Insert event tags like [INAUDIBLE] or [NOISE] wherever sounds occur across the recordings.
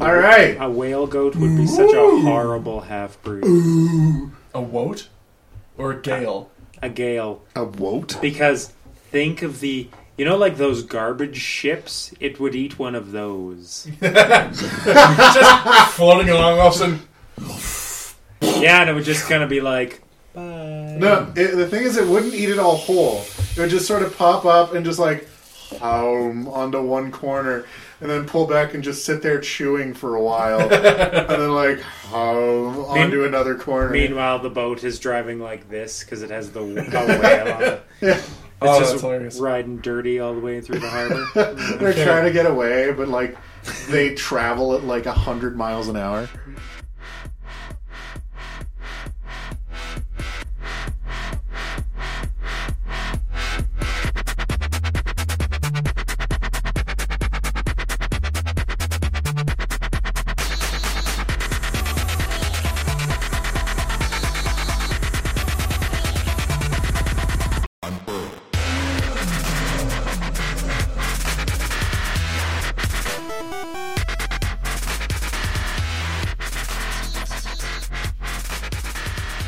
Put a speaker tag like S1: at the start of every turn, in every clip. S1: All
S2: wh-
S1: right.
S2: A whale goat would be such a horrible half breed.
S3: A woat or a gale?
S2: A gale.
S1: A woat?
S2: Because think of the. You know, like those garbage ships? It would eat one of those.
S3: [LAUGHS] Floating along, all of a sudden,
S2: Yeah, and it would just kind of be like, bye.
S1: No, it, the thing is, it wouldn't eat it all whole. It would just sort of pop up and just like home onto one corner, and then pull back and just sit there chewing for a while, and then like home onto another corner.
S2: Meanwhile, the boat is driving like this because it has the w- a whale on it. It's
S3: [LAUGHS] oh,
S2: just
S3: that's hilarious.
S2: riding dirty all the way through the harbor.
S3: [LAUGHS]
S1: They're trying to get away, but like they travel at like hundred miles an hour.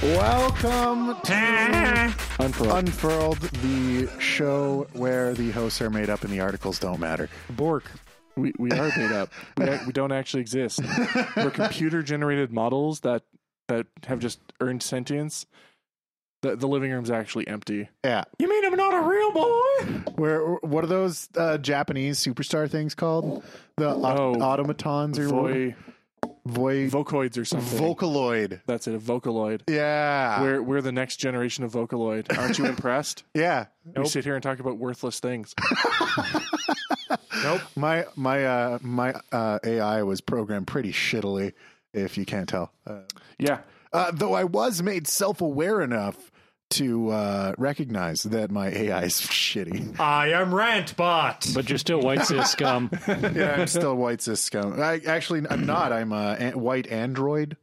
S1: Welcome to
S4: Unfurled.
S1: Unfurled, the show where the hosts are made up and the articles don't matter.
S4: Bork. We, we are made [LAUGHS] up. We, act- we don't actually exist. [LAUGHS] We're computer generated models that that have just earned sentience. The, the living room's actually empty.
S1: Yeah.
S4: You mean I'm not a real boy?
S1: Where what are those uh, Japanese superstar things called? The au-
S4: Oh.
S1: automatons or
S4: Voy,
S1: voy,
S4: vocoids or something.
S1: vocaloid.
S4: That's it, a vocaloid.
S1: Yeah.
S4: We're, we're the next generation of vocaloid. [LAUGHS] Aren't you impressed?
S1: yeah.
S4: We sit here and talk about worthless [LAUGHS] things.
S1: My my uh, my uh, AI was programmed pretty shittily, if you can't tell. Uh,
S4: Yeah.
S1: Uh, though I was made self aware enough to uh, recognize that my AI is [LAUGHS] shitty.
S2: I am Rantbot.
S5: But you're still white
S4: [LAUGHS]
S5: cis scum.
S1: yeah, I'm still white cis scum. I actually I'm not. I'm uh, an- white android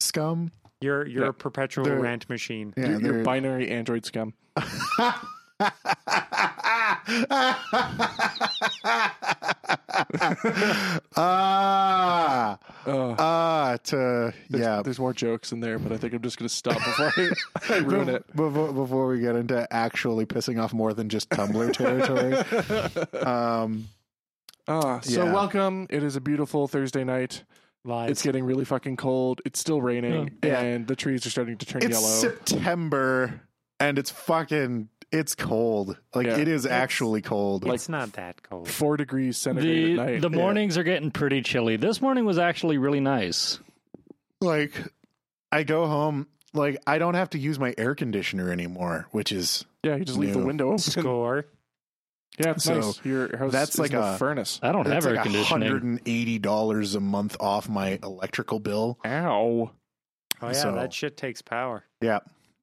S1: scum.
S2: You're you're a perpetual
S1: They're-
S2: rant machine.
S1: Yeah,
S4: Your you're,
S1: they're-
S4: binary android scum.
S1: ah,
S4: Oh,
S1: ah, to
S4: there's,
S1: yeah.
S4: there's more jokes in there, but I think I'm just going to stop before
S1: [LAUGHS]
S4: I, I ruin it.
S1: Before, before we get into actually pissing off more than just Tumblr territory,
S4: [LAUGHS]
S1: um,
S4: Ah, so
S1: Yeah.
S4: welcome. It is a beautiful Thursday night.
S2: Lies.
S4: It's getting really fucking cold. It's still raining,
S1: Yeah.
S4: and the trees are starting to turn
S1: it's
S4: yellow.
S1: September and it's fucking it's cold. Like
S4: Yeah.
S1: it is actually cold.
S2: it's not that cold.
S3: [LAUGHS]
S4: Four degrees centigrade at
S5: The,
S4: night.
S5: the mornings are getting pretty chilly. This morning was actually really nice.
S1: like I go home like I don't have to use my air conditioner anymore, which is
S4: yeah, you just leave the
S1: Yeah.
S4: window open.
S2: Score.
S4: Yeah, it's
S1: So,
S4: nice. Your house
S1: that's
S4: is
S1: like
S4: in
S1: a-
S4: a furnace.
S5: I don't
S1: that's
S5: have air
S1: like
S5: conditioning.
S1: $180 a month off my electrical bill.
S4: Ow!
S2: Oh yeah,
S1: So-
S2: that shit takes power.
S1: Yeah.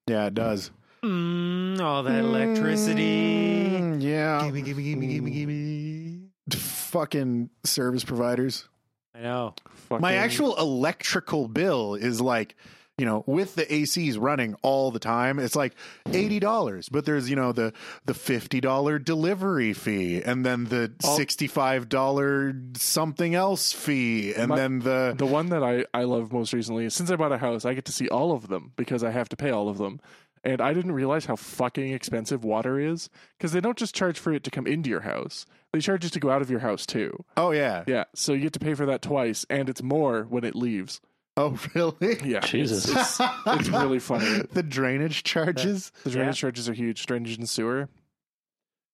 S1: Yeah, it does.
S2: Mm, all that electricity.
S1: Mm, yeah. Gimme, gimme, gimme, gimme, gimme. Fucking service providers.
S2: I know.
S4: Fucking-
S1: My actual electrical bill is like, you know, with the ACs running all the time, it's like eighty dollars. But there's you know the the fifty dollar delivery fee, and then the sixty five dollar something else fee, and
S4: My-
S1: then the
S4: the one that I I love most recently is since I bought a house, I get to see all of them because I have to pay all of them. And I didn't realize how fucking expensive water is because they don't just charge for it to come into your house; they charge it to go out of your house too.
S1: oh yeah,
S4: Yeah, so you get to pay for that twice, and it's more when it leaves.
S1: oh [LAUGHS] really,
S4: Yeah,
S5: Jesus.
S4: it's, it's, it's really funny.
S1: the drainage charges.
S4: The drainage charges are huge. Drainage and sewer.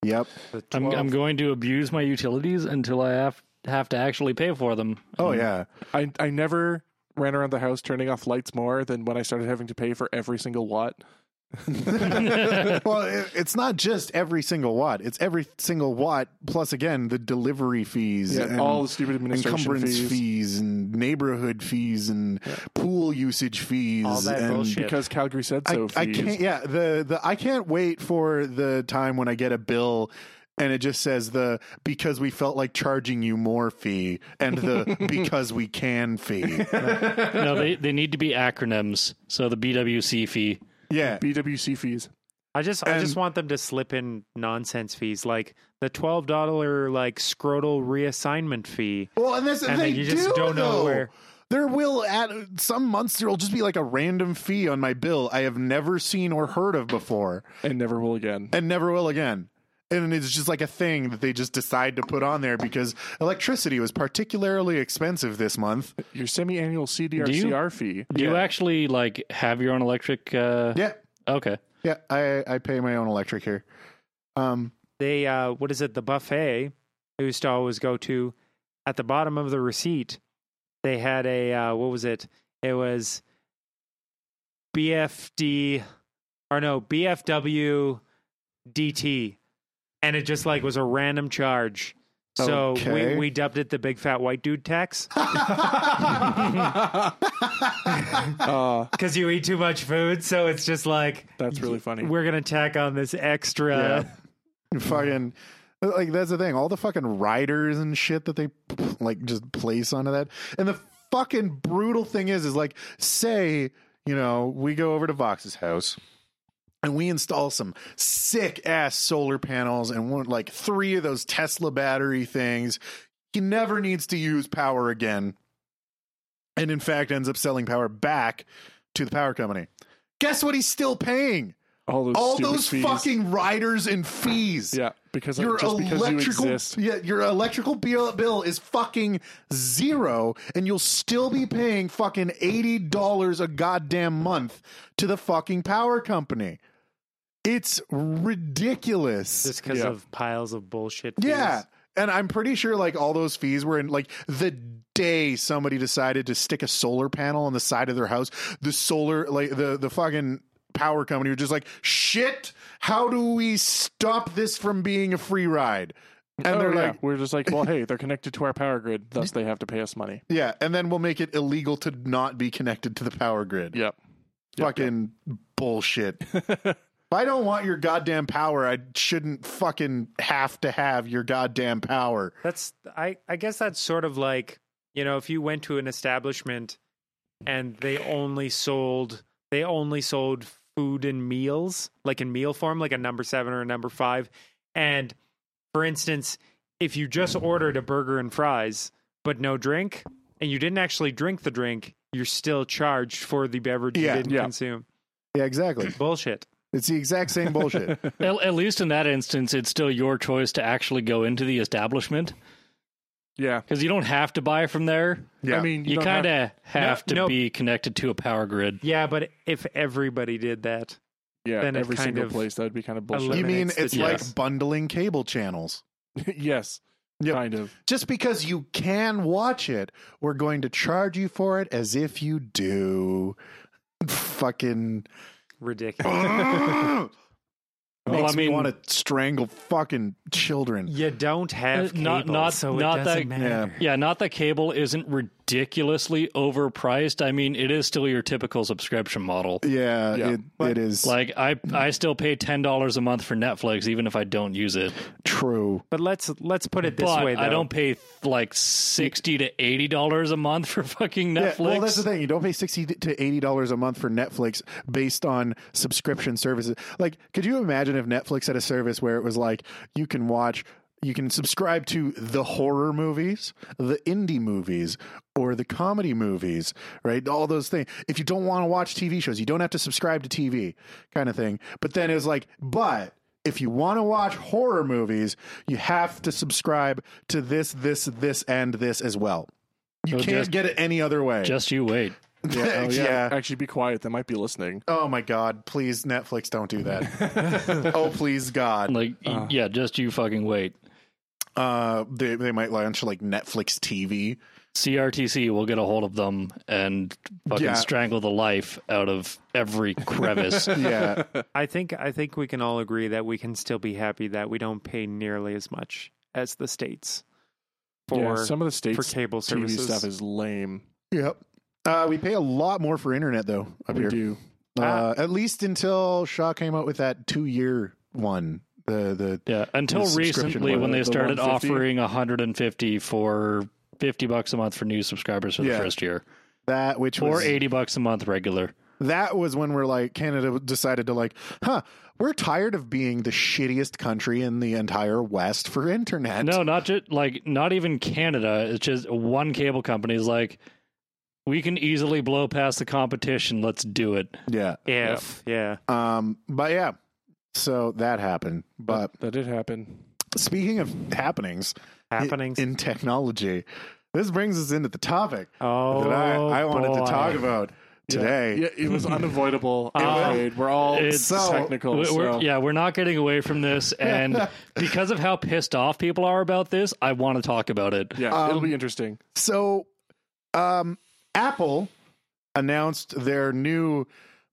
S1: Yep.
S5: [LAUGHS] I'm, I'm going to abuse my utilities until I have, have to actually pay for them.
S1: Oh
S5: [LAUGHS]
S1: yeah. [LAUGHS]
S4: I I never ran around the house turning off lights more than when I started having to pay for every single watt.
S1: Well, it, it's not just every single watt; it's every single watt plus again the delivery fees.
S4: Yeah,
S1: and-
S4: all the stupid administration
S1: encumbrance fees.
S4: fees.
S1: and neighborhood fees and pool usage fees.
S2: All that
S1: and
S2: bullshit.
S4: Because Calgary said
S1: I,
S4: so.
S1: I
S4: fees.
S1: can't. Yeah, the the I can't wait for the time when I get a bill. And it just says the because we felt like charging you more fee and the because we can fee.
S5: no, they, they need to be acronyms. So the BWC fee.
S1: Yeah.
S4: BWC fees.
S6: I just I just
S1: And-
S6: want them to slip in nonsense fees like the twelve dollar like scrotal reassignment fee.
S1: Well, and that's the
S6: And then
S1: thing.
S6: you just
S1: do,
S6: don't know
S1: though.
S6: where-
S1: There will at some months there will just be like a random fee on my bill I have never seen or heard of before
S4: and never will again.
S1: and never will again. And it's just like a thing that they just decide to put on there because electricity was particularly expensive this month.
S4: Your semi-annual CDRCR fee.
S5: Do you
S1: Yeah.
S5: actually like have your own electric? Uh,
S1: Yeah,
S5: Okay.
S1: yeah. I I pay my own electric here. [LAUGHS] Um,
S6: They uh what is it, the buffet I used to always go to at the bottom of the receipt, they had a uh what was it? It was BFD or no, BFW DT. And it just like was a random charge. So
S1: Okay.
S6: we, we dubbed it the big fat white
S1: [LAUGHS]
S6: dude tax
S4: Uh,
S6: because you eat too much food. So it's just like
S4: that's really funny.
S6: we're gonna tack on this extra.
S1: [LAUGHS] fucking like that's the thing all the fucking riders and shit that they like just place onto that and the fucking brutal thing is is like say you know we go over to vox's house and we install some sick ass solar panels and one like three of those tesla battery things he never needs to use power again and in fact ends up selling power back to the power company guess what he's still paying
S4: all those
S1: all
S4: stupid
S1: those
S4: fees.
S1: fucking riders and fees
S4: yeah, because
S1: your
S4: just because you
S1: electrical
S4: exist,
S1: yeah your electrical bill, bill is fucking zero and you'll still be paying fucking $80 a goddamn month to the fucking power company it's ridiculous
S6: [LAUGHS] Just because
S4: Yeah.
S6: of piles of bullshit.
S1: yeah
S6: fees.
S1: and i'm pretty sure like all those fees were in like the day somebody decided to stick a solar panel on the side of their house the solar like the the fucking power company was just like shit how do we stop this from being a free ride and
S4: Oh,
S1: they're
S4: yeah.
S1: like
S4: we're just like, well, hey, they're connected to our power grid, thus they have to pay
S1: [LAUGHS]
S4: us money.
S1: yeah and then we'll make it illegal to not be connected to the power grid
S4: Yep.
S1: fucking
S4: [LAUGHS]
S1: bullshit if i don't want your goddamn power i shouldn't fucking have to have your goddamn power
S6: that's I. I guess that's sort of like you know if you went to an establishment and they only sold they only sold food and meals like in meal form like a number seven or a number five and for instance if you just ordered a burger and fries but no drink and you didn't actually drink the drink you're still charged for the beverage
S1: Yeah.
S6: you didn't
S4: Yeah.
S6: consume
S1: yeah exactly
S6: bullshit
S1: It's the exact same bullshit.
S5: At, at least in that instance, it's still your choice to actually go into the establishment
S4: Yeah.
S5: because you don't have to buy from there.
S1: Yeah.
S4: I mean,
S5: You
S4: don't
S5: kind of
S4: have-
S5: have, to
S6: no.
S5: be connected to a power grid.
S6: yeah but if everybody did that
S4: yeah,
S6: then it
S4: every
S6: kind
S4: single
S6: of
S4: place that would be kind of bullshit.
S1: you mean
S6: eliminates the
S1: it's
S5: choice.
S1: like bundling cable channels?
S4: [LAUGHS] yes,
S1: Yep.
S4: kind of.
S1: Just because you can watch it, we're going to charge you for it as if you do. Fucking
S6: ridiculous
S1: [LAUGHS] makes
S5: Well, I
S1: me
S5: mean-
S1: want to strangle fucking children.
S6: You don't have
S5: Uh,
S6: cable,
S5: not- not-
S6: so
S5: not
S6: it doesn't
S5: that-
S6: matter.
S5: Yeah, not that cable isn't ridiculously overpriced. I mean, it is still your typical subscription model.
S1: Yeah,
S4: Yeah.
S1: it, it is
S5: Like I, I still pay ten dollars a month for Netflix, even if I don't use it.
S1: true.
S6: But let's let's put it this
S5: but
S6: way: though.
S5: I don't pay like sixty to eighty dollars a month for fucking
S1: Yeah,
S5: Netflix.
S1: well, that's the thing. You don't pay sixty to eighty dollars a month for Netflix based on subscription services. Like, could you imagine if Netflix had a service where it was like you can watch, you can subscribe to the horror movies, the indie movies, or the comedy movies, right? All those things. If you don't want to watch TV shows, you don't have to subscribe to TV, kind of thing. But then it's like, but. If you want to watch horror movies, you have to subscribe to this, this, this, and this as well. You
S5: Oh,
S1: can't
S5: just-
S1: get it any other way.
S5: Just you wait.
S1: Yeah. [LAUGHS]
S4: Oh, yeah. Actually, be quiet. They might be listening.
S6: [LAUGHS]
S1: Oh my God! Please, Netflix, don't do
S4: [LAUGHS]
S1: that. oh, please, God.
S5: Like yeah, just you fucking wait.
S1: Uh, they they might launch like Netflix TV.
S5: CRTC will get a hold of them and fucking
S1: Yeah.
S5: strangle the life out of
S1: [LAUGHS]
S5: every crevice.
S1: Yeah,
S6: I think I think we can all agree that we can still be happy that we don't pay nearly as much as the states for
S4: yeah, some of the states
S6: for cable
S4: TV
S6: services.
S4: stuff is lame.
S1: yep. Uh, we pay a lot more for internet though up
S4: We
S1: here.
S4: do.
S1: Uh, at least until Shaw came out with that two year one. The the
S5: yeah, until
S1: The subscription
S5: recently when
S1: one,
S5: they
S4: the
S5: started
S4: 150?
S5: offering 150 for 50 bucks a month for new subscribers for the
S1: Yeah.
S5: first year
S1: that which
S5: or
S1: was
S5: 80 bucks a month regular.
S1: that was when we're like Canada decided to like, huh, we're tired of being the shittiest country in the entire West for internet.
S5: No, not just like not even Canada. It's just one cable company is like, we can easily blow past the competition. Let's do it.
S1: Yeah.
S6: If yeah,
S1: Um. But yeah. So that happened. But
S4: that did happen.
S1: speaking of happenings i-
S6: happenings.
S1: in technology, this brings us into the topic
S6: oh,
S1: that I, I wanted
S6: boy.
S1: to talk about today.
S4: Yeah, it was
S5: [LAUGHS]
S4: unavoidable. I'm
S5: Ah.
S4: afraid. We're all
S5: It's-
S1: So-
S4: technical.
S5: We- we're-
S4: so-
S5: yeah, we're not getting away from this, and because of how pissed off people are about this, I want to talk about it.
S4: Yeah, it'll be interesting.
S1: So, um, Apple announced their new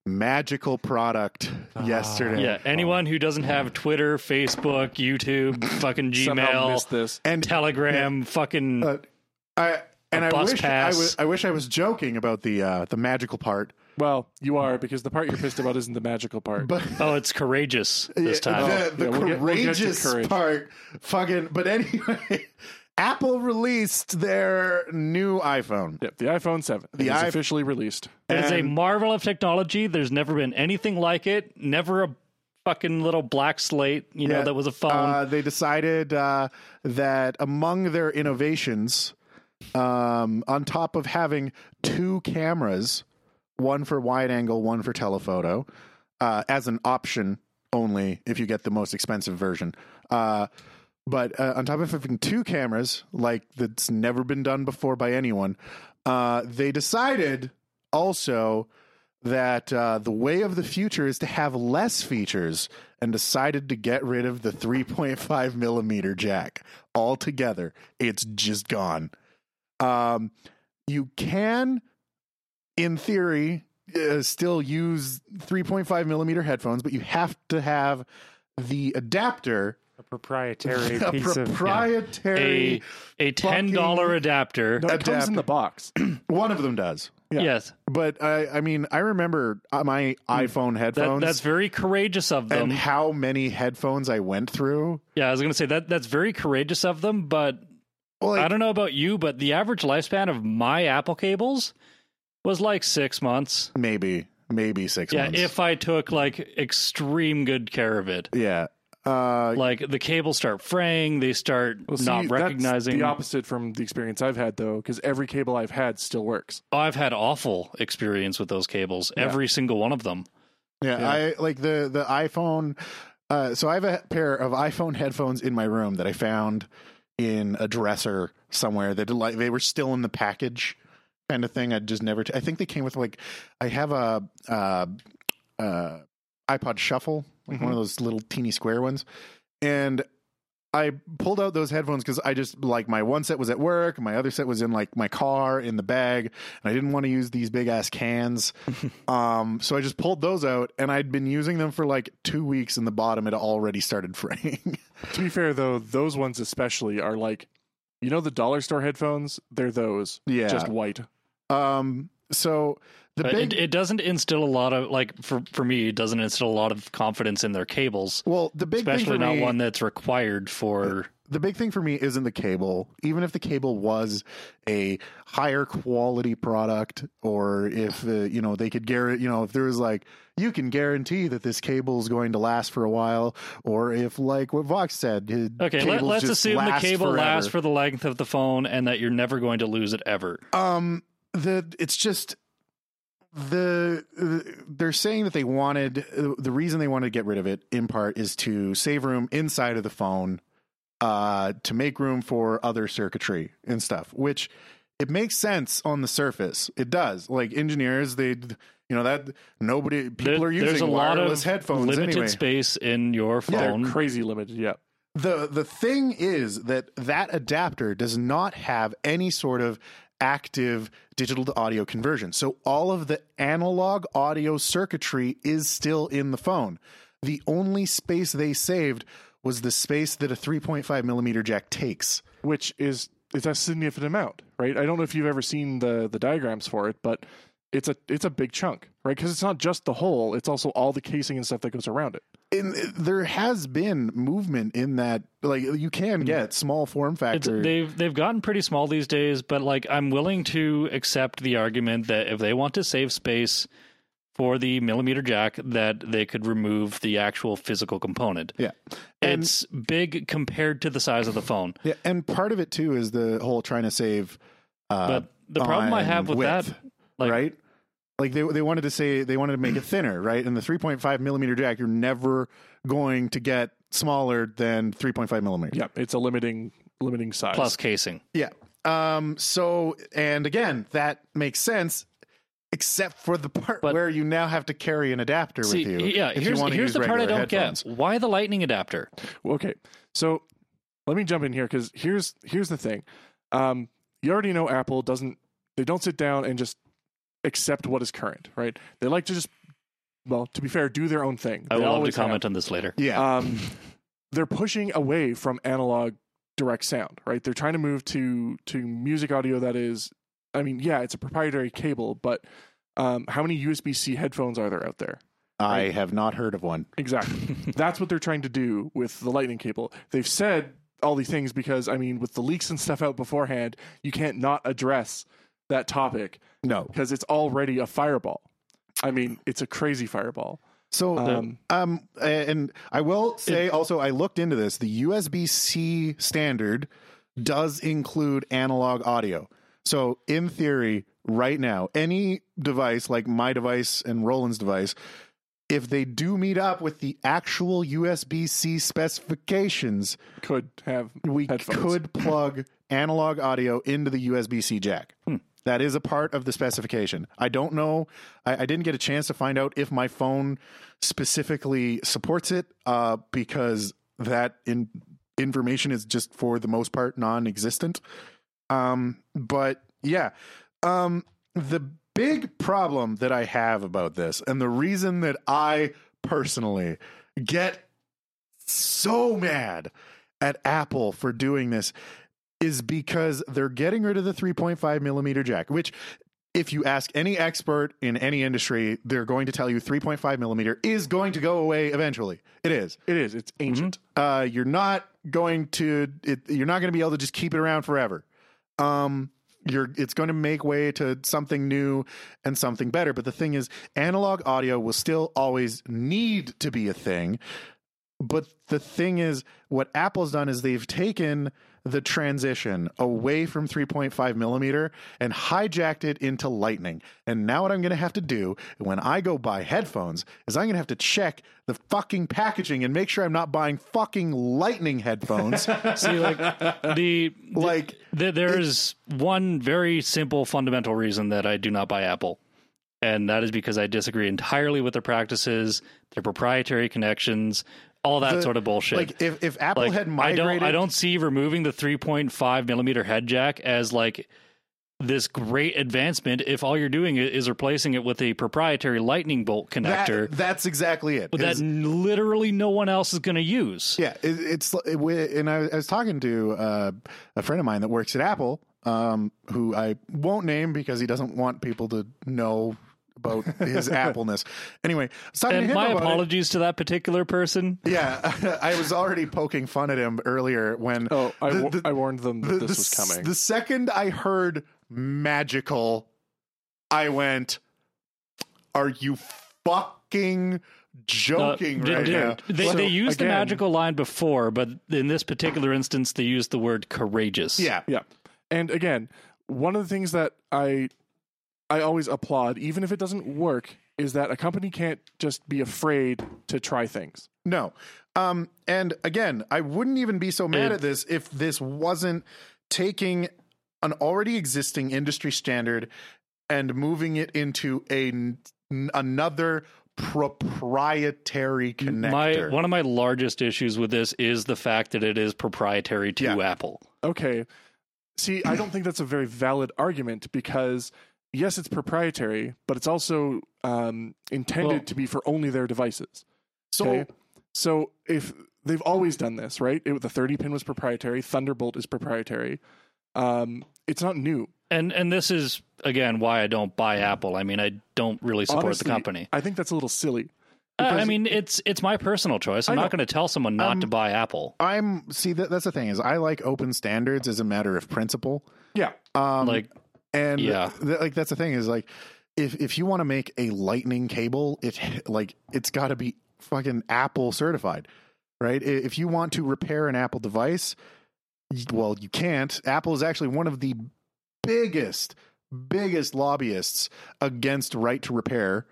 S1: magical product
S6: Ah.
S1: yesterday.
S5: Yeah, anyone who doesn't have Twitter, Facebook, YouTube, fucking
S4: Somehow
S5: Gmail,
S4: missed this.
S1: And
S5: Telegram, fucking
S1: uh, I and
S5: A
S1: I
S5: bus
S1: wish I
S5: pass.
S1: was I wish I was joking about the uh, the magical part,
S4: Well, you are because the part you're pissed about isn't the magical part.
S1: but
S5: oh, it's courageous this
S1: Yeah,
S5: time.
S1: The, the
S4: Yeah, we'll get- we'll get to
S1: courageous
S4: courage.
S1: part, fucking. But anyway, [LAUGHS] Apple released their new iPhone.
S4: Yep, the iPhone 7
S1: The
S4: the is
S1: iP-
S4: officially released.
S5: It is a
S1: And-
S5: marvel of technology. There's never been anything like it. Never a fucking little black slate, you know,
S1: Yeah.
S5: that was a phone.
S1: Uh, they decided uh, that among their innovations, um, on top of having two cameras, one for wide angle, one for telephoto, uh, as an option only if you get the most expensive version. Uh, but uh, on top of having two cameras, like that's never been done before by anyone, uh, they decided also that uh, the way of the future is to have less features and decided to get rid of the 3.5 millimeter jack altogether. It's just gone. Um, you can, in theory, uh, still use 3.5 millimeter headphones, but you have to have the adapter,
S6: a proprietary
S1: [LAUGHS] a
S6: piece of
S1: proprietary.
S5: a a ten dollar
S1: fucking-
S5: adapter.
S4: No, it comes
S1: Adapter.
S4: in the box.
S1: one of them does. Yeah.
S5: Yes,
S1: But I, I mean, I remember uh, my iPhone
S5: that,
S1: headphones.
S5: that's very courageous of them.
S1: and how many headphones I went through.
S5: yeah, I was gonna say that that's very courageous of them, but
S1: Well, like,
S5: I don't know about you, but the average lifespan of my Apple cables was like six months.
S1: maybe maybe six
S5: Yeah,
S1: months.
S5: if I took like extreme good care of it.
S1: yeah, uh,
S5: Like the cables start fraying, they start
S4: Well, see,
S5: not
S4: that's
S5: recognizing.
S4: the opposite from the experience I've had though, because every cable I've had still works.
S5: Oh, I've had awful experience with those cables, every single one of them.
S1: yeah,
S4: yeah.
S1: I like the the iPhone. Uh, so I have a pair of iPhone headphones in my room that I found in a dresser somewhere. That like they were still in the package kind of thing. I just never. T- I think they came with like I have a uh, uh, iPod Shuffle, like one of those little teeny square ones, and I pulled out those headphones because I just like my one set was at work, my other set was in like my car in the bag, and I didn't want to use these big ass cans. um, so I just pulled those out, and I'd been using them for like two weeks, and the bottom had already started [LAUGHS] fraying.
S4: To be fair though, those ones especially are like, you know, the dollar store headphones. They're those,
S1: yeah.
S4: just white.
S1: um. So the
S5: But
S1: big
S5: Uh, it, it doesn't instill a lot of like for for me, it doesn't instill a lot of confidence in their cables,
S1: well, the big
S5: especially
S1: thing for
S5: not
S1: me,
S5: one that's required for.
S1: the big thing for me isn't the cable. Even if the cable was a higher quality product, or if uh, you know they could guarantee, you know, if there was like you can guarantee that this cable is going to last for a while, or if like what Vox said, his
S5: Okay, let,
S1: cables
S5: let's
S1: just
S5: assume the
S1: last
S5: cable
S1: forever.
S5: lasts for the length of the phone and that you're never going to lose it ever.
S1: um the it's just the uh, they're saying that they wanted the reason they wanted to get rid of it in part is to save room inside of the phone uh to make room for other circuitry and stuff which it makes sense on the surface it does like engineers they you know that nobody people
S5: There-
S1: are using
S5: there's a lot
S1: wireless
S5: of
S1: headphones
S5: limited
S1: anyway
S5: space in your
S4: They're
S5: phone.
S4: crazy limited. Yeah,
S1: the the thing is that that adapter does not have any sort of active digital to audio conversion so all of the analog audio circuitry is still in the phone the only space they saved was the space that a 3.5 millimeter jack takes
S4: which is it's a significant amount, right? I don't know if you've ever seen the the diagrams for it, but it's a it's a big chunk, right? Because it's not just the hole; it's also all the casing and stuff that goes around it.
S1: and there has been movement in that like you can get small form
S5: It's,
S1: factor
S5: they've they've gotten pretty small these days, but like I'm willing to accept the argument that if they want to save space for the millimeter jack that they could remove the actual physical component.
S1: Yeah. And-
S5: it's big compared to the size of the phone.
S1: Yeah, and part of it too is the whole trying to save. Uh,
S5: But the problem I
S1: on
S5: have with
S1: width,
S5: that, like-
S1: right? Like they they wanted to say they wanted to make it thinner, right? And the 3.5 millimeter jack, you're never going to get smaller than 3.5 millimeter.
S4: Yep, it's a limiting limiting size.
S5: Plus casing.
S1: Yeah. Um. So, and again, that makes sense, except for the part
S5: But-
S1: where you now have to carry an adapter
S5: See,
S1: with you.
S5: yeah,
S1: if you
S5: here's,
S1: wanna
S5: here's
S1: use
S5: the part I
S1: regular
S5: don't
S1: headphones.
S5: get. Why the lightning adapter?
S4: okay so let me jump in here because here's here's the thing um you already know apple doesn't they don't sit down and just accept what is current right they like to just well to be fair do their own thing
S5: I
S4: They
S5: would love to
S4: always have.
S5: comment on this later.
S1: Yeah.
S4: Um, they're pushing away from analog direct sound, right? They're trying to move to to music audio that is, I mean, yeah, it's a proprietary cable, but um, how many USB C headphones are there out there?
S1: I have not heard of one.
S4: Exactly. That's what they're trying to do with the lightning cable. They've said all these things because, I mean, with the leaks and stuff out beforehand, you can't not address that topic
S1: No.
S4: because it's already a fireball. I mean, it's a crazy fireball.
S1: So, um,
S4: Um,
S1: and I will say also, I looked into this. The USB C standard does include analog audio. So, in theory, right now, any device like my device and Roland's device, if they do meet up with the actual USB C specifications,
S4: Could have
S1: we
S4: headphones.
S1: could plug analog audio into the USB C jack. That is a part of the specification. I don't know. I, I didn't get a chance to find out if my phone specifically supports it uh, because that in, information is just for the most part non existent. Um, but yeah, um, the big problem that I have about this, and the reason that I personally get so mad at Apple for doing this is because they're getting rid of the 3.5 millimeter jack, which, if you ask any expert in any industry, they're going to tell you 3.5 millimeter is going to go away eventually. It is.
S4: It is. It's ancient.
S1: Uh, you're not going to. It, you're not going to be able to just keep it around forever. Um, you're. It's going to make way to something new and something better. But the thing is, analog audio will still always need to be a thing. But the thing is, what Apple's done is they've taken the transition away from 3.5 millimeter and hijacked it into lightning. And now what I'm going to have to do when I go buy headphones is I'm going to have to check the fucking packaging and make sure I'm not buying fucking lightning headphones.
S5: See, [LAUGHS] like the,
S1: like
S5: the there is one very simple fundamental reason that I do not buy Apple, and that is because I disagree entirely with their practices, their proprietary connections, all that
S1: The-
S5: sort of bullshit.
S1: like if if Apple
S5: Like,
S1: had
S5: I
S1: migrated
S5: don't I don't see removing the 3.5 millimeter head jack as like this great advancement if all you're doing i- is replacing it with a proprietary lightning bolt
S1: that-
S5: connector
S1: that's exactly it.
S5: that
S1: Is-
S5: n- literally no one else is going to use.
S1: Yeah, it, it's it, we- and I, was- I was talking to uh, a friend of mine that works at Apple, um, who I won't name because he doesn't want people to know about
S4: [LAUGHS]
S1: his Appleness. Anyway, I was talking to
S5: And
S1: him
S5: my
S1: about it.
S5: apologies to that particular person.
S1: Yeah, [LAUGHS] I was already poking fun at him earlier when
S4: Oh, I,
S1: the-
S4: wa-
S1: the-
S4: I warned them that
S1: the, the
S4: this was
S1: s-
S4: coming.
S1: The second I heard magical, I went, "Are you fucking joking
S5: Uh, d-
S1: right
S5: d-
S1: now?"
S5: They,
S4: So,
S5: they used the
S4: again-
S5: magical line before, but in this particular instance, they used the word courageous.
S1: Yeah,
S4: Yeah. And again, one of the things that I I always applaud, even if it doesn't work, is that a company can't just be afraid to try things.
S1: No. Um, and again, I wouldn't even be so mad
S5: And-
S1: at this if this wasn't taking an already existing industry standard and moving it into a n- another proprietary
S5: My
S1: connector.
S5: one of my largest issues with this is the fact that it is proprietary to
S1: Yeah.
S5: Apple.
S4: Okay. See, I don't think that's a very valid argument because yes, it's proprietary, but it's also um, intended
S5: Well-
S4: to be for only their devices.
S1: so
S4: okay. So if they've always done this, right? It, the 30 pin was proprietary, Thunderbolt is proprietary. Um, it's not new.
S5: And and this is again why I don't buy Apple. I mean, I don't really support
S4: Honestly,
S5: the company.
S4: I think that's a little silly.
S5: I, I mean, it's it's my personal choice.
S4: I
S5: I'm
S4: Um,
S5: not going to tell someone not to buy Apple.
S1: I'm see that that's the thing is I like open standards as a matter of principle.
S4: Yeah.
S1: Um,
S5: Like
S1: and
S5: Yeah.
S1: th- like that's the thing is like if if you want to make a lightning cable, it like it's got to be fucking Apple certified, right? I- If you want to repair an Apple device, y- well, you can't. Apple is actually one of the biggest biggest lobbyists against right to repair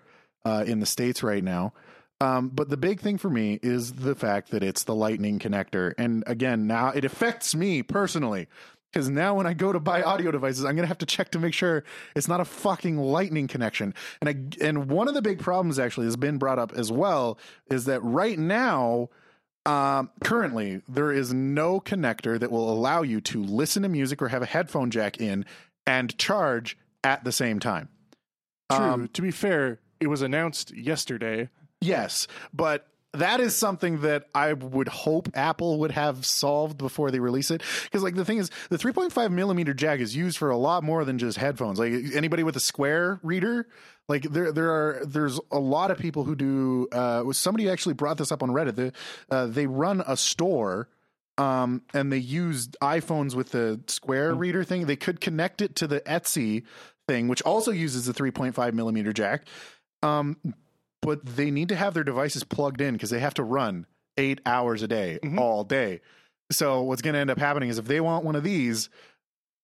S1: uh, in the states right now. Um, but the big thing for me is the fact that it's the lightning connector, and again, now it affects me personally because now when I go to buy audio devices, I'm gonna have to check to make sure it's not a fucking lightning connection. And I, and one of the big problems actually has been brought up as well is that right now, um, currently there is no connector that will allow you to listen to music or have a headphone jack in and charge at the same time.
S4: True.
S1: Um,
S4: to be fair, it was announced yesterday.
S1: Yes, but that is something that I would hope Apple would have solved before they release it. Because like the thing is, the 3.5 millimeter jack is used for a lot more than just headphones. Like anybody with a square reader, like there there are there's a lot of people who do. Uh, somebody actually brought this up on Reddit. The, uh, they run a store. Um, and they used iPhones with the square reader thing. They could connect it to the Etsy thing, which also uses the 3.5 millimeter jack. Um, but they need to have their devices plugged in because they have to run eight hours a day
S6: Mm-hmm.
S1: all day. So what's going to end up happening is if they want one of these,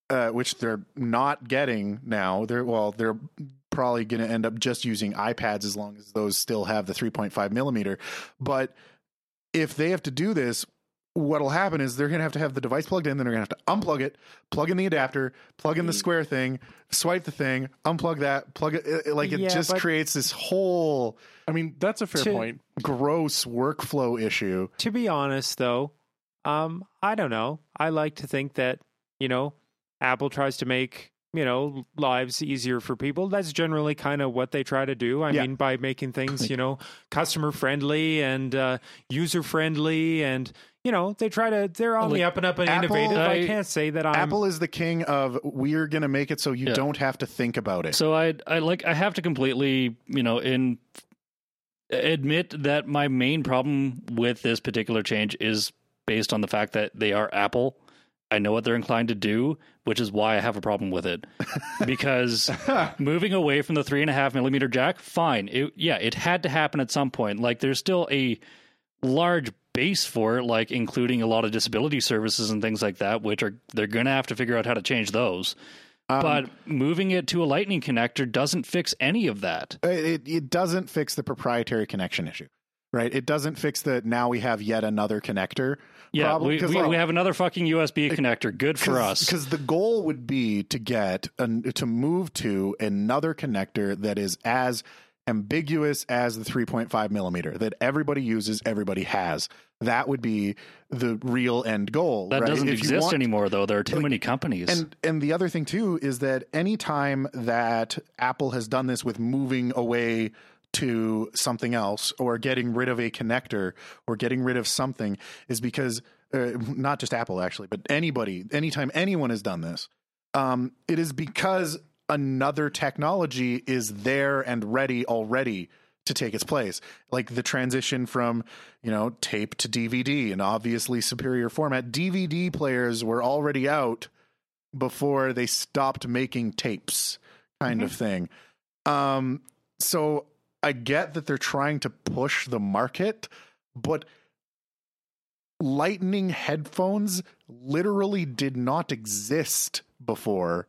S1: uh, which they're not getting now, they're well, they're probably going to end up just using iPads as long as those still have the 3.5 millimeter. But if they have to do this, what'll happen is they're going to have to have the device plugged in, then they're going to have to unplug it, plug in the adapter, plug
S6: Mm.
S1: in the square thing, swipe the thing, unplug that, plug it. it- it- Like it
S6: Yeah,
S1: just
S6: but-
S1: creates this whole
S4: I mean, that's a fair
S6: To-
S4: point.
S1: gross workflow issue.
S6: To be honest, though, um, I don't know. I like to think that you know, Apple tries to make you know lives easier for people. That's generally kind of what they try to do. I
S1: Yeah.
S6: mean, by making things you know customer friendly and uh, user friendly, and you know they try to they're on
S5: Like,
S6: the up and up and
S1: Apple-
S6: innovative. I,
S5: I-
S6: can't say that I'm
S1: Apple is the king of we're going to make it so you
S5: Um, Yeah.
S1: don't have to think about it.
S5: So I I like I have to completely, you know, in admit that my main problem with this particular change is based on the fact that they are Apple. I know what they're inclined to do, which is why I have a problem with it. Because moving away from the three and a half millimeter jack, fine. It, yeah, it had to happen at some point. Like there's still a large base for it, like including a lot of disability services and things like that, which are they're gonna have to figure out how to change those
S1: Um,
S5: but moving it to a lightning connector doesn't fix any of that.
S1: Uh, it, it doesn't fix the proprietary connection issue, right? It doesn't fix the now we have yet another connector
S5: Yeah,
S1: problem.
S5: we,
S1: 'Cause,
S5: we,
S1: like,
S5: we have another fucking USB connector. Good for us.
S1: Because the goal would be to get an, to move to another connector that is as ambiguous as the 3.5 millimeter that everybody uses, everybody has. That would be the real end goal.
S5: That
S1: right?
S5: doesn't
S1: If you
S5: exist
S1: want-
S5: anymore, though. There are too many companies.
S1: And and the other thing too is that any time that Apple has done this with moving away to something else or getting rid of a connector or getting rid of something is because uh, not just Apple actually, but anybody, anytime anyone has done this, um, it is because another technology is there and ready already to take its place like the transition from you know tape to dvd an obviously superior format dvd players were already out before they stopped making tapes kind of thing um so i get that they're trying to push the market but lightning headphones literally did not exist before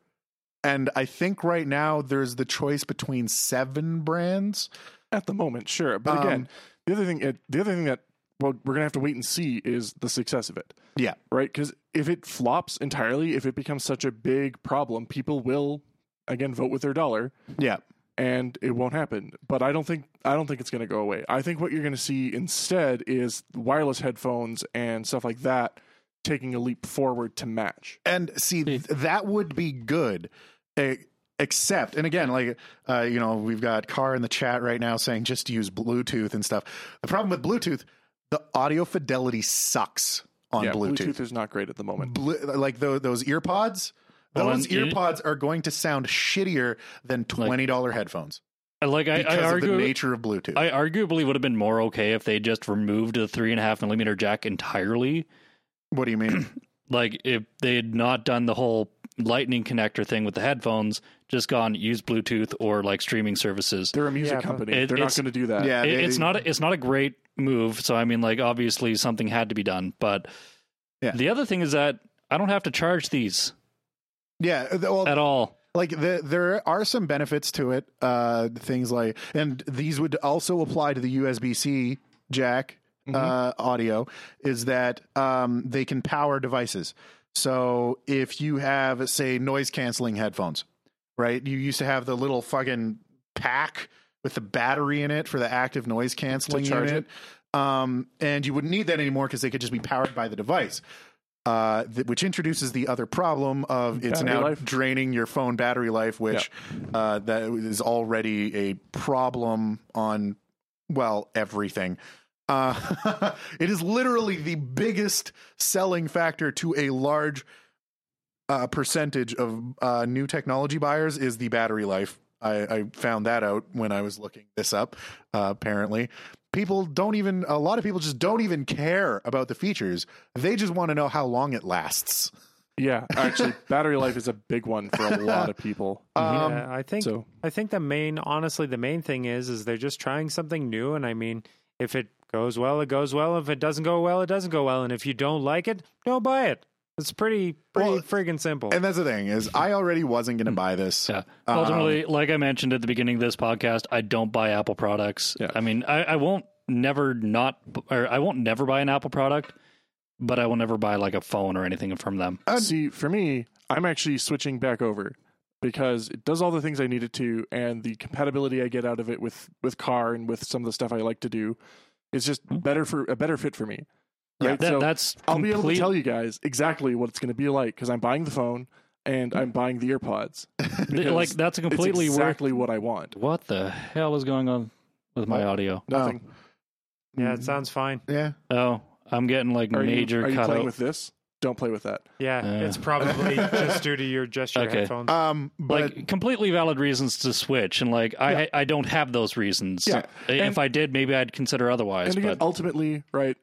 S1: and i think right now there's the choice between seven brands
S4: At the moment, sure. But again,
S1: Um,
S4: the other thing, it- the other thing that well, we're gonna have to wait and see is the success of it,
S1: yeah
S4: right? Because if it flops entirely, if it becomes such a big problem, people will again vote with their dollar,
S1: yeah
S4: and it won't happen. But I don't think I don't think it's gonna go away. I think what you're gonna see instead is wireless headphones and stuff like that taking a leap forward to match.
S1: And see,
S5: Hmm.
S1: th- that would be good. E- Except, and again, like, uh, you know, we've got Carr in the chat right now saying just use Bluetooth and stuff. The problem with Bluetooth, the audio fidelity sucks on
S4: yeah,
S1: Bluetooth.
S4: Bluetooth is not great at the moment.
S1: Blu- like tho- those ear pods,
S5: Well,
S1: those
S5: and you-
S1: ear pods are going to sound shittier than $20 headphones
S5: like I,
S1: because
S5: I
S1: of the
S5: argue,
S1: nature of Bluetooth.
S5: I arguably would have been more okay if they just removed the three and a half millimeter jack entirely.
S1: what
S5: [CLEARS THROAT]
S1: do you mean?
S5: Like if they had not done the whole lightning connector thing with the headphones, just gone use Bluetooth or like streaming services.
S4: They're eh? a music
S6: Yeah, but-
S4: company.
S5: It-
S4: They're not
S5: it's-
S4: going to do that.
S1: Yeah,
S5: It-
S1: they-
S5: it's not a, it's not a great move. So I mean, like obviously something had to be done. But
S1: Yeah.
S5: the other thing is that I don't have to charge these
S1: Yeah, th-
S4: Oh.
S1: well,
S5: at all.
S1: like the, there are some benefits to it. Uh, things like, and these would also apply to the USB C jack uh, audio. Is that um, they can power devices? So if you have, say, noise canceling headphones, right? You used to have the little fucking pack with the battery in it for the active noise canceling
S4: charge
S1: unit. Um, and you wouldn't need that anymore because they could just be powered by the device, uh, th- which introduces the other problem of it's
S4: Battery
S1: now
S4: life.
S1: draining your phone battery life, which uh, that is already a problem on well everything. Uh, [LAUGHS] it is literally the biggest selling factor to a large uh, percentage of uh, new technology buyers is the battery life. I, I found that out when I was looking this up. Uh, apparently, people don't even a lot of people just don't even care about the features. They just want to know how long it lasts.
S4: Yeah,
S6: [LAUGHS]
S4: actually, battery life is a big one for a lot of people.
S1: Um,
S6: yeah, I think
S4: so-
S6: I think the main, honestly, the main thing is is they're just trying something new, and I mean, if it goes well, it goes well. If it doesn't go well, it doesn't go well, and if you don't like it, don't buy it. It's pretty pretty
S1: Well,
S6: friggin' simple.
S1: And that's the thing is, I already wasn't going to buy this.
S5: Hmm. Yeah.
S4: Um,
S5: Ultimately, like I mentioned at the beginning of this podcast, I don't buy Apple products.
S4: Yeah.
S5: I mean, I, I won't never not, or I won't never buy an Apple product, but I will never buy like a phone or anything from them.
S6: uh,
S4: See, for me, I'm actually switching back over because it does all the things I need it to, and the compatibility I get out of it with with car and with some of the stuff I like to do is just better for a better fit for me. Right?
S5: Hmm. That,
S4: so
S5: that's
S4: I'll be able to
S5: complete-
S4: tell you guys exactly what it's going to be like because I'm buying the phone and I'm buying the AirPods.
S6: [LAUGHS]
S4: because
S5: like that's a
S4: it's
S5: completely worth-
S4: exactly what I want.
S5: What the hell is going on with my audio?
S4: Nothing.
S6: yeah, it sounds fine.
S1: yeah,
S5: Oh, I'm getting like
S4: Are
S5: major
S4: you, are you
S5: cut
S4: playing
S5: out.
S4: with this? Don't play with that.
S6: Yeah,
S5: Uh.
S6: it's
S1: [LAUGHS]
S6: probably just due to your just your
S5: Okay.
S6: headphones.
S1: um, but
S5: like completely valid reasons to switch, and like I I don't have those reasons.
S4: Yeah.
S5: If
S4: And-
S5: I did, maybe I'd consider otherwise.
S4: and again,
S5: but
S4: ultimately, right,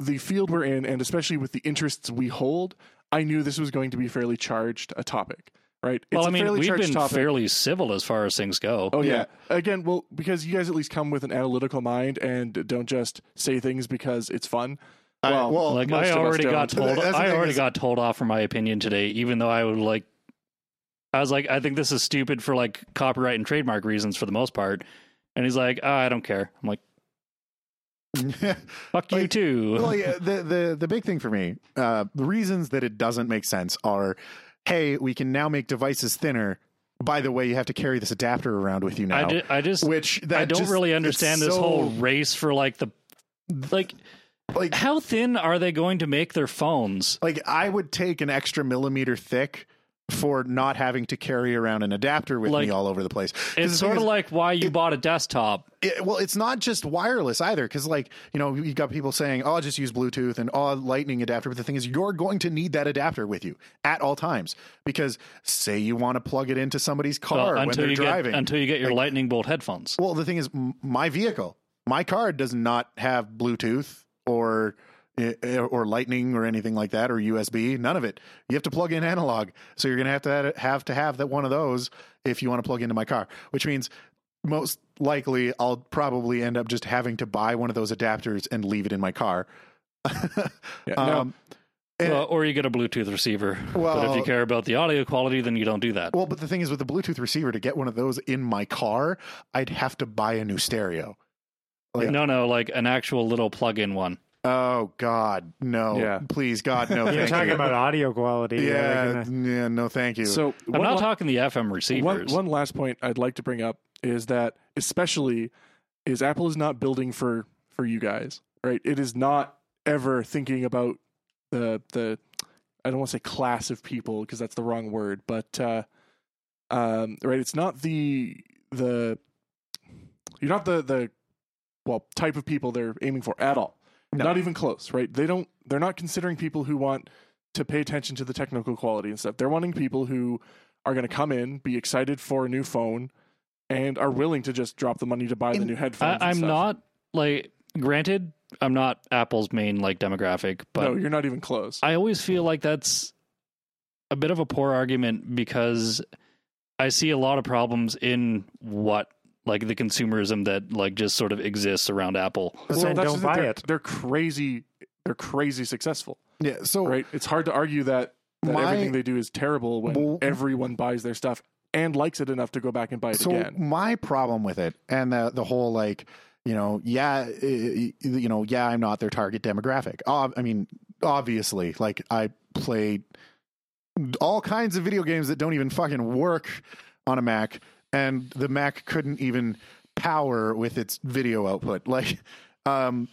S4: the field we're in, and especially with the interests we hold, I knew this was going to be fairly charged a topic, right? It's
S5: well, I
S4: a
S5: mean,
S4: fairly
S5: we've
S4: charged
S5: been
S4: topic.
S5: fairly civil as far as things go.
S4: Oh yeah. Again, well, because you guys at least come with an analytical mind and don't just say things because it's fun.
S1: I- well,
S5: like
S4: most
S5: I
S4: of us
S5: already
S4: don't.
S5: got told.
S1: That's the
S5: I
S1: thing
S5: already
S1: is-
S5: got told off for my opinion today, even though I would like. I was like, I think this is stupid for like copyright and trademark reasons for the most part, and he's like, "Ah, I don't care.
S1: [LAUGHS]
S5: I'm like, fuck you
S1: Like,
S5: too.
S1: well, yeah, the the the big thing for me, uh, the reasons that it doesn't make sense are, hey, we can now make devices thinner. By the way, you have to carry this adapter around with you now.
S5: I, ju- I just
S1: which that
S5: I don't
S1: just-
S5: really
S1: it's
S5: understand this
S1: so,
S5: whole race for like the like
S1: like
S5: how thin are they going to make their phones?
S1: like I would take an extra millimeter thick for not having to carry around an adapter with
S5: Like,
S1: me all over the place. 'Cause the
S5: It's
S1: thing
S5: sort of
S1: is-
S5: like why you bought a desktop.
S1: it, well, it's not just wireless either, because like you know you got people saying, "Oh, I'll just use Bluetooth and oh, Lightning adapter." But the thing is, you're going to need that adapter with you at all times because say you want to plug it into somebody's car
S5: Well,
S1: when
S5: uh, until
S1: they're
S5: you
S1: driving.
S5: get until you get your lightning bolt headphones.
S1: well, the thing is, m- my vehicle, my car does not have Bluetooth or eh, or lightning or anything like that or usb none of it you have to plug in analog so you're going to have to have to have that one of those if you want to plug into my car which means most likely I'll probably end up just having to buy one of those adapters and leave it in my car. [LAUGHS]
S4: Yeah, no,
S1: um,
S4: Eh.
S1: and-
S5: Well, or you get a Bluetooth receiver. but if
S1: Well-
S5: you care about the audio quality, then you don't do that.
S1: well, but the thing is, with the Bluetooth receiver, to get one of those in my car, I'd have to buy a new stereo. yeah.
S5: No, no, like an actual little plug-in one.
S1: Oh God, no!
S4: Yeah.
S1: Please, God, no!
S6: [LAUGHS] You're
S1: thank
S6: talking
S1: you.
S6: about audio quality. You're
S1: yeah,
S6: like, nah.
S1: yeah, no, thank you.
S4: so
S5: I'm
S4: one
S5: not
S4: la-
S5: talking the FM
S4: one,
S5: receivers.
S4: one last point I'd like to bring up is that especially is Apple is not building for for you guys, right? It is not ever thinking about the the I don't want to say class of people because that's the wrong word, but uh um right, it's not the the you're not the the well type of people they're aiming for at all.
S1: No.
S4: Not even close, right? They don't they're not considering people who want to pay attention to the technical quality and stuff. They're wanting people who are going to come in, be excited for a new phone, and are willing to just drop the money to buy the new headphones. and
S5: I, I'm
S4: stuff.
S5: not like granted. I'm not Apple's main like demographic, but
S4: no, you're not even close.
S5: I always feel like that's a bit of a poor argument because I see a lot of problems in what like the consumerism that like just sort of exists around Apple.
S6: Well, don't
S4: that's just it.
S6: buy
S4: They're-
S6: it.
S4: They're crazy. They're crazy successful,
S1: Yeah. So
S4: right? It's hard to argue that, that
S1: Oh. My-
S4: everything they do is terrible when
S1: Well-
S4: everyone buys their stuff and likes it enough to go back and buy it
S1: so
S4: again.
S1: my problem with it and the the whole like you know yeah uh, you know yeah i'm not their target demographic Ob- i mean obviously like i play all kinds of video games that don't even fucking work on a mac and the mac couldn't even power with its video output [LAUGHS] like um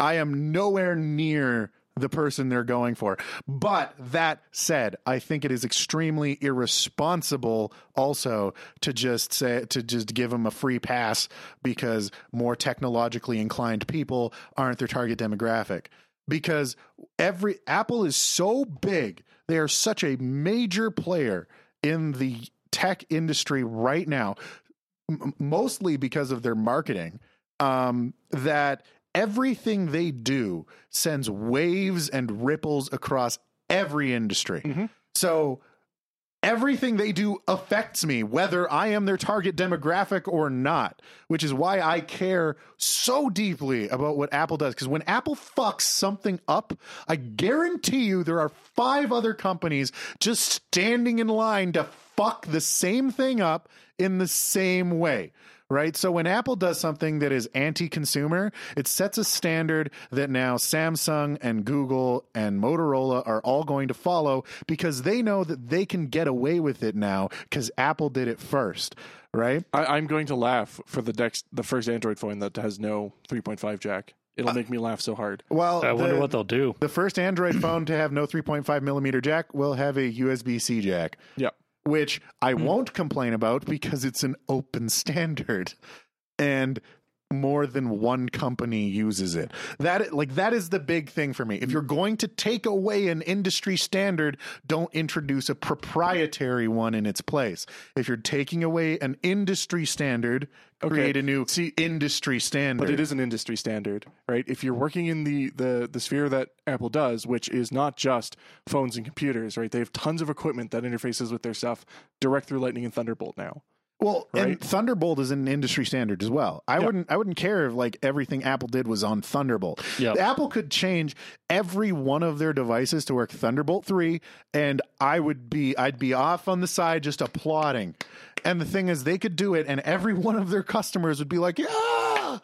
S1: i am nowhere near the person they're going for but that said i think it is extremely irresponsible also to just say to just give them a free pass because more technologically inclined people aren't their target demographic because every apple is so big they are such a major player in the tech industry right now m- mostly because of their marketing um, that everything they do sends waves and ripples across every industry
S4: Mhm.
S1: so everything they do affects me whether i am their target demographic or not which is why i care so deeply about what apple does because when apple fucks something up i guarantee you there are five other companies just standing in line to fuck the same thing up in the same way right? So when Apple does something that is anti-consumer, it sets a standard that now Samsung and Google and Motorola are all going to follow because they know that they can get away with it now because Apple did it first, right?
S4: I, I'm going to laugh for the next, the first Android phone that has no 3.5 jack.
S1: Uh,
S4: It'll make me laugh so hard.
S1: Well,
S5: I wonder
S1: the,
S5: what they'll do.
S1: the first Android phone to have no 3.5 millimeter jack will have a USB-C jack.
S4: Yep.
S1: which I
S4: Hmm.
S1: won't complain about because it's an open [LAUGHS] standard and more than one company uses it. That like that is the big thing for me. If you're going to take away an industry standard, don't introduce a proprietary one in its place. If you're taking away an industry standard,
S4: Okay.
S1: create a new industry standard.
S4: But it is an industry standard, right? If you're working in the, the the sphere that Apple does, which is not just phones and computers, right? They have tons of equipment that interfaces with their stuff direct through Lightning and Thunderbolt now.
S1: Well, and
S4: Right.
S1: Thunderbolt is an industry standard as well. I
S4: Yeah.
S1: wouldn't I wouldn't care if like everything Apple did was on Thunderbolt.
S5: Yeah.
S1: Apple could change every one of their devices to work Thunderbolt 3 and I would be I'd be off on the side just applauding. And the thing is they could do it and every [LAUGHS] one of their customers would be like, "Yeah!"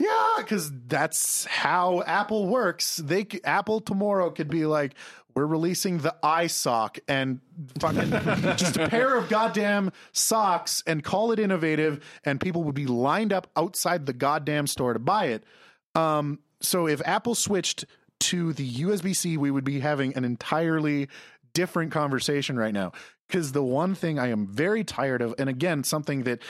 S1: Yeah, cuz that's how Apple works. They c- Apple tomorrow could be like we're releasing the eye sock and fucking just a pair of goddamn socks and call it innovative and people would be lined up outside the goddamn store to buy it. Um, so if Apple switched to the USB C, we would be having an entirely different conversation right now. Because the one thing I am very tired of, and again, something that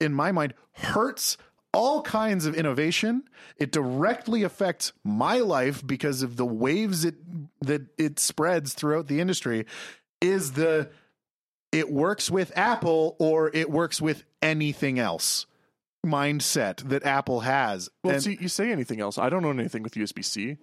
S1: in my mind hurts all kinds of innovation it directly affects my life because of the waves it that it spreads throughout the industry is the it works with apple or it works with anything else mindset that apple has
S4: Well,
S1: And-
S4: see, you say anything else? I don't own anything with USB C.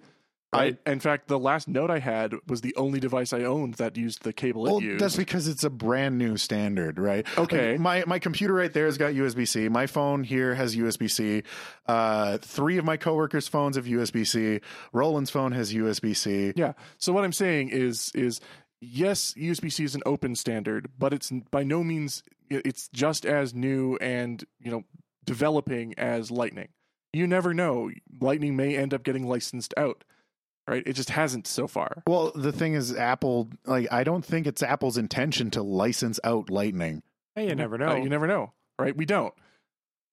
S1: I-
S4: I, in fact, the last note I had was the only device I owned that used the cable
S1: Well,
S4: it used.
S1: that's because it's a brand new standard, right?
S4: Okay.
S1: Like, my my computer right there has got USB C. My phone here has USB C. Uh, three of my coworkers' phones have USB C. Roland's phone has USB C.
S4: Yeah. So what I'm saying is is yes, USB-C is an open standard, but it's by no means it's just as new and, you know, developing as Lightning. You never know. Lightning may end up getting licensed out. Right? It just hasn't so far.
S1: Well, the thing is, Apple like I don't think it's Apple's intention to license out Lightning.
S6: Hey, you never
S4: Uh,
S6: know.
S4: you never know, right? We don't.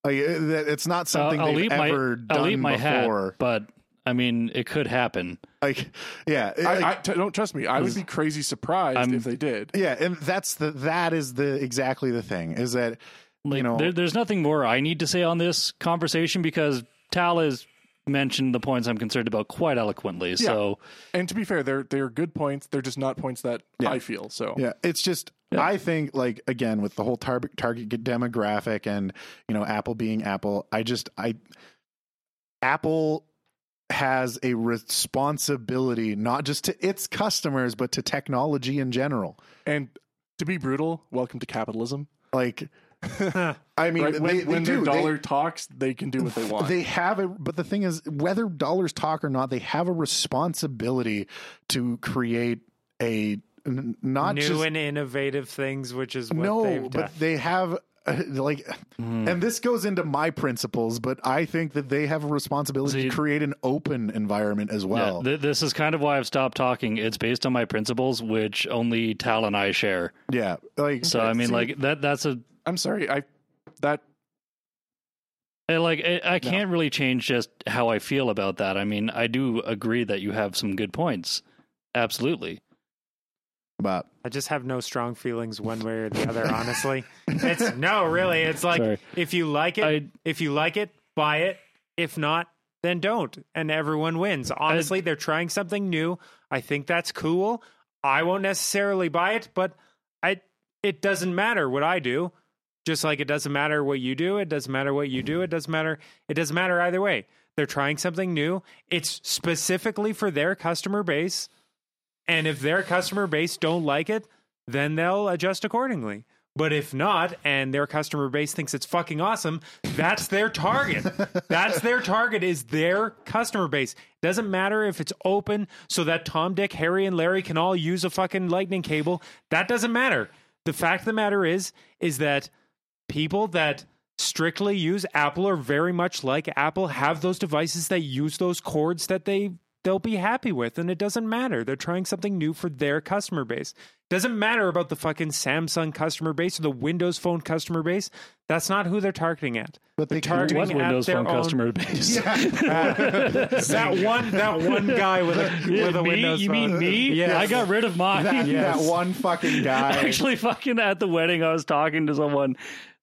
S1: Like it- that- it's not something
S5: I'll
S1: they've
S5: eat my-
S1: ever
S5: I'll eat
S1: done
S5: my
S1: before.
S5: hat, but I mean, it could happen.
S1: Like, yeah, it-
S4: I,
S1: like-
S4: I- t- don't trust me. I would be crazy surprised
S5: I'm-
S4: if they did.
S1: yeah, and that's the that is the exactly the thing is that
S5: Like,
S1: you know
S5: there, there's nothing more I need to say on this conversation because Tal has mentioned the points I'm concerned about quite eloquently. So
S4: And to be fair, they're they're good points. They're just not points that I feel. So
S1: Yeah, it's just I think like again with the whole tar- target demographic and you know Apple being Apple, I just I Apple has a responsibility not just to its customers but to technology in general.
S4: and to be brutal, welcome to capitalism. [LAUGHS]
S1: Like, I mean,
S4: right? When,
S1: they, they
S4: when
S1: do.
S4: their
S1: They-
S4: dollar talks, they can do what they
S1: [LAUGHS]
S4: want.
S1: they have a but the thing is whether dollars talk or not they have a responsibility to create a n- not
S6: New
S1: just
S6: and innovative things, which is what
S1: no
S6: they've done.
S1: but they have uh, like
S5: Hmm.
S1: and this goes into my principles but i think that they have a responsibility
S5: See-
S1: to create an open environment as
S5: Yeah,
S1: well
S5: th- this is kind of why I've stopped talking. It's based on my principles, which only Tal and I share.
S1: yeah, like [LAUGHS]
S5: So I mean,
S4: see-
S5: like that—that's a
S4: I'm sorry, I that
S5: I, like I, I can't really change just how I feel about that. I mean, I do agree that you have some good points. Absolutely. [LAUGHS]
S1: but
S6: I just have no strong feelings one way or the other, honestly. It's no, really. It's like
S5: Sorry.
S6: if you like it,
S5: I-
S6: if you like it, buy it. If not, then don't. And everyone wins. Honestly, they're trying something new. I think that's cool. I won't necessarily buy it, but I it doesn't matter what I do. Just like it doesn't matter what you do, it doesn't matter what you do, it doesn't matter. It doesn't matter either way. They're trying something new. It's specifically for their customer base. And if their customer base don't like it, then they'll adjust accordingly. But if not, and their customer base thinks it's fucking awesome, that's their target. that's their target is their customer base. Doesn't matter if it's open so that Tom, Dick, Harry, and Larry can all use a fucking lightning cable. That doesn't matter. The fact of the matter is, is that people that strictly use Apple or very much like Apple have those devices that use those cords that they they'll be happy with and it doesn't matter. They're trying something new for their customer base. Doesn't matter about the fucking Samsung customer base or the Windows Phone customer base. That's not who they're targeting at.
S1: but they can
S6: targeting
S5: What
S6: at
S5: Windows
S6: their
S5: Phone
S6: own- [LAUGHS]
S5: customer [LAUGHS] base?
S6: that one that one guy with
S5: [LAUGHS]
S6: a with a
S5: me?
S6: Windows
S5: you
S6: Phone.
S5: mean me?
S6: [LAUGHS] Yes.
S5: I got rid of mine. [LAUGHS]
S1: that, that one fucking guy
S5: Actually, fucking at the wedding, I was talking to someone.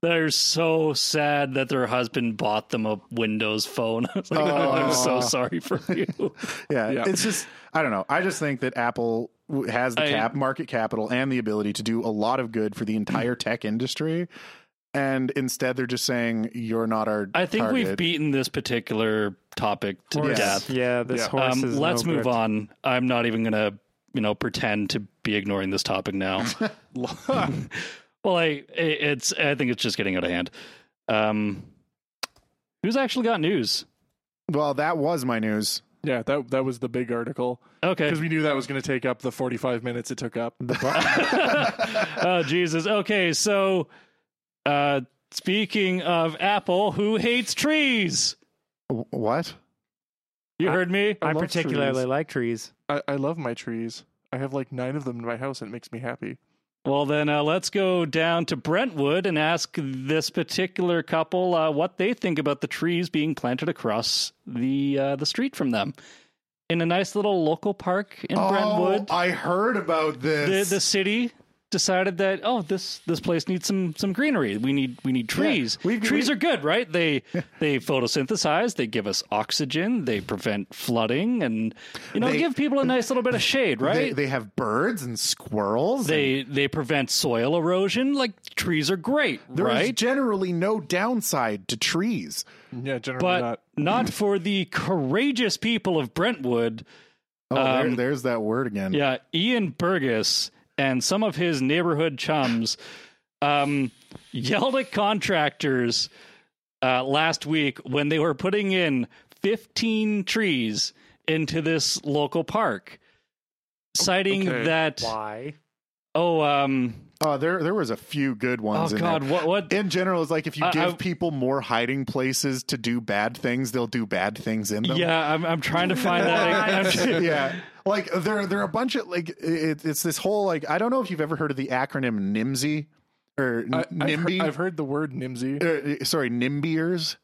S5: They're so sad that their husband bought them a Windows phone. [LAUGHS] I was like, oh, I'm so sorry for
S6: [LAUGHS]
S5: you.
S1: yeah,
S4: Yeah.
S1: it's just I don't know. I just think that Apple w- has the
S5: I-
S1: cap market capital and the ability to do a lot of good for the
S5: [CLEARS THROAT]
S1: entire tech industry, and instead they're just saying you're not our.
S5: I think we've
S1: target."
S5: beaten this particular topic to
S1: Horse.
S5: death.
S6: Yeah, this
S4: Yeah.
S6: horse
S5: Um,
S6: is
S5: let's
S6: no
S5: move
S6: good.
S5: on. I'm not even gonna, you know, pretend to be ignoring this
S6: [LAUGHS]
S5: topic now. well, I i- it's I think it's just getting out of hand. Um, who's actually got news?
S1: Well, that was my news.
S4: [LAUGHS] yeah that that was the big article
S5: Okay.
S4: because we knew that was going to take up the 45 minutes it took up.
S5: [LAUGHS] oh Jesus. Okay, so uh, speaking of Apple, who hates trees?
S1: W- What?
S5: You heard me.
S4: I
S6: I
S4: love
S6: particularly
S4: trees.
S6: like trees.
S4: [LAUGHS] I, I love my trees. I have like nine of them in my house, and it makes me happy.
S5: Well, then uh, let's go down to Brentwood and ask this particular couple uh, what they think about the trees being planted across the uh, the street from them in a nice little local park in
S4: Oh,
S5: Brentwood.
S1: Oh, I heard about
S5: The
S1: this.
S5: the city decided that oh this this place needs some some greenery. We need we need trees.
S1: We've-
S5: trees are good, right?
S1: [LAUGHS]
S5: They they photosynthesize. They give us oxygen. They prevent flooding, and you know
S1: They-
S5: give people
S1: [CLEARS THROAT]
S5: a nice little bit of shade, right?
S1: they, they have birds and squirrels. and
S5: They they prevent soil erosion. Like trees are great,
S1: there is [LAUGHS]
S5: right?
S1: generally no downside to trees.
S4: Yeah, generally
S5: But
S4: not.
S5: not. for the courageous people of Brentwood.
S1: Oh, there, there's that word again.
S5: Um, Yeah, Ian Burgess and some of his neighborhood chums um, yelled at contractors uh, last week when they were putting in 15 trees into this local park, citing
S4: Okay.
S5: that
S6: Why?
S5: oh um
S1: Oh, there there was a few good
S5: oh
S1: ones. in
S5: god
S1: there.
S5: what what
S1: In general, it's like if you
S5: I-
S1: give
S5: I-
S1: people more hiding places to do bad things, they'll do bad things in them.
S5: yeah I'm I'm trying to find
S1: [LAUGHS]
S5: that. I'm-
S1: yeah like there there are a bunch of like it, it's this whole like i don't know if you've ever heard of the acronym nimsy or n-
S4: I, I've,
S1: nimby
S4: heard, I've heard the word nimsy.
S1: uh, sorry nimbiers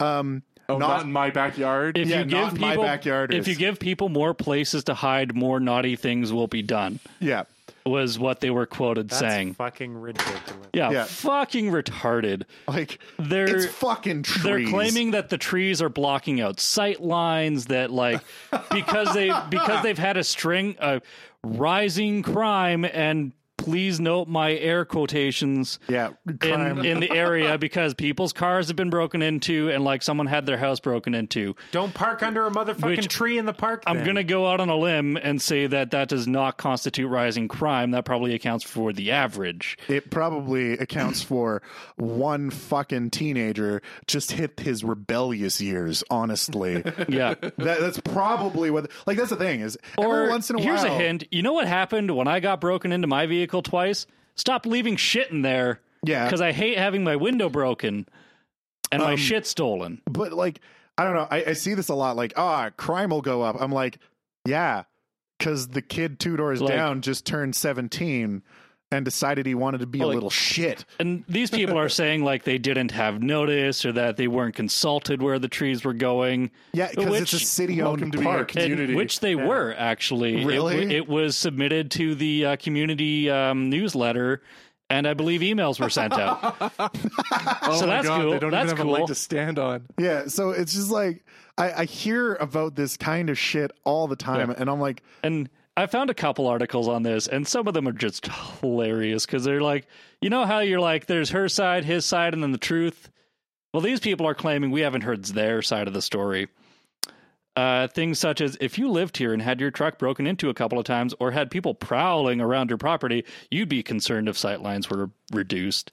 S1: um
S4: Oh, not,
S1: not-
S4: in my backyard.
S1: [LAUGHS]
S5: if
S1: Yeah,
S5: you give
S1: not in my
S5: people,
S1: backyard
S5: if
S1: is-
S5: you give people more places to hide, more naughty things will be done.
S1: yeah
S5: Was what they were quoted
S6: That's
S5: saying.
S6: fucking ridiculous.
S5: yeah,
S1: yeah.
S5: fucking retarded.
S1: like
S5: They're
S1: it's fucking trees
S5: they're claiming that the trees are blocking out sight lines. That like because they because they've had a string of rising crime and please note my air quotations
S1: Yeah, crime.
S5: in, in the
S1: [LAUGHS]
S5: area because people's cars have been broken into and like someone had their house broken into.
S6: Don't park under a motherfucking
S5: Which-
S6: tree in the park.
S5: I'm
S6: then.
S5: going to go out on a limb and say that that does not constitute rising crime. That probably accounts for the average.
S1: it probably accounts for one fucking teenager just hit his rebellious years. Honestly, that, [LAUGHS]
S5: [LAUGHS] Yeah.
S1: that's probably what. Like that's the thing is,
S5: Or
S1: every once in a
S5: here's
S1: while,
S5: a hint. You know what happened when I got broken into my vehicle twice? Stop leaving shit in there.
S1: Yeah. Um,
S5: Because I hate having my window broken and my shit stolen.
S1: but like I don't know. I, I see this a lot. Like, ah, crime will go up. I'm like, yeah, because the kid two doors
S5: Like-
S1: down just turned 17 and decided he wanted to be a
S5: like-
S1: little shit.
S5: And these people are saying like they didn't have notice or that they weren't consulted where the trees were going.
S1: Yeah, because
S5: Which-
S1: it's a city-owned
S4: Welcome to be a
S1: park.
S4: kid. Community.
S5: And which they were actually. It
S1: Really?
S5: w- It, was submitted to the uh, community um, newsletter, and I believe emails were
S1: [LAUGHS]
S5: sent out.
S4: Oh
S5: So
S4: my
S5: that's
S4: God,
S5: cool.
S4: They don't
S5: That's
S4: even have a leg
S5: cool.
S4: to stand on.
S1: Yeah, so it's just like I, I hear about this kind of shit all the time, and I'm like,
S5: and I found a couple articles on this, and some of them are just hilarious because they're like, you know how you're like, there's her side, his side, and then the truth. Well, these people are claiming we haven't heard their side of the story. Uh, things such as if you lived here and had your truck broken into a couple of times or had people prowling around your property, you'd be concerned if sight lines were reduced.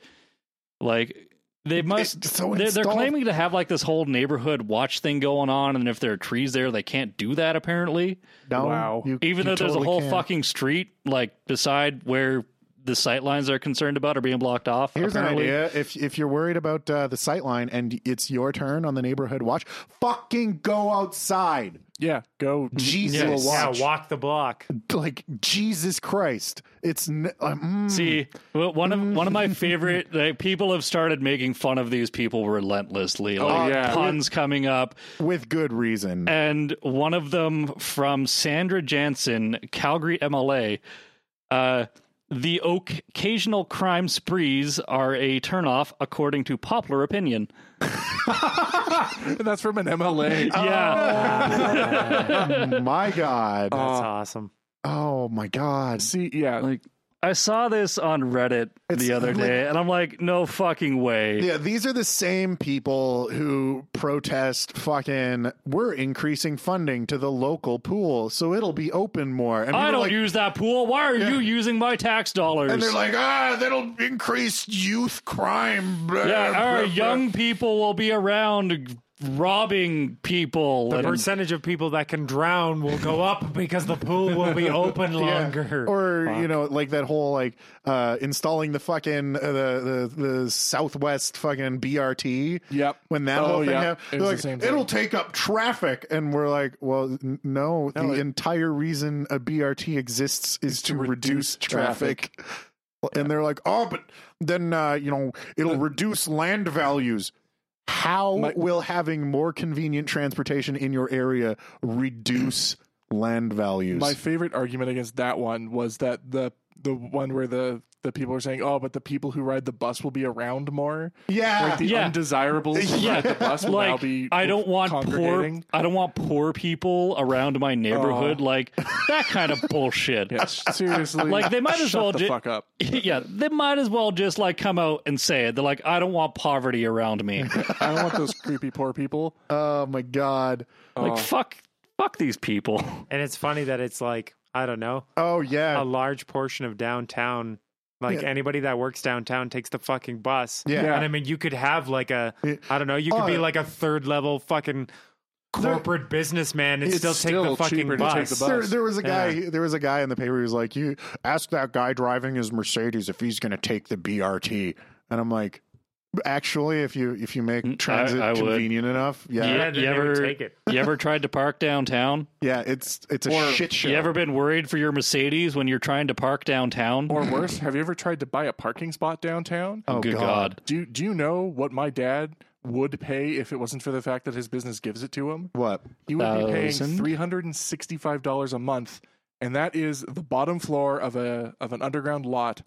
S5: Like
S1: [LAUGHS]
S5: they must
S1: It's so
S5: they're, they're
S1: installed.
S5: claiming to have like this whole neighborhood watch thing going on and if there are trees there they can't do that apparently
S1: no,
S4: Wow.
S1: you-
S5: even
S1: you
S5: though there's a
S1: totally
S5: whole
S1: can't.
S5: fucking street like beside where the sight lines are concerned about are being blocked off.
S1: Here's
S5: apparently.
S1: an idea: if if you're worried about uh, the sightline and it's your turn on the neighborhood watch, fucking go outside.
S4: Yeah,
S1: [LAUGHS]
S4: go.
S1: Jesus,
S5: Yes.
S6: yeah,
S1: watch.
S6: walk the block.
S1: like Jesus Christ, it's n- uh, mm.
S5: See, well, one of one
S1: [LAUGHS]
S5: of my favorite like, people have started making fun of these people relentlessly.
S1: Oh,
S5: Like
S4: yeah.
S5: puns coming up,
S1: with good reason.
S5: [LAUGHS] and one of them from Sandra Jansen, Calgary MLA. Uh, the oc- occasional crime sprees are a turnoff, according to popular opinion.
S4: And that's from an MLA.
S1: Oh,
S5: Yeah,
S1: my God,
S6: That's awesome.
S1: oh my God.
S4: See, yeah,
S5: like I saw this on Reddit
S1: It's-
S5: the other
S1: like-
S5: day, and I'm like, no fucking way.
S1: Yeah, these are the same people who protest fucking we're increasing funding to the local pool so it'll be open more. And
S5: I
S1: people are
S5: don't
S1: like,
S5: use that pool. Why are you using my tax dollars?
S1: and they're like, ah, that'll increase youth crime. blah,
S5: yeah,
S1: blah,
S5: our
S1: blah."
S5: young people will be around robbing people.
S6: The
S5: and-
S6: percentage of people that can drown will go up because the pool will [LAUGHS] be open longer.
S1: Or you know, like that whole like uh installing the fucking uh, the, the the Southwest fucking BRT.
S4: Yep.
S1: When that
S4: Oh,
S1: whole thing
S4: yeah.
S1: happened, they're
S4: It was the
S1: like,
S4: same thing.
S1: it'll take up traffic, and we're like, well, n- no. the entire reason a BRT exists is to, reduce,
S4: reduce
S1: traffic. And they're like, oh, but then uh, you know it'll reduce land values. How
S4: My-
S1: will having more convenient transportation in your area reduce land values?
S4: My favorite argument against that one was that the the one where the the people are saying, "Oh, but the people who ride the bus will be around more."
S1: yeah,
S4: Like the
S5: Yeah.
S4: undesirables who ride the bus will now
S5: like
S4: be.
S5: I don't want poor
S4: congregating. Oh.
S5: I don't want poor people around my neighborhood like that
S4: [LAUGHS]
S5: kind of bullshit.
S4: Yeah, seriously,
S5: Like, they might as
S4: shut
S5: well
S4: the
S5: ju-
S4: fuck up.
S5: [LAUGHS] yeah, they might as well just like come out and say it. They're like, I don't want poverty around
S4: [LAUGHS]
S5: me.
S4: I don't want those creepy poor people.
S1: Oh my god.
S4: Oh.
S5: Like fuck fuck these people.
S6: and it's funny that it's like, I don't know,
S1: Oh yeah.
S6: a large portion of downtown. Like
S1: Yeah.
S6: anybody that works downtown takes the fucking bus.
S1: Yeah.
S6: And I mean, you could have like a,
S1: Yeah.
S6: I don't know, you could
S1: Oh,
S6: be
S1: yeah.
S6: like a third level fucking corporate businessman and
S1: It's
S6: still take
S4: still
S6: the fucking
S4: cheaper to
S6: bus.
S4: take the bus.
S1: there, there was a guy.
S6: Yeah.
S1: There was a guy in the paper who was like, "You ask that guy driving his Mercedes if he's going to take the BRT." And I'm like, "Actually, if you if you
S5: Mm, I-
S1: make transit
S5: I would.
S1: convenient enough, yeah, yeah,
S5: Yeah.
S6: Yeah, they
S5: You
S6: never
S5: ever-
S6: take it.
S5: You ever tried to park downtown?
S1: it's it's a
S4: Or-
S1: shit show."
S5: You ever been worried for your Mercedes when you're trying to park downtown?
S4: Or worse, have you ever tried to buy a parking spot downtown?
S1: oh
S5: Good
S1: god.
S5: God.
S4: Do Do you know what my dad would pay if it wasn't for the fact that his business gives it to him?
S1: What?
S4: He would be paying
S5: Thousand?
S4: three hundred and sixty-five dollars a month, and that is the bottom floor of a of an underground lot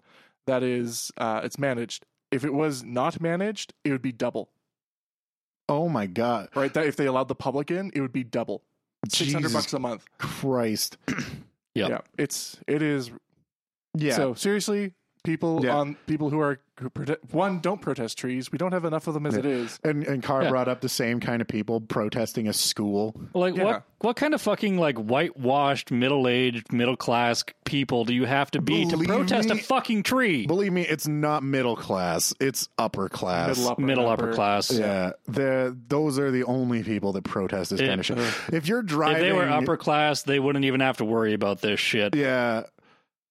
S4: that is uh, it's managed. If it was not managed, it would be double.
S1: Oh my god.
S4: Right? That if they allowed the public in, it would be double. Six hundred
S1: Jesus
S4: bucks a month.
S1: Christ.
S5: Yep.
S4: Yeah, it's it is
S1: Yeah.
S4: So seriously, people
S1: Yeah.
S4: on people who are who prote- one don't protest trees. We don't have enough of them as it is.
S1: and and Carr
S5: Yeah.
S1: brought up the same kind of people protesting a school.
S5: Like
S4: Yeah.
S5: what what kind of fucking like whitewashed middle aged middle class people do you have to be
S1: Believe
S5: to protest
S1: me-
S5: a fucking tree?
S1: Believe me, it's not middle class; it's upper class.
S4: Middle upper,
S5: middle upper, class.
S1: Yeah, the those are the only people that protest this
S5: Yeah.
S1: kind of shit. If you're
S5: If
S1: driving,
S5: they were upper class, they wouldn't even have to worry about this shit.
S1: yeah.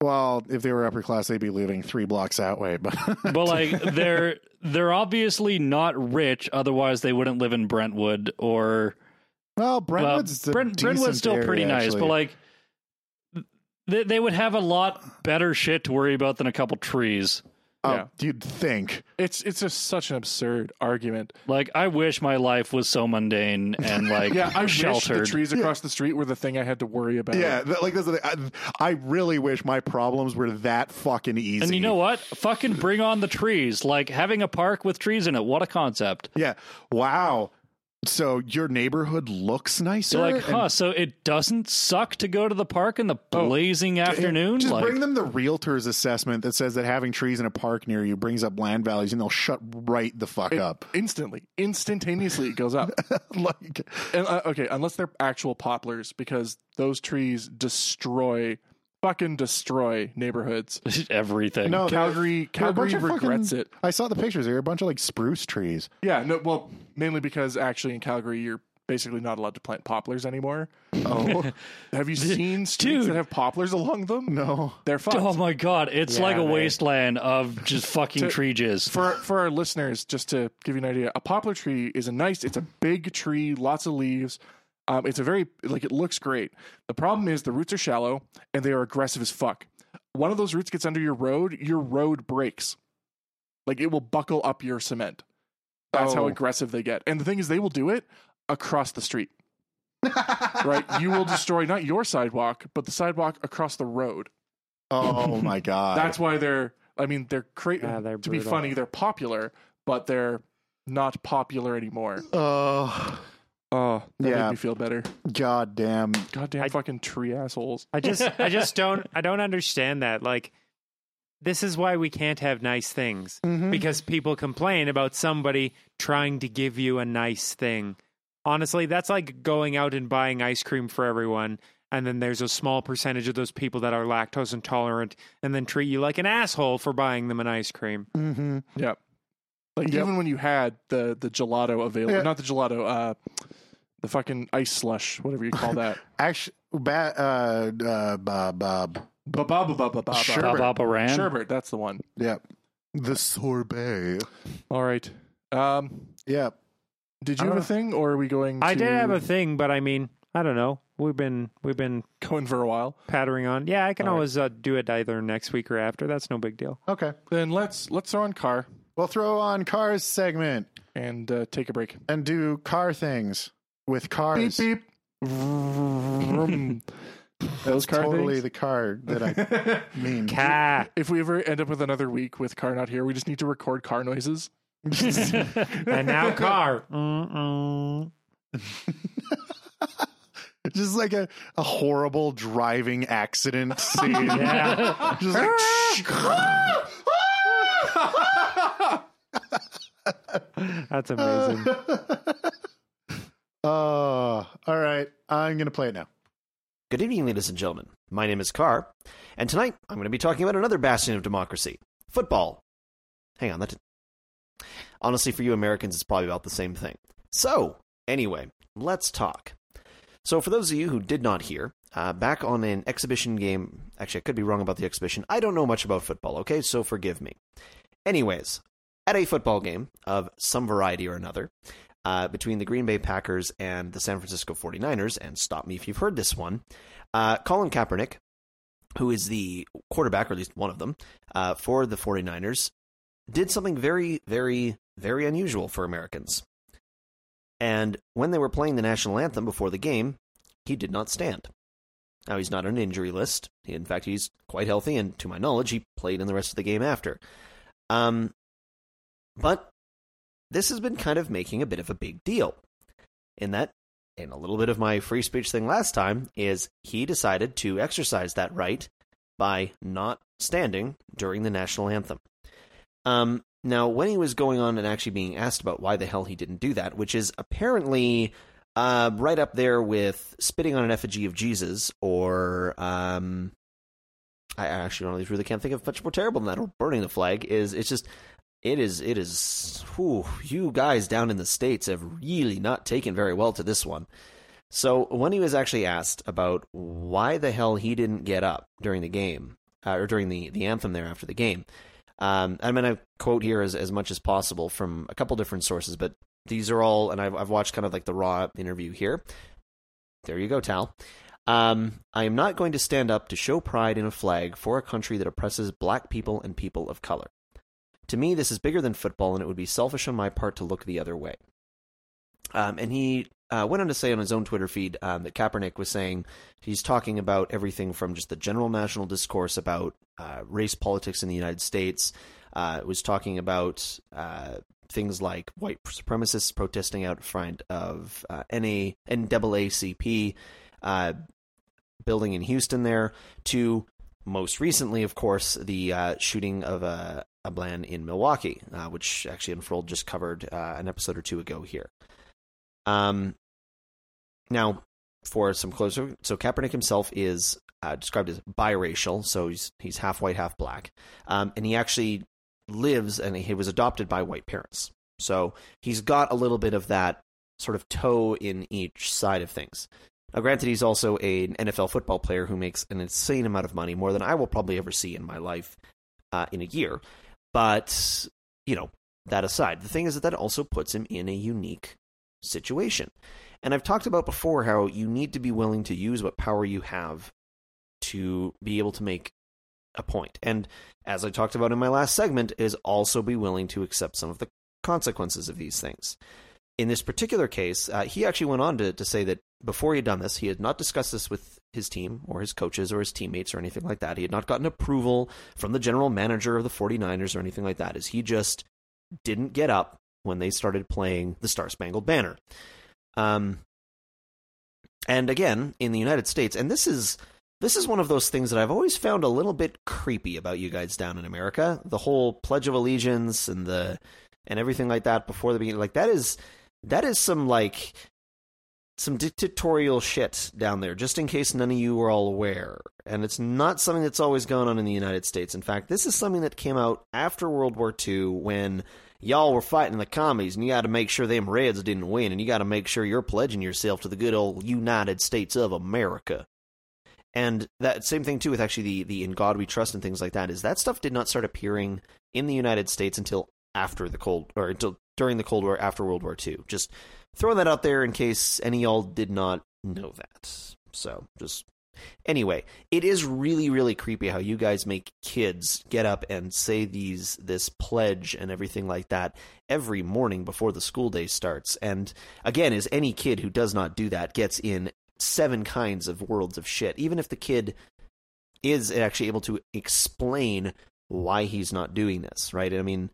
S1: Well, if they were upper class, they'd be living three blocks that way. But [LAUGHS]
S5: But like they're they're obviously not rich, otherwise they wouldn't live in Brentwood or
S1: well,
S5: well,
S1: Brentwood's a
S5: Brent, Brentwood's
S1: decent
S5: still
S1: area,
S5: pretty nice, but
S1: actually.
S5: like they, they would have a lot better shit to worry about than a couple trees.
S1: Oh,
S4: Yeah.
S1: you'd think.
S4: It's it's just such an absurd argument.
S5: Like I wish my life was so mundane
S1: [LAUGHS]
S5: and like
S4: Yeah, I
S5: sheltered.
S4: wish the trees across the street were the thing I had to worry about.
S1: Yeah, th- like this. Is the, thing. I, I really wish my problems were that fucking easy.
S5: And you know what? Fucking bring on the trees. Like having a park with trees in it. What a concept.
S1: Yeah. Wow. So your neighborhood looks nicer.
S5: So like,
S1: Uh, And Oh,
S5: huh, so it doesn't suck to go to the park in the blazing afternoon?
S1: Just
S5: like,
S1: bring them the realtor's assessment that says that having trees in a park near you brings up land values, and they'll shut right the fuck up.
S4: Instantly, instantaneously, it
S1: [LAUGHS]
S4: goes up.
S1: like,
S4: and, uh, okay, unless they're actual poplars, because those trees destroy, fucking destroy neighborhoods.
S5: [LAUGHS] everything.
S1: no, Oh, they're-
S4: Calgary,
S1: they're a
S4: Calgary
S1: bunch of
S4: regrets
S1: fucking-
S4: it.
S1: I saw the pictures. There were a bunch of like spruce trees.
S4: Yeah, no, well, mainly because actually in Calgary you're basically not allowed to plant poplars anymore.
S1: Oh
S4: [LAUGHS]
S1: [LAUGHS]
S4: Have you seen streets
S5: Dude.
S4: that have poplars along them?
S1: no.
S4: They're fucked.
S5: Oh my god, it's like a
S6: man.
S5: wasteland of just fucking
S4: To-
S5: tree jizz.
S4: For for our listeners, just to give you an idea, a poplar tree is a nice. It's a big tree, lots of leaves. Um, it's a very like it looks great. The problem is the roots are shallow and they are aggressive as fuck. One of those roots gets under your road, your road breaks. Like it will buckle up your cement. That's how
S1: Oh.
S4: aggressive they get. And the thing is, they will do it across the street. [LAUGHS] right? You will destroy not your sidewalk, but the sidewalk across the road.
S1: [LAUGHS] Oh my god.
S4: That's why they're. I mean, they're crazy.
S6: Yeah, they're
S4: to be
S6: brutal.
S4: funny, they're popular, but they're not popular anymore.
S1: oh
S4: Oh, that
S1: Yeah.
S4: made me feel better.
S1: god damn.
S4: Goddamn
S6: I-
S4: fucking tree assholes.
S6: I just
S4: [LAUGHS]
S6: I just don't I don't understand that. Like this is why we can't have nice things
S4: Mm-hmm.
S6: because people complain about somebody trying to give you a nice thing. Honestly, that's like going out and buying ice cream for everyone and then there's a small percentage of those people that are lactose intolerant and then treat you like an asshole for buying them an ice cream.
S1: Mm-hmm.
S4: Yep. Like
S1: Yep.
S4: even when you had the the gelato available,
S1: Yeah.
S4: not the gelato, uh, the fucking ice slush, whatever you call that.
S1: Actually, ba- uh, uh, Bob, Bob.
S4: [LAUGHS] ba ba ba ba ba ba.
S1: Sure.
S5: Bob Papa Ran.
S4: Sherbert, that's the one.
S1: Yep. The sorbet.
S4: All right. Um,
S1: Yep.
S4: did
S1: I
S4: you have
S1: don't
S4: a thing, or are we going?
S6: I did
S4: to
S6: have a thing, but I mean, I don't know. We've been we've been
S4: going for a while.
S6: pattering on. Yeah, I can
S4: All right.
S6: always uh, do it either next week or after. That's no big deal.
S1: Okay.
S4: Then let's let's throw on car
S1: We'll throw on cars segment
S4: and uh, take a break.
S1: and do car things with cars.
S4: beep. Vroom.
S1: [LAUGHS]
S4: Those car
S1: totally
S4: things.
S1: the car that I
S4: [LAUGHS]
S1: mean.
S6: Car.
S4: if we ever end up with another week with car not here, we just need to record car noises.
S6: [LAUGHS] and now
S5: [LAUGHS]
S6: car. Mm-mm.
S1: Just like a, a horrible driving accident [LAUGHS] scene.
S6: Yeah.
S1: [LAUGHS] Just like,
S6: [LAUGHS] That's amazing.
S1: oh, all right. I'm going to play it now.
S7: Good evening, ladies and gentlemen. My name is Carr, and tonight I'm going to be talking about another bastion of democracy football. Hang on, that did... Honestly, for you Americans, it's probably about the same thing. So, anyway, let's talk. So, for those of you who did not hear, uh, back on an exhibition game, actually, I could be wrong about the exhibition. I don't know much about football, okay? So, forgive me. Anyways, at a football game of some variety or another, uh, between the Green Bay Packers and the San Francisco 49ers, and stop me if you've heard this one, uh, Colin Kaepernick, who is the quarterback, or at least one of them, uh, for the 49ers, did something very, very, very unusual for Americans. And when they were playing the national anthem before the game, he did not stand. Now, he's not on an injury list. In fact, he's quite healthy, and to my knowledge, he played in the rest of the game after. Um, but this has been kind of making a bit of a big deal. In that and a little bit of my free speech thing last time is he decided to exercise that right by not standing during the national anthem. Um, now, when he was going on and actually being asked about why the hell he didn't do that, which is apparently uh, right up there with spitting on an effigy of Jesus or. Um, I I actually honestly really can't think of much more terrible than that. Or burning the flag is it's just it is it is whew, you guys down in the states have really not taken very well to this one. So when he was actually asked about why the hell he didn't get up during the game uh, or during the the anthem there after the game, um, I'm going to quote here as as much as possible from a couple different sources, but these are all and I've I've watched kind of like the raw interview here. There you go, Tal. Um, I am not going to stand up to show pride in a flag for a country that oppresses black people and people of color. To me, this is bigger than football, and it would be selfish on my part to look the other way. Um, and he uh, went on to say on his own Twitter feed um, that Kaepernick was saying he's talking about everything from just the general national discourse about uh, race politics in the United States, uh, was talking about uh, things like white supremacists protesting out in front of uh, NA, NAACP uh, building in Houston there to most recently, of course, the uh, shooting of a, a bland in Milwaukee, uh, which actually Unfurled just covered uh, an episode or two ago here. Um, now, for some closer, so Kaepernick himself is uh, described as biracial, so he's he's half white, half black, um, and he actually lives and he was adopted by white parents, so he's got a little bit of that sort of toe in each side of things. Now, granted, he's also a- an NFL football player who makes an insane amount of money, more than I will probably ever see in my life uh, in a year. But, you know, that aside, the thing is that that also puts him in a unique situation. And I've talked about before how you need to be willing to use what power you have to be able to make a point. And as I talked about in my last segment, is also be willing to accept some of the consequences of these things in this particular case, uh, he actually went on to, to say that before he had done this, he had not discussed this with his team or his coaches or his teammates or anything like that. He had not gotten approval from the general manager of the 49ers or anything like that, as he just didn't get up when they started playing the Star Spangled Banner. Um, and again, in the United States, and this is this is one of those things that I've always found a little bit creepy about you guys down in America. The whole Pledge of Allegiance and the and everything like that before the beginning, like that is that is some like some dictatorial shit down there just in case none of you are all aware and it's not something that's always gone on in the united states in fact this is something that came out after world war ii when y'all were fighting the commies and you got to make sure them reds didn't win and you got to make sure you're pledging yourself to the good old united states of america and that same thing too with actually the, the in god we trust and things like that is that stuff did not start appearing in the united states until after the cold or until during the Cold War after World War II. Just throwing that out there in case any of y'all did not know that. So just anyway, it is really really creepy how you guys make kids get up and say these this pledge and everything like that every morning before the school day starts. And again, is any kid who does not do that gets in seven kinds of worlds of shit. Even if the kid is actually able to explain why he's not doing this, right? I mean,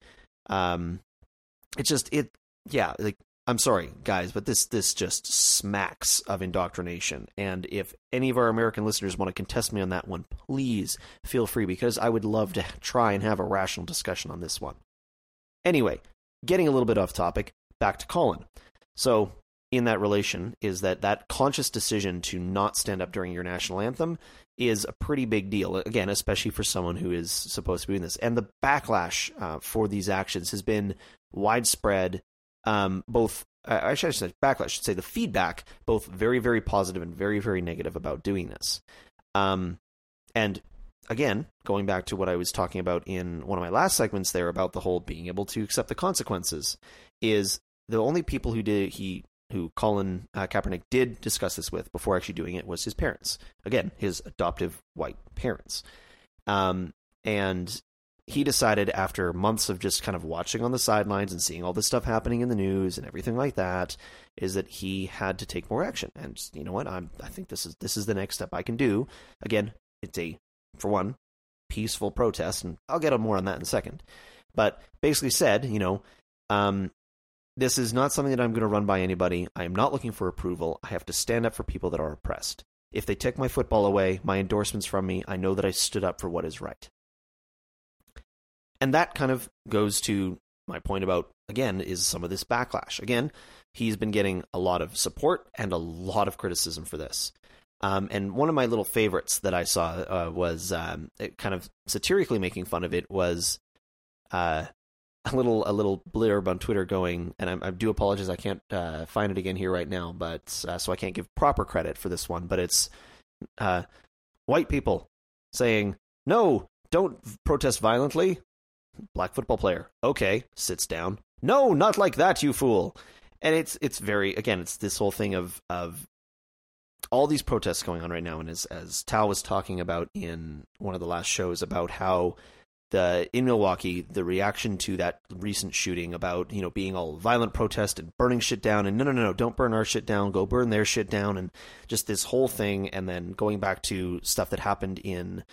S7: um, it's just it yeah like i'm sorry guys but this this just smacks of indoctrination and if any of our american listeners want to contest me on that one please feel free because i would love to try and have a rational discussion on this one anyway getting a little bit off topic back to colin so in that relation is that that conscious decision to not stand up during your national anthem is a pretty big deal again especially for someone who is supposed to be doing this and the backlash uh, for these actions has been widespread um, both uh, I should I should say backlash I should say the feedback both very very positive and very very negative about doing this um, and again going back to what I was talking about in one of my last segments there about the whole being able to accept the consequences is the only people who did he who Colin uh, Kaepernick did discuss this with before actually doing it was his parents again his adoptive white parents um, and he decided after months of just kind of watching on the sidelines and seeing all this stuff happening in the news and everything like that is that he had to take more action and you know what i'm i think this is this is the next step i can do again it's a for one peaceful protest and i'll get on more on that in a second but basically said you know um this is not something that i'm going to run by anybody i am not looking for approval i have to stand up for people that are oppressed if they take my football away my endorsements from me i know that i stood up for what is right And that kind of goes to my point about, again, is some of this backlash. Again, he's been getting a lot of support and a lot of criticism for this. Um, and one of my little favorites that I saw uh, was um, it kind of satirically making fun of it was uh, a little a little blurb on Twitter going, and I, I do apologize I can't uh, find it again here right now, but uh, so I can't give proper credit for this one, but it's uh, white people saying no, don't v- protest violently. Black football player, okay, sits down. No, not like that, you fool. And it's it's very again, it's this whole thing of of all these protests going on right now, and as as Tal was talking about in one of the last shows about how the in Milwaukee, the reaction to that recent shooting about you know being all violent protest and burning shit down, and no, no, no, no, don't burn our shit down, go burn their shit down, and just this whole thing, and then going back to stuff that happened in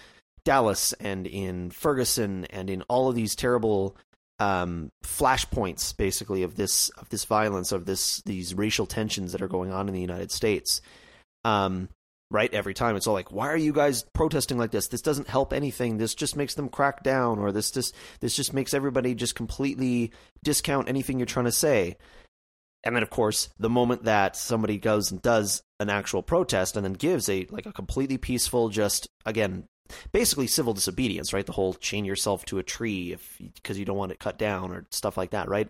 S7: Dallas and in Ferguson and in all of these terrible um, flashpoints, basically of this of this violence, of this these racial tensions that are going on in the United States. Um, right every time it's all like why are you guys protesting like this this doesn't help anything this just makes them crack down or this just this just makes everybody just completely discount anything you're trying to say and then of course the moment that somebody goes and does an actual protest and then gives a like a completely peaceful just again basically civil disobedience right the whole chain yourself to a tree if because you don't want it cut down or stuff like that right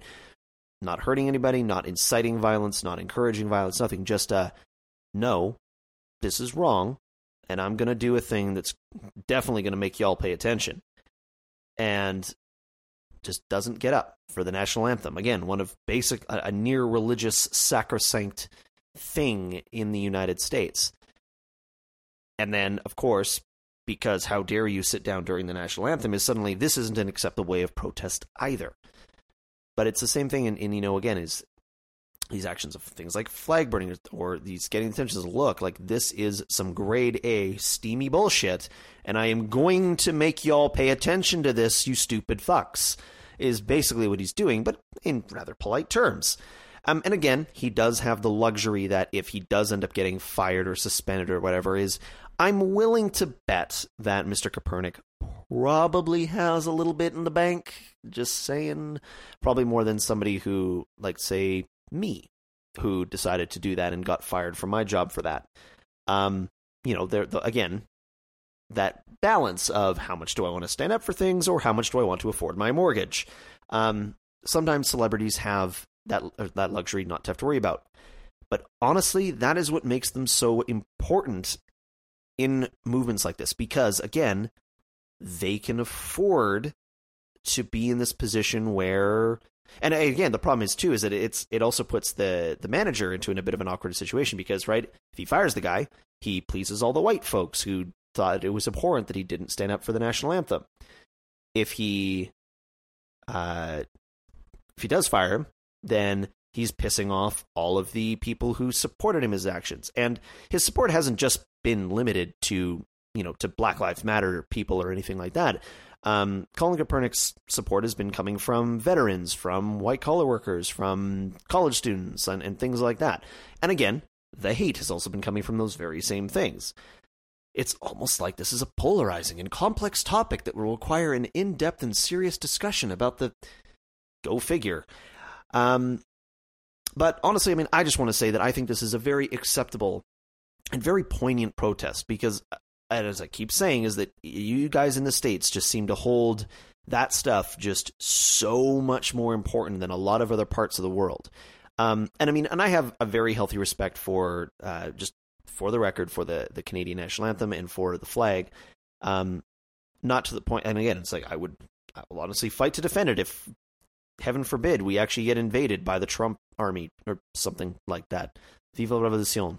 S7: not hurting anybody not inciting violence not encouraging violence nothing just uh no this is wrong, and I'm going to do a thing that's definitely going to make y'all pay attention. And just doesn't get up for the national anthem. Again, one of basic, a, a near religious, sacrosanct thing in the United States. And then, of course, because how dare you sit down during the national anthem is suddenly this isn't an acceptable way of protest either. But it's the same thing, and, and you know, again, is these actions of things like flag burning or these getting attention is, look like this is some grade A steamy bullshit, and I am going to make y'all pay attention to this, you stupid fucks, is basically what he's doing, but in rather polite terms. Um, and again, he does have the luxury that if he does end up getting fired or suspended or whatever, is I'm willing to bet that Mr. Copernic probably has a little bit in the bank. Just saying, probably more than somebody who, like, say, me who decided to do that and got fired from my job for that. Um, you know, there the, again, that balance of how much do I want to stand up for things or how much do I want to afford my mortgage. Um, sometimes celebrities have that uh, that luxury not to have to worry about. But honestly, that is what makes them so important in movements like this because again, they can afford to be in this position where and again, the problem is too is that it's it also puts the the manager into an, a bit of an awkward situation because right, if he fires the guy, he pleases all the white folks who thought it was abhorrent that he didn't stand up for the national anthem. If he, uh, if he does fire him, then he's pissing off all of the people who supported him his actions, and his support hasn't just been limited to you know to Black Lives Matter people or anything like that. Um, Colin Kaepernick's support has been coming from veterans, from white collar workers, from college students, and, and things like that. And again, the hate has also been coming from those very same things. It's almost like this is a polarizing and complex topic that will require an in depth and serious discussion about the. Go figure. Um, but honestly, I mean, I just want to say that I think this is a very acceptable and very poignant protest because and as I keep saying, is that you guys in the States just seem to hold that stuff just so much more important than a lot of other parts of the world. Um, and I mean, and I have a very healthy respect for uh, just for the record for the, the Canadian national anthem and for the flag. Um, not to the point, and again, it's like I would, I will honestly fight to defend it if, heaven forbid, we actually get invaded by the Trump army or something like that. Viva la revolución.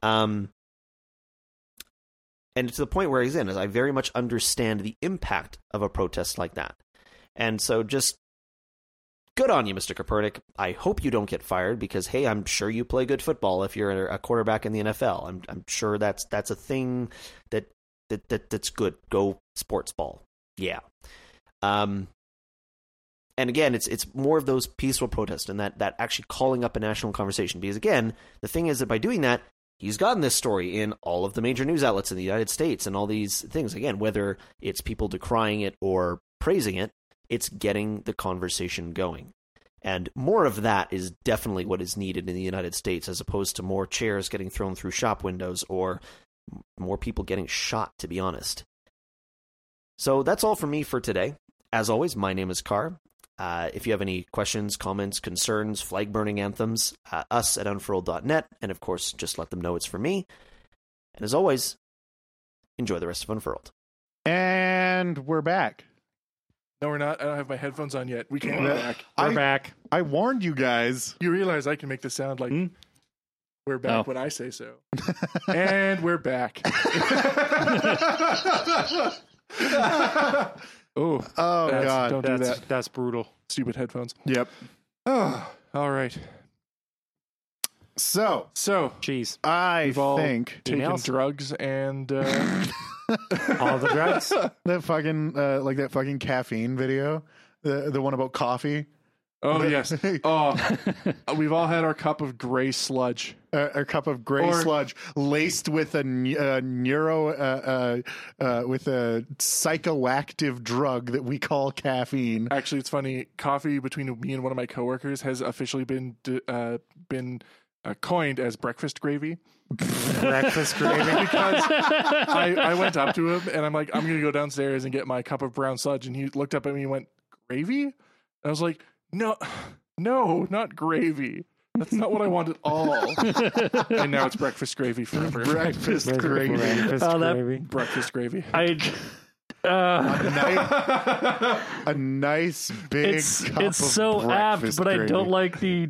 S7: Um, and to the point where he's in is I very much understand the impact of a protest like that. And so just good on you, Mr. Kopernik. I hope you don't get fired because hey, I'm sure you play good football if you're a quarterback in the NFL. I'm I'm sure that's that's a thing that that, that that's good. Go sports ball. Yeah. Um and again, it's it's more of those peaceful protests and that that actually calling up a national conversation. Because again, the thing is that by doing that, he's gotten this story in all of the major news outlets in the United States and all these things. Again, whether it's people decrying it or praising it, It's getting the conversation going. And more of that is definitely what is needed in the United States as opposed to more chairs getting thrown through shop windows or m- more people getting shot, to be honest. So that's all for me for today. As always, my name is Carr. Uh, if you have any questions, comments, concerns, flag burning anthems, uh, us at unfurl.net, and of course, just let them know it's for me. And as always, enjoy the rest of Unfurled.
S1: And we're back.
S4: No, we're not. I don't have my headphones on yet. We can't go back.
S6: We're
S1: I,
S6: back.
S1: I warned you
S6: [LAUGHS]
S1: guys.
S4: You realize I can make this sound like
S1: Mm.
S5: Hmm?
S4: we're back
S5: Oh.
S4: when I
S1: [LAUGHS]
S4: say so. and we're back. Oh,
S1: Oh
S4: that's-
S1: god.
S4: don't do
S6: That's
S4: that.
S6: that's brutal.
S4: Stupid headphones.
S1: Yep.
S4: Oh, [SIGHS] all right.
S1: So
S4: So,
S6: Jeez.
S1: I
S4: We've all-
S1: think
S4: taking
S6: Emails?
S4: drugs and
S1: [LAUGHS]
S4: uh,
S6: All the drugs.
S1: that fucking uh, like that fucking caffeine video, the the one about coffee.
S4: oh yes,
S1: [LAUGHS]
S4: oh, we've all had our cup of gray sludge.
S1: a, a cup of gray
S4: Or-
S1: sludge laced with a, ne- uh neuro uh, uh, uh, with a psychoactive drug that we call caffeine.
S4: Actually, it's funny. Coffee between me and one of my coworkers has officially been d- uh, been uh, coined as breakfast gravy
S6: [LAUGHS] Breakfast gravy.
S4: because I, I went up to him and I'm like, I'm gonna go downstairs and get my cup of brown sludge, and he looked up at me and went, gravy. And I was like, no, no, not gravy. That's not what I want at
S5: [LAUGHS]
S4: all. and now it's breakfast gravy forever.
S1: Breakfast
S6: Gravy.
S1: gravy.
S6: Breakfast
S5: Oh, that-
S6: gravy.
S4: breakfast gravy.
S5: I. Uh,
S1: A ni- a nice big
S5: [LAUGHS] it's
S1: cup
S5: it's
S1: of
S5: so apt,
S1: breakfast
S5: but I
S1: gravy.
S5: don't
S6: [LAUGHS]
S5: like the.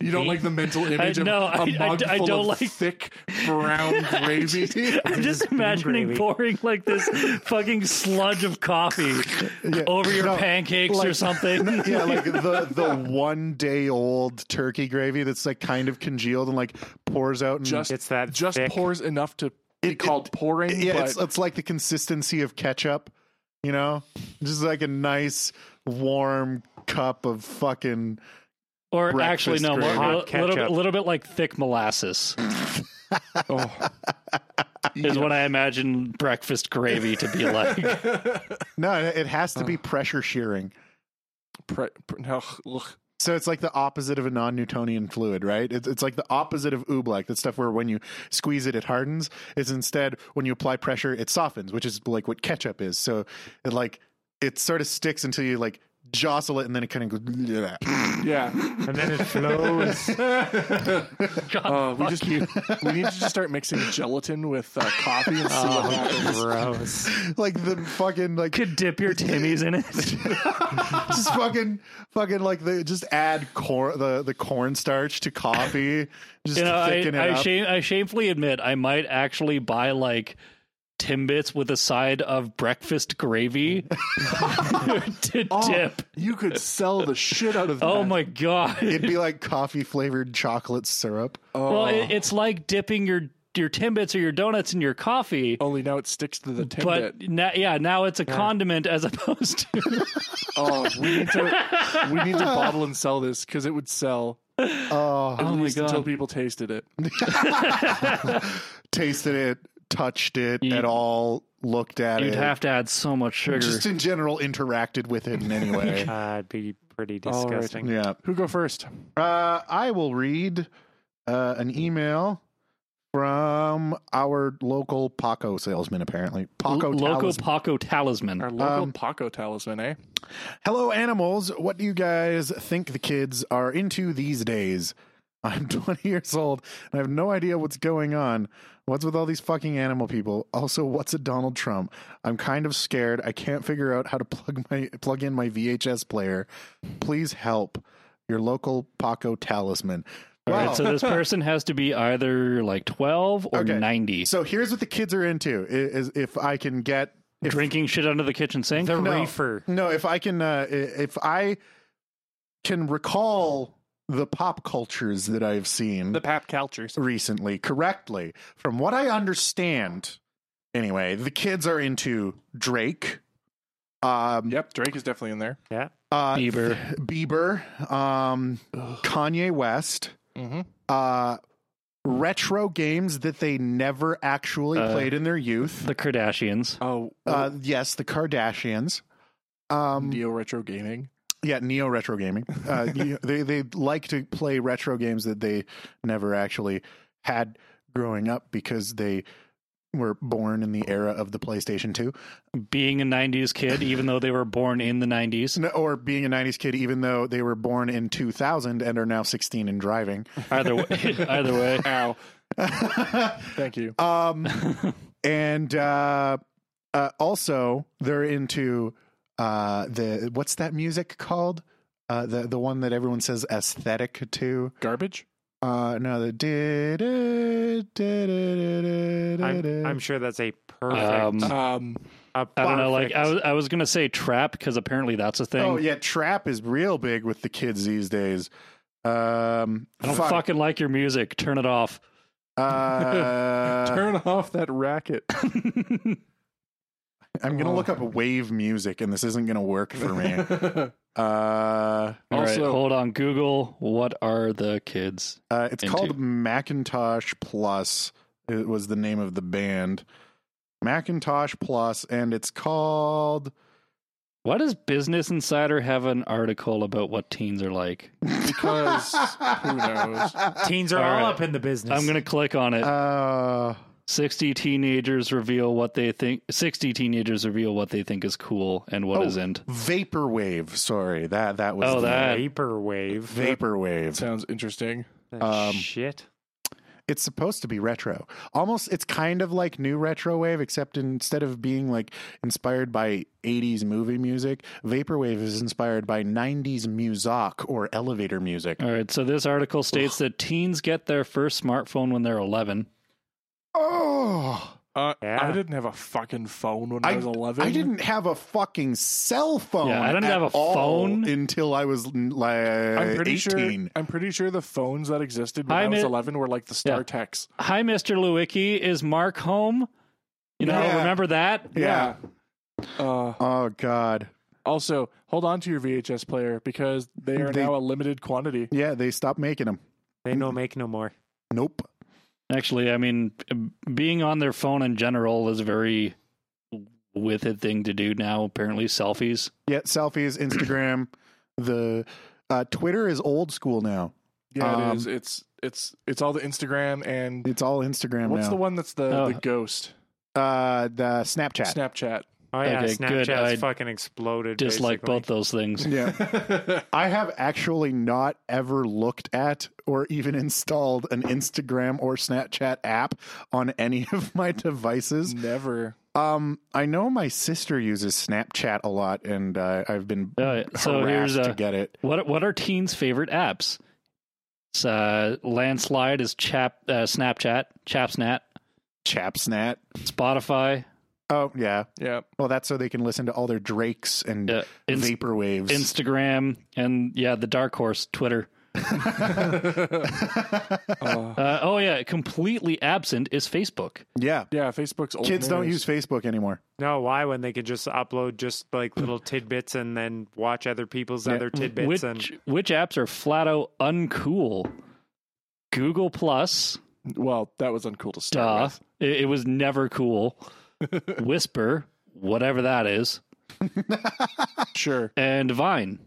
S4: You don't like the mental image of
S5: no,
S4: a
S5: I- I-
S4: mug
S5: I
S4: full
S5: don't
S4: of
S5: like-
S4: thick brown
S5: [LAUGHS]
S4: gravy.
S5: I'm just imagining
S6: gravy.
S5: pouring
S6: [LAUGHS]
S5: like this fucking sludge of
S1: [LAUGHS]
S5: coffee over your
S1: no,
S5: pancakes or
S1: like-
S5: something.
S1: [LAUGHS] yeah, like the the one day old turkey gravy that's like kind of congealed and like pours
S5: Mm,
S1: out and
S4: just
S6: It's that
S4: just
S6: thick.
S4: pours enough to be
S1: It- it-
S4: called pouring.
S1: yeah,
S4: but
S1: it's it's like the consistency of ketchup, you know, just like a nice warm cup of fucking
S5: [LAUGHS] Or actually,
S1: Breakfast
S5: no, more,
S1: gravy.
S5: a
S6: Hot
S5: little, bit-
S6: ketchup.
S5: little bit like thick molasses
S4: [LAUGHS] oh,
S5: is what I imagine breakfast gravy
S1: [LAUGHS]
S5: to be like.
S1: No, it it has to be pressure shearing.
S4: pre- pre- no, ugh.
S1: So it's like the opposite of a non-Newtonian fluid, right? It's, it's like the opposite of oobleck, that stuff where when you squeeze it, it hardens. It's instead when you apply pressure, it softens, which is like what ketchup is. So it like it sort of sticks until you like jostle it, and then it kind of goes. [LAUGHS]
S5: [LAUGHS]
S4: yeah.
S6: And then it [LAUGHS] flows.
S4: Uh, we just need, we need to just start mixing gelatin with uh, coffee and see what
S5: Oh.
S4: happens.
S6: Gross.
S1: like the fucking like
S5: Could dip your timmies in
S6: [LAUGHS]
S5: it.
S1: just
S5: [LAUGHS]
S1: fucking fucking like the just add corn the the cornstarch to coffee, just
S5: You know, I,
S1: thicken it
S5: I,
S1: up.
S5: shame, I shamefully admit I might actually buy like Timbits with a side of
S1: [LAUGHS]
S5: breakfast gravy to
S4: Oh,
S5: dip.
S4: You could sell the shit out of that.
S5: Oh my god!
S1: It'd
S5: [LAUGHS]
S1: be like coffee flavored chocolate syrup.
S5: Well, it, it's like dipping your your Timbits or your donuts in your coffee.
S1: Oh,
S4: Only now it sticks to the timbit.
S5: But na- yeah, now it's a condiment as opposed to
S4: oh, we need to we need to bottle and sell this because it would sell
S1: Oh,
S5: oh my
S4: least until
S5: god.
S4: people tasted it.
S1: [LAUGHS] tasted it, touched it at all, looked at
S5: You'd
S1: it.
S5: have to add so much sugar.
S1: just in general interacted with it in any
S5: [LAUGHS]
S1: way.
S6: Uh, it'd be pretty
S4: All right.
S6: disgusting.
S1: yeah.
S4: Who go first?
S1: Uh, I will read uh, an email from our local Paco salesman, apparently. Paco
S5: L- Loco
S1: Talisman.
S5: Paco talisman.
S4: Our local
S1: Um,
S4: Paco talisman, eh?
S1: Hello, animals. What do you guys think the kids are into these days? [LAUGHS] I'm 20 years old and I have no idea what's going on. What's with all these fucking animal people? Also, what's a Donald Trump? I'm kind of scared. I can't figure out how to plug my plug in my VHS player. Please help. Your local Paco talisman.
S5: All right,
S1: Wow. [LAUGHS]
S5: so this person has to be either like 12 or
S1: Okay.
S5: 90.
S1: So here's what the kids are into. i- Is if I can get if
S5: Drinking shit under the kitchen sink.
S6: The
S1: No.
S6: reefer.
S1: No, if I can, uh, i- if I can recall the pop cultures that I've seen
S4: The Pap Cultures.
S1: recently correctly, from what I understand, anyway, the kids are into Drake, um,
S4: Yep, Drake is definitely in there.
S6: Yeah.
S1: uh,
S5: Bieber.
S1: Bieber, um, Kanye West,
S4: Mm-hmm.
S1: uh, retro games that they never actually
S5: Uh,
S1: played in their youth.
S5: The Kardashians.
S4: Oh,
S1: uh, yes, the Kardashians. Um,
S4: Neo Retro Gaming.
S1: yeah, neo retro gaming. Uh, you- they they like to play retro games that they never actually had growing up because they were born in the era of the PlayStation 2
S5: Being a 90s kid, even though they were born in the 90s.
S1: No, or being a 90s kid even though they were born in 2000 and are now 16 and driving.
S5: Either way, [LAUGHS] either way.
S1: [LAUGHS]
S4: Ow. Thank you.
S1: Um, and uh, uh, also they're into uh, the what's that music called? Uh, the the one that everyone says aesthetic to.
S4: Garbage?
S1: Uh, no, the
S6: I'm, I'm sure that's a perfect.
S5: Um,
S4: Um,
S6: a
S5: I don't know. Like
S6: perfect-
S5: I was, I was gonna say trap because apparently that's a thing.
S1: Oh yeah, trap is real big with the kids these days. Um,
S5: I don't
S1: fuck.
S5: fucking like your music. Turn it off. [LAUGHS]
S1: Uh,
S4: turn off that [LAUGHS] racket.
S1: [LAUGHS] I'm gonna look up wave music, and this isn't gonna work for
S5: [LAUGHS]
S1: me. uh,
S5: All right,
S4: Also-
S5: hold on. Google what are the kids?
S1: Uh, it's
S5: into.
S1: called Macintosh Plus. It was the name of the band, Macintosh Plus, and it's called.
S5: Why does Business Insider have an article about what teens are like?
S4: because who knows?
S6: teens are all,
S5: Alright.
S6: up in the business.
S5: I'm gonna click on it.
S1: Uh,
S5: 60 teenagers reveal what they think 60 teenagers reveal what they think is cool and what
S1: Oh,
S5: not
S1: Vaporwave. Sorry, that that was
S5: Oh,
S1: the
S5: that.
S6: vaporwave.
S1: Vaporwave.
S4: Sounds interesting.
S1: Um,
S6: Shit.
S1: It's supposed to be retro. Almost, it's kind of like new retro wave, except instead of being like inspired by 80s movie music, Vaporwave is inspired by 90s muzak or elevator music.
S5: All right, so this article states that teens get their first smartphone when they're 11.
S1: Oh.
S4: Uh,
S6: Yeah.
S4: I didn't have a fucking phone when I, was 11.
S1: I didn't have a fucking cell phone.
S5: Yeah, I didn't
S1: at
S5: have a
S1: all
S5: phone.
S1: until I was mm, like
S4: I'm pretty
S1: 18.
S4: sure. I'm pretty sure the phones that existed when
S5: Hi,
S4: I was
S5: Mi-
S4: 11 were like the
S5: Yeah.
S4: StarTex.
S5: Hi Mr. Lewicki, is Mark home? You know,
S1: Yeah.
S5: remember that?
S1: Yeah.
S4: Uh,
S1: Oh god.
S4: also, hold on to your VHS player because they are
S1: They-
S4: now a limited quantity.
S1: Yeah, they stopped making them.
S6: They no make no more.
S1: Nope.
S5: Actually, I mean, being on their phone in general is a very with it thing to do now. Apparently, selfies.
S1: Yeah,
S4: [CLEARS THROAT]
S1: selfies, Instagram, the uh, Twitter is old school now.
S4: Yeah,
S1: Um,
S4: it is. It's it's it's all the Instagram and
S1: It's all Instagram
S4: what's
S1: now.
S4: the one that's the,
S5: Oh.
S4: the ghost
S1: Uh, the Snapchat.
S4: Snapchat.
S6: Oh yeah,
S5: Okay, good.
S6: Snapchat's
S5: I
S6: fucking exploded.
S5: Dislike
S6: basically.
S5: both
S1: [LAUGHS]
S5: those things.
S1: yeah, I have actually not ever looked at or even installed an Instagram or Snapchat app on any [LAUGHS] of my devices.
S4: Never.
S1: Um, I know my sister uses Snapchat a lot, and uh, I've been
S5: All right, so
S1: harassed
S5: here's
S1: to
S5: a,
S1: get it.
S5: what what are teens' favorite apps? It's, uh, Landslide is Chap uh, Snapchat, Chapsnat,
S1: Chapsnat.
S5: Spotify,
S1: Oh yeah.
S4: Yeah.
S1: Well, that's so they can listen to all their Drakes and
S5: Yeah, Inst-
S1: vaporwaves.
S5: Instagram, and yeah, the dark horse, Twitter. [LAUGHS]
S4: Uh,
S5: Uh, oh yeah, completely absent is Facebook.
S1: yeah.
S4: yeah. Facebook's old
S1: Kids don't use
S4: news.
S1: Facebook anymore.
S6: No, why when they could just upload just like little tidbits and then watch other people's other tidbits
S5: Which
S6: and
S5: which apps are flat out uncool? Google Plus,
S4: Well, that was uncool to start
S5: duh.
S4: with.
S5: It, it was
S1: [LAUGHS]
S5: never cool. Whisper, whatever that is,
S4: Sure.
S5: and Vine,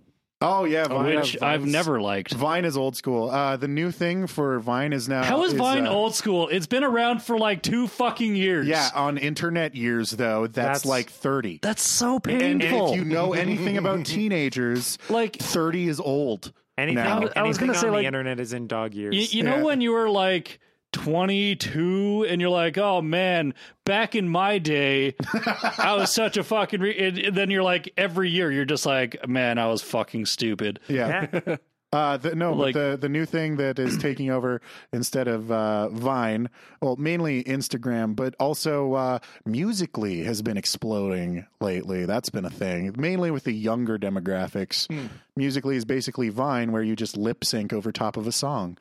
S1: Oh yeah, Vine.
S5: which I've never liked.
S1: Vine is old school. Uh, the new thing for Vine is now.
S5: How is Vine
S1: uh,
S5: old school? It's been around for like two fucking years.
S1: Yeah, on internet years though, that's,
S6: That's-
S1: like thirty.
S5: that's so
S1: and
S5: painful.
S1: if you know anything about teenagers,
S5: like
S1: thirty is old.
S6: anything.
S1: now.
S5: I was
S6: anything
S5: gonna say,
S6: on
S5: like-
S6: the internet is in dog years.
S5: You, you know
S1: Yeah.
S5: when you were like 22 and you're like, oh man, back in my day, I
S1: [LAUGHS]
S5: was such a fucking. Re-. And, and then you're like, every year you're just like, man, I was fucking stupid.
S1: Yeah. [LAUGHS] Uh, the, no,
S5: Like-
S1: but the the new thing that is taking over instead of uh, Vine, well, mainly Instagram, but also uh, Musically has been exploding lately. That's been a thing, mainly with the younger demographics. Musically is basically Vine, where you just lip sync over top of a song,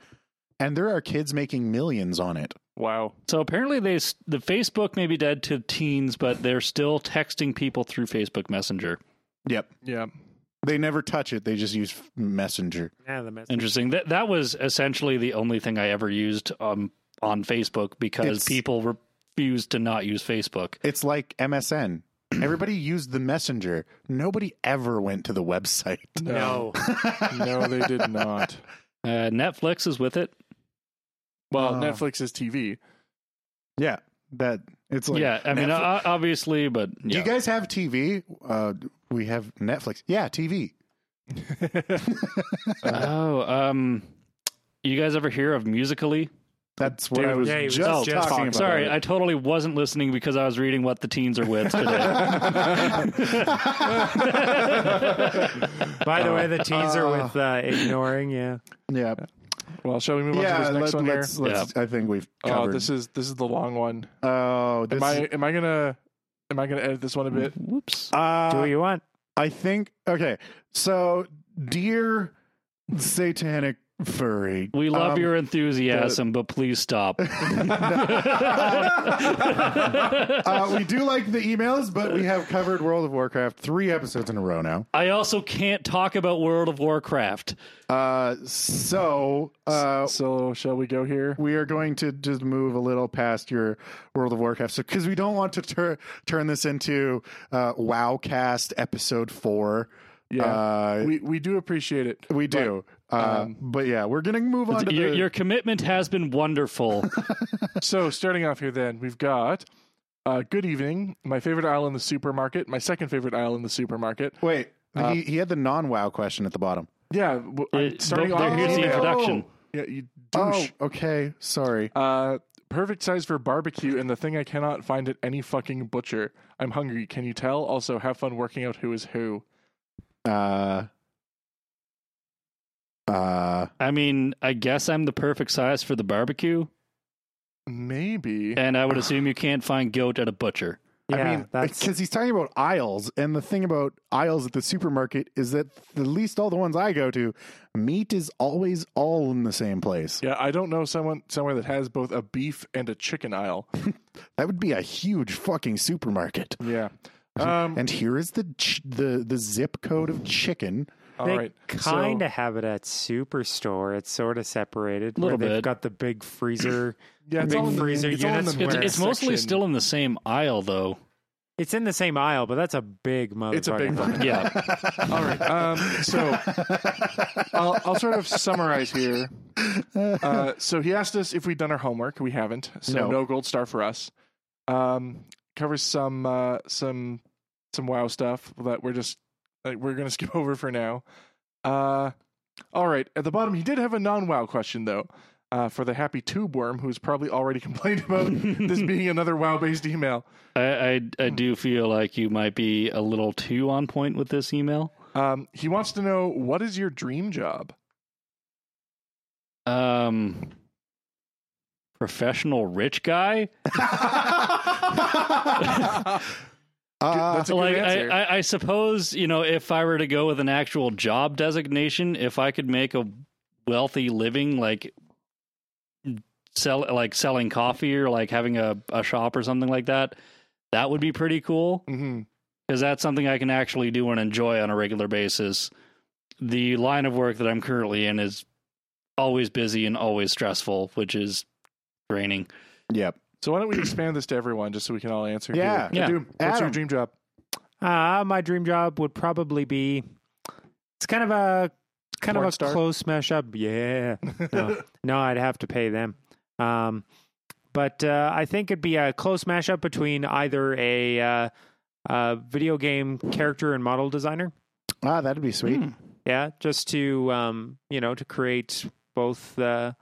S1: and there are kids making millions on it.
S4: Wow.
S5: So apparently, they s- the Facebook may be dead to teens, but they're still texting people through Facebook Messenger.
S1: Yep,
S4: Yeah.
S1: they never touch it; they just use Messenger.
S6: yeah, the message.
S5: Interesting. That that was essentially the only thing I ever used um, on Facebook because
S1: It's-
S5: people refused to not use Facebook.
S1: It's like MSN. [CLEARS THROAT] Everybody used the messenger. Nobody ever went to the website. [LAUGHS]
S6: No.
S4: no, they did not.
S5: Uh, Netflix is with it.
S1: Oh.
S4: Well, Netflix is TV.
S1: Yeah, that it's like
S5: yeah, I mean,
S1: Netflix-
S5: o- obviously, but
S1: do
S5: yeah.
S1: you guys have TV? Uh, we have Netflix. Yeah, TV.
S5: oh, um, you guys ever hear of Musically?
S1: That's what I
S5: Dude,
S1: was
S6: yeah, he was
S1: just
S6: just
S1: talking
S6: talking
S1: about.
S5: Sorry, I totally wasn't listening because I was reading what the teens are
S1: [LAUGHS]
S5: with today.
S6: By the way, the teaser
S1: Uh.
S6: with uh, ignoring, yeah.
S1: [LAUGHS] yeah,
S4: Well, shall we move on to
S1: yeah.
S4: this
S1: Let,
S4: next one
S1: let's.
S4: here?
S1: let's I think we've
S4: Oh,
S1: covered.
S4: this is this is the long one.
S1: oh, this
S4: am I
S1: is-
S4: am I gonna am I gonna edit this one a bit?
S5: Whoops.
S1: uh,
S6: Do what you want.
S1: I think okay. So, dear satanic furry,
S5: We love
S1: um,
S5: your enthusiasm, but please stop.
S1: Uh, we do like the emails, but we have covered World of Warcraft three episodes in a row now.
S5: I also can't talk about World of Warcraft.
S1: Uh, so uh,
S4: so shall we go here?
S1: we are going to just move a little past your World of Warcraft, so because we don't want to tur- turn this into uh, WoWcast episode four.
S4: Yeah.
S1: uh, we,
S4: we we do appreciate it.
S1: do. uh, but yeah, we're gonna move on to
S5: Your,
S1: the
S5: your commitment has
S1: [LAUGHS]
S5: been wonderful.
S4: So starting off here, then we've got. Uh, good evening. My favorite aisle in the supermarket. My second favorite aisle in the supermarket.
S1: wait. he, he had the non-WoW question at the bottom.
S4: Yeah, w-
S5: Uh,
S4: I'm starting
S5: but
S4: off.
S5: here's the
S1: email.
S5: introduction.
S4: Yeah, you douche.
S1: Oh, okay. Sorry.
S4: Uh, perfect size for barbecue and the thing I cannot find at any fucking butcher. I'm hungry. Can you tell? Also, have fun working out who is who.
S1: Uh, uh,
S5: I mean, I guess I'm the perfect size for the barbecue,
S4: Maybe.
S5: and I would assume you can't find goat at a butcher.
S6: Yeah,
S1: I mean,
S6: that's
S1: because he's talking about aisles, and the thing about aisles at the supermarket is that at least all the ones I go to, meat is always all in the same place.
S4: Yeah, I don't know someone somewhere that has both a beef and a chicken aisle.
S1: That would be a huge fucking supermarket.
S4: Yeah. Um.
S1: And here is the ch- the the zip code of
S6: [LAUGHS]
S1: chicken. [LAUGHS]
S6: [LAUGHS]
S4: all
S6: they
S4: right.
S6: kind of have it at Superstore. It's sort of separated.
S5: Little
S6: where They've
S5: bit.
S6: got the big freezer.
S4: Yeah, it's
S6: big
S4: all in the-
S6: freezer
S4: it's all in
S6: units.
S4: the
S6: where
S5: It's,
S4: Where
S5: it's mostly
S4: section?
S5: still in the same aisle, though.
S6: it's in the same aisle, but that's a big motherfucker.
S4: It's a big one.
S5: Yeah.
S4: All right. Um, so I'll, I'll sort of summarize here. Uh, so he asked us if we'd done our homework. We haven't. So
S1: No.
S4: no, gold star for us. Um, covers some uh, some some wow stuff that we're just like, we're gonna [LAUGHS] skip over for now. Uh, all right. At the bottom, he did have a non wow question though. Uh, for the happy tube worm who's probably already [LAUGHS] complained about this being another wow based email.
S5: I, I I do feel like you might be a little too on point with this email.
S4: Um, he wants to know what is your dream job?
S5: Um, professional rich guy.
S1: Uh,
S4: That's a good
S5: like I,
S4: answer.
S5: I, I suppose you know if I were to go with an actual job designation, if I could make a wealthy living, like sell like selling coffee or like having a, a shop or something like that, that would be pretty cool
S4: mm-hmm.
S5: because that's something I can actually do and enjoy on a regular basis. The line of work that I'm currently in is always busy and always stressful, which is draining.
S1: yep.
S4: So why don't we expand this to everyone just so we can all answer?
S1: Yeah.
S4: here.
S5: Yeah.
S4: Doom, what's your
S1: Adam.
S4: dream job?
S6: Uh, my dream job would probably be. It's kind of a kind
S4: Porn
S6: of a
S4: star?
S6: close mesh up. Yeah. No, no, I'd have to pay them. Um, but uh, I think it'd be a close mashup between either a uh, uh, video game character and model designer.
S1: Ah, that'd be sweet.
S6: Hmm, Yeah, just to um, you know to create both uh,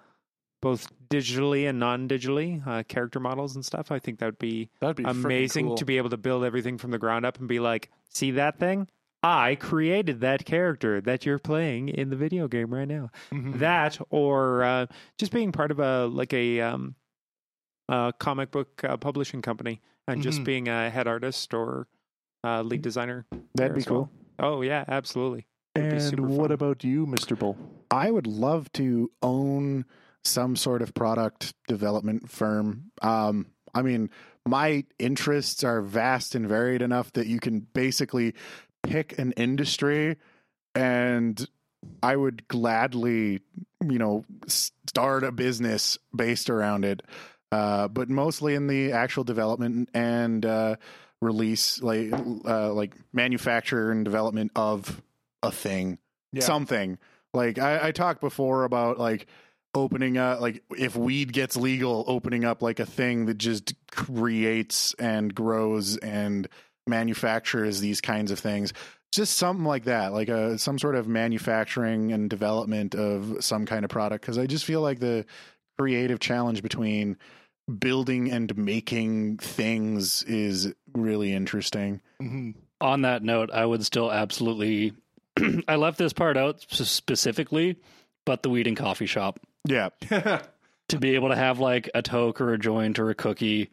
S6: both digitally and non digitally uh, character models and stuff. I think that would be
S4: That'd be freaking
S6: amazing
S4: cool.
S6: to be able to build everything from the ground up and be like, see that thing? I created that character that you're playing in the video game right now.
S4: Mm-hmm.
S6: That or uh, just being part of a like a um, uh, comic book uh, publishing company and just
S4: Mhm.
S6: being a head artist or uh, lead
S4: Mm-hmm.
S6: designer.
S1: That'd
S6: there
S1: be
S6: as well.
S1: cool.
S6: Oh yeah, absolutely. It'd be
S4: And
S6: super
S4: what
S6: fun.
S4: about you, Mister Bull?
S1: I would love to own some sort of product development firm. Um, I mean, my interests are vast and varied enough that you can basically pick an industry and I would gladly, you know, start a business based around it. Uh, but mostly in the actual development and uh, release like uh, like manufacture and development of a thing
S4: Yeah.
S1: something like I, I talked before about like opening up like if weed gets legal opening up like a thing that just creates and grows and manufactures these kinds of things just something like that like a some sort of manufacturing and development of some kind of product because i just feel like the creative challenge between building and making things is really interesting
S4: Mhm.
S5: on that note, I would still absolutely. [CLEARS THROAT] I left this part out s- specifically, but the weed and coffee shop
S1: yeah
S5: to be able to have like a toke or a joint or a cookie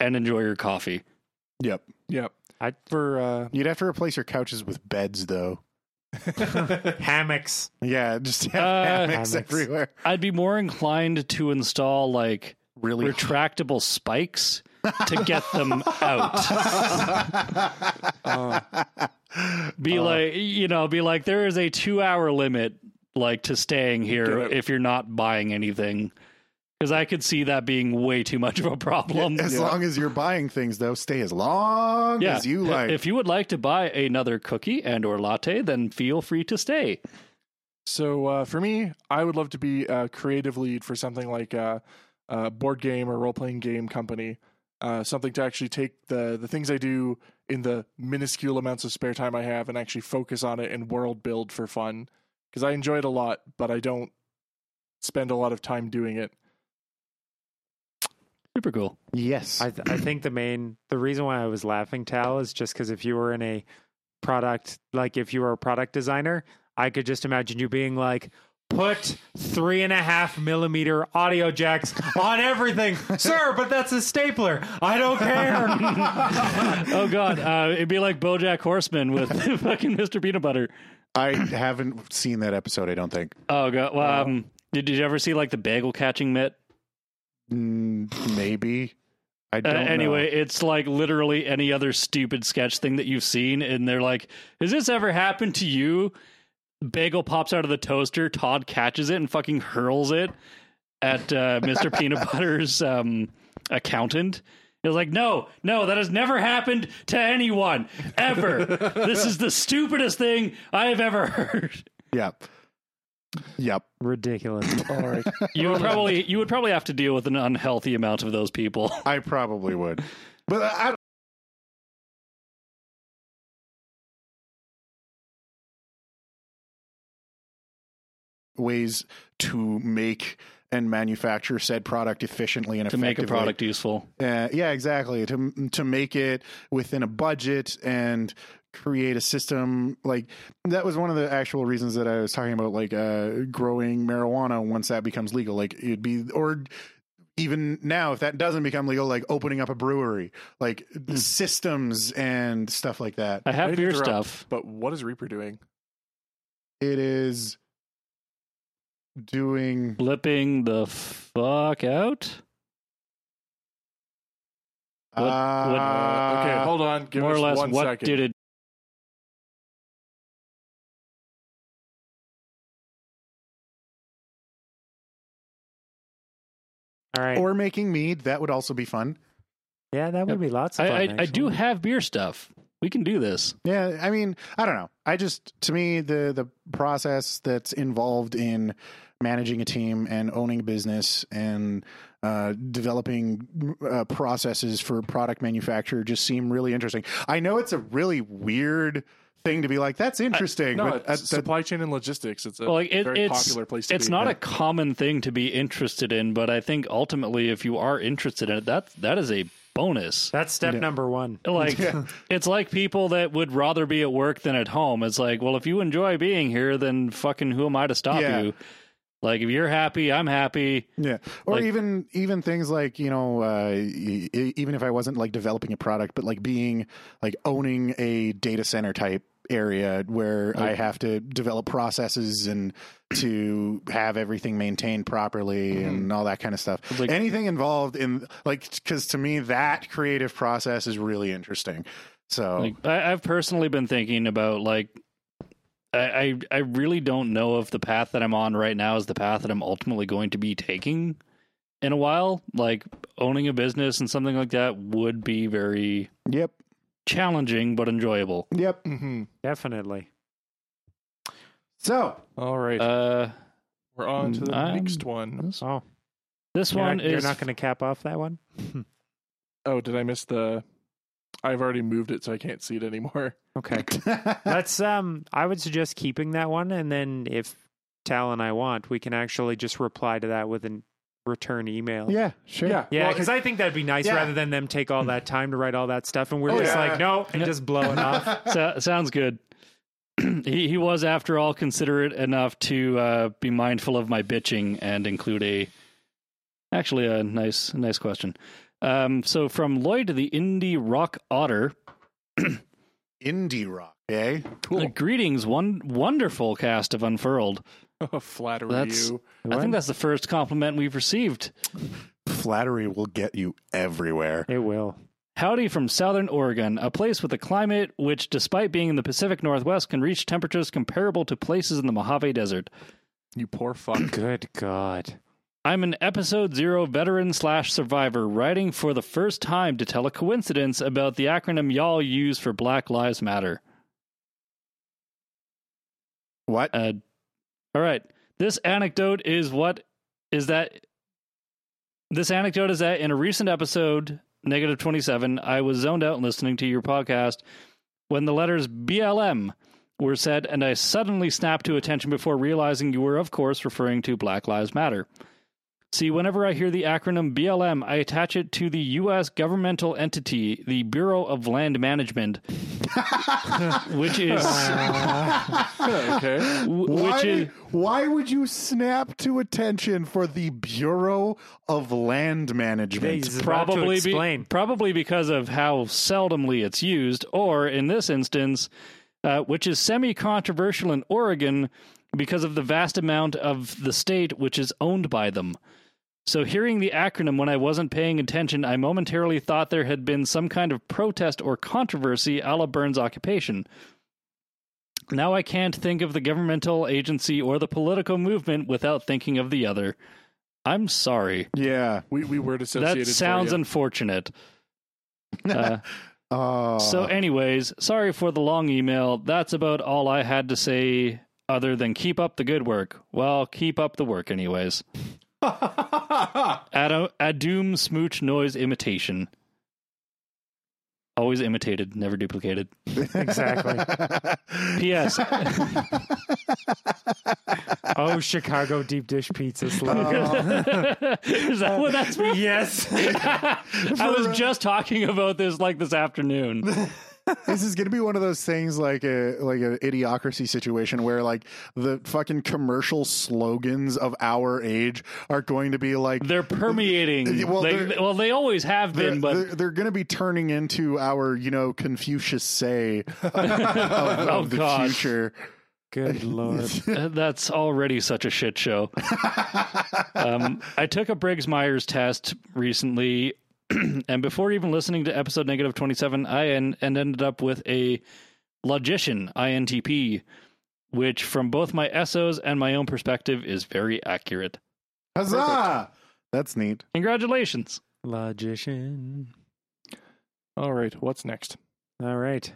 S5: and enjoy your coffee.
S1: yep
S4: Yep.
S6: I-
S4: for uh,
S1: you'd have to replace your couches with beds though
S6: uh,
S4: [LAUGHS]
S6: Hammocks.
S1: Yeah, just [LAUGHS] have
S5: Uh,
S1: hammocks
S6: Hammocks.
S1: everywhere.
S5: I'd be more inclined to install like
S1: Really?
S5: retractable spikes to get them
S1: [LAUGHS]
S5: out. Be
S1: Uh.
S5: like, you know, be like, there is a two hour limit like to staying here
S4: Get it.
S5: if you're not buying anything. Because I could see that being way too much of a problem.
S1: as long as you're buying things, though, stay as long
S5: yeah.
S1: as you like.
S5: If you would like to buy another cookie and or latte, then feel free to stay.
S4: so uh, for me, I would love to be a creative lead for something like a, a board game or role playing game company, uh, something to actually take the the things I do in the minuscule amounts of spare time I have and actually focus on it and world build for fun because I enjoy it a lot, but I don't spend a lot of time doing it.
S5: Super cool.
S1: yes,
S6: I, th- I think the main the reason why I was laughing, Tal, is just because if you were in a product, like if you were a product designer, I could just imagine you being like, put three and a half millimeter audio jacks on everything, sir. But that's a stapler. I don't care.
S5: [LAUGHS] Oh god, uh, it'd be like BoJack Horseman with [LAUGHS] fucking Mr. Peanut Butter.
S1: I haven't seen that episode. I don't think.
S5: Oh god, well, um, did, did you ever see like the bagel catching mitt?
S1: Mm, maybe. I
S5: Uh,
S1: don't. know.
S5: anyway, it's like literally any other stupid sketch thing that you've seen, and they're like, "Has this ever happened to you?" Bagel pops out of the toaster. Todd catches it and fucking hurls it at [LAUGHS] uh, Mr. Peanut Butter's um, accountant. It's like, no, no, that has never happened to anyone ever. this is the stupidest thing I have ever heard.
S1: yep, yep.
S6: Ridiculous.
S4: All right.
S5: You [LAUGHS] would probably, you would probably have to deal with an unhealthy amount of those people.
S1: I probably would, but I, I ways to make and manufacture said product efficiently and
S5: To
S1: effectively
S5: make a product useful,
S1: Uh, yeah, exactly. To to make it within a budget and create a system like that was one of the actual reasons that I was talking about, like uh, growing marijuana once that becomes legal. Like it'd be or even now if that doesn't become legal like opening up a brewery like systems and stuff like that
S5: I have
S4: Right
S5: beer
S4: interrupt.
S5: stuff.
S4: But what is Reaper doing?
S1: it is doing
S5: Blipping the fuck out. What- what-
S1: uh,
S4: okay, hold on. Give
S5: More
S4: us
S5: or less,
S4: one
S5: what
S4: second.
S5: did it?
S6: All right.
S1: or making mead that would also be fun
S6: yeah, that would be lots of
S5: I,
S6: fun.
S5: I, I do
S6: actually.
S5: have beer stuff. We can do this.
S1: Yeah, I mean, I don't know. I just to me the the process that's involved in managing a team and owning a business and uh, developing uh, processes for product manufacture just seem really interesting. I know it's a really weird thing to be like that's interesting,
S4: No,
S1: but
S4: it's
S1: at the-
S4: supply chain and logistics. It's a
S5: Well, like it,
S4: very
S5: it's
S4: popular place to
S5: it's
S4: be.
S5: not a common thing to be interested in, but I think ultimately, if you are interested in it, that that is a
S4: [LAUGHS]
S5: bonus.
S6: That's step number one.
S5: Like it's like people that would rather be at work than at home. It's like, well, if you enjoy being here, then fucking who am I to stop
S1: Yeah.
S5: you? Like if you're happy, I'm happy.
S1: Yeah, or
S5: Like-
S1: even even things like you know, uh, e- e- even if I wasn't like developing a product, but like being like owning a data center type area where I have to develop processes and to have everything maintained properly and all that kind of stuff.
S5: Mm-hmm. Like-
S1: Anything involved in like because to me that creative process is really interesting.
S6: Oh.
S1: So
S5: Like I, I've personally been thinking about like I, I I really don't know if the path that I'm on right now is the path that I'm ultimately going to be taking in a while. Like owning a business and something like that would be very
S1: yep,
S5: challenging but enjoyable.
S1: Yep.
S4: [LAUGHS] Mm-hmm.
S6: Definitely.
S1: So
S4: All right,
S5: Uh,
S4: we're on to the
S5: I'm-
S4: next one.
S6: Oh,
S5: this
S6: you're
S5: one
S6: not, you're
S5: is
S6: not going to cap off that
S5: [LAUGHS]
S6: one.
S4: Oh, did I miss the? I've already moved it, so I can't see it anymore. [LAUGHS]
S6: Okay. Let's. Um, I would suggest keeping that one, and then if Tal and I want, we can actually just reply to that with a return
S1: [LAUGHS]
S6: email.
S1: yeah, sure.
S4: Yeah.
S6: Yeah,
S1: Well,
S6: because I think that'd be nice
S1: Yeah.
S6: rather than them take all that time to write all that stuff, and we're
S1: Oh,
S6: just
S1: yeah.
S6: like, no, and just blow it off. [LAUGHS]
S5: so, sounds good. [CLEARS THROAT] he he was after all considerate enough to uh, be mindful of my bitching and include a actually a nice nice question. Um, so from Lloyd the indie rock otter.
S1: indie rock, eh?
S5: Uh, greetings, one wonderful cast of Unfurled.
S4: Flattery
S5: That's-
S4: Oh, you.
S5: I think that's the first compliment we've received.
S1: Flattery will get you everywhere.
S6: It will.
S5: Howdy from Southern Oregon, a place with a climate which, despite being in the Pacific Northwest, can reach temperatures comparable to places in the Mojave Desert.
S4: You poor
S5: [COUGHS]
S4: fuck.
S6: Good God.
S5: I'm an episode zero veteran slash survivor writing for the first time to tell a coincidence about the acronym y'all use for Black Lives Matter.
S1: What?
S5: Uh, all right. This anecdote is what is that? This anecdote is that in a recent episode, negative 27, I was zoned out listening to your podcast when the letters BLM were said, and I suddenly snapped to attention before realizing you were, of course, referring to Black Lives Matter. See, whenever I hear the acronym BLM, I attach it to the U.S. governmental entity, the Bureau of Land Management, which is
S4: okay.
S5: which
S1: why,
S5: is
S1: why would you snap to attention for the Bureau of Land Management?
S6: He's about to
S5: probably be,
S6: explain.
S5: probably because of how seldomly it's used, or in this instance, uh, which is semi-controversial in Oregon because of the vast amount of the state which is owned by them. So, hearing the acronym when I wasn't paying attention, I momentarily thought there had been some kind of protest or controversy a la Burns' occupation. Now I can't think of the governmental agency or the political movement without thinking of the other. I'm sorry.
S1: yeah.
S4: We we were associated.
S5: That sounds
S4: for you.
S5: unfortunate. Uh,
S1: Oh.
S5: so, anyways, sorry for the long email. That's about all I had to say, other than keep up the good work. Well, keep up the work, anyways. Adam, a doom smooch noise imitation. Always imitated, never duplicated.
S6: [LAUGHS] Exactly. [LAUGHS]
S5: P.S.
S6: oh, Chicago deep dish pizza slogan.
S5: Is that what that's from?
S6: yes.
S5: [LAUGHS] I was just talking about this like this afternoon.
S1: this is gonna be one of those things like a like an idiocracy situation where like the fucking commercial slogans of our age are going to be like
S5: They're permeating.
S1: Well,
S5: Well, they,
S1: they're-
S5: well, they always have
S1: they're,
S5: been, but
S1: they're, they're going to be turning into our, you know, Confucius
S5: [LAUGHS]
S1: say of, of
S5: Oh,
S1: the
S5: God.
S1: future.
S6: Good Lord.
S5: Uh, That's already such a shit show. um, I took a Briggs Myers test recently, [CLEARS THROAT] and before even listening to episode negative 27, I en- and ended up with a logician INTP, which from both my SOs and my own perspective is very accurate.
S1: Huzzah! That's neat.
S5: Congratulations.
S6: Logician.
S4: All right. What's next?
S6: All right.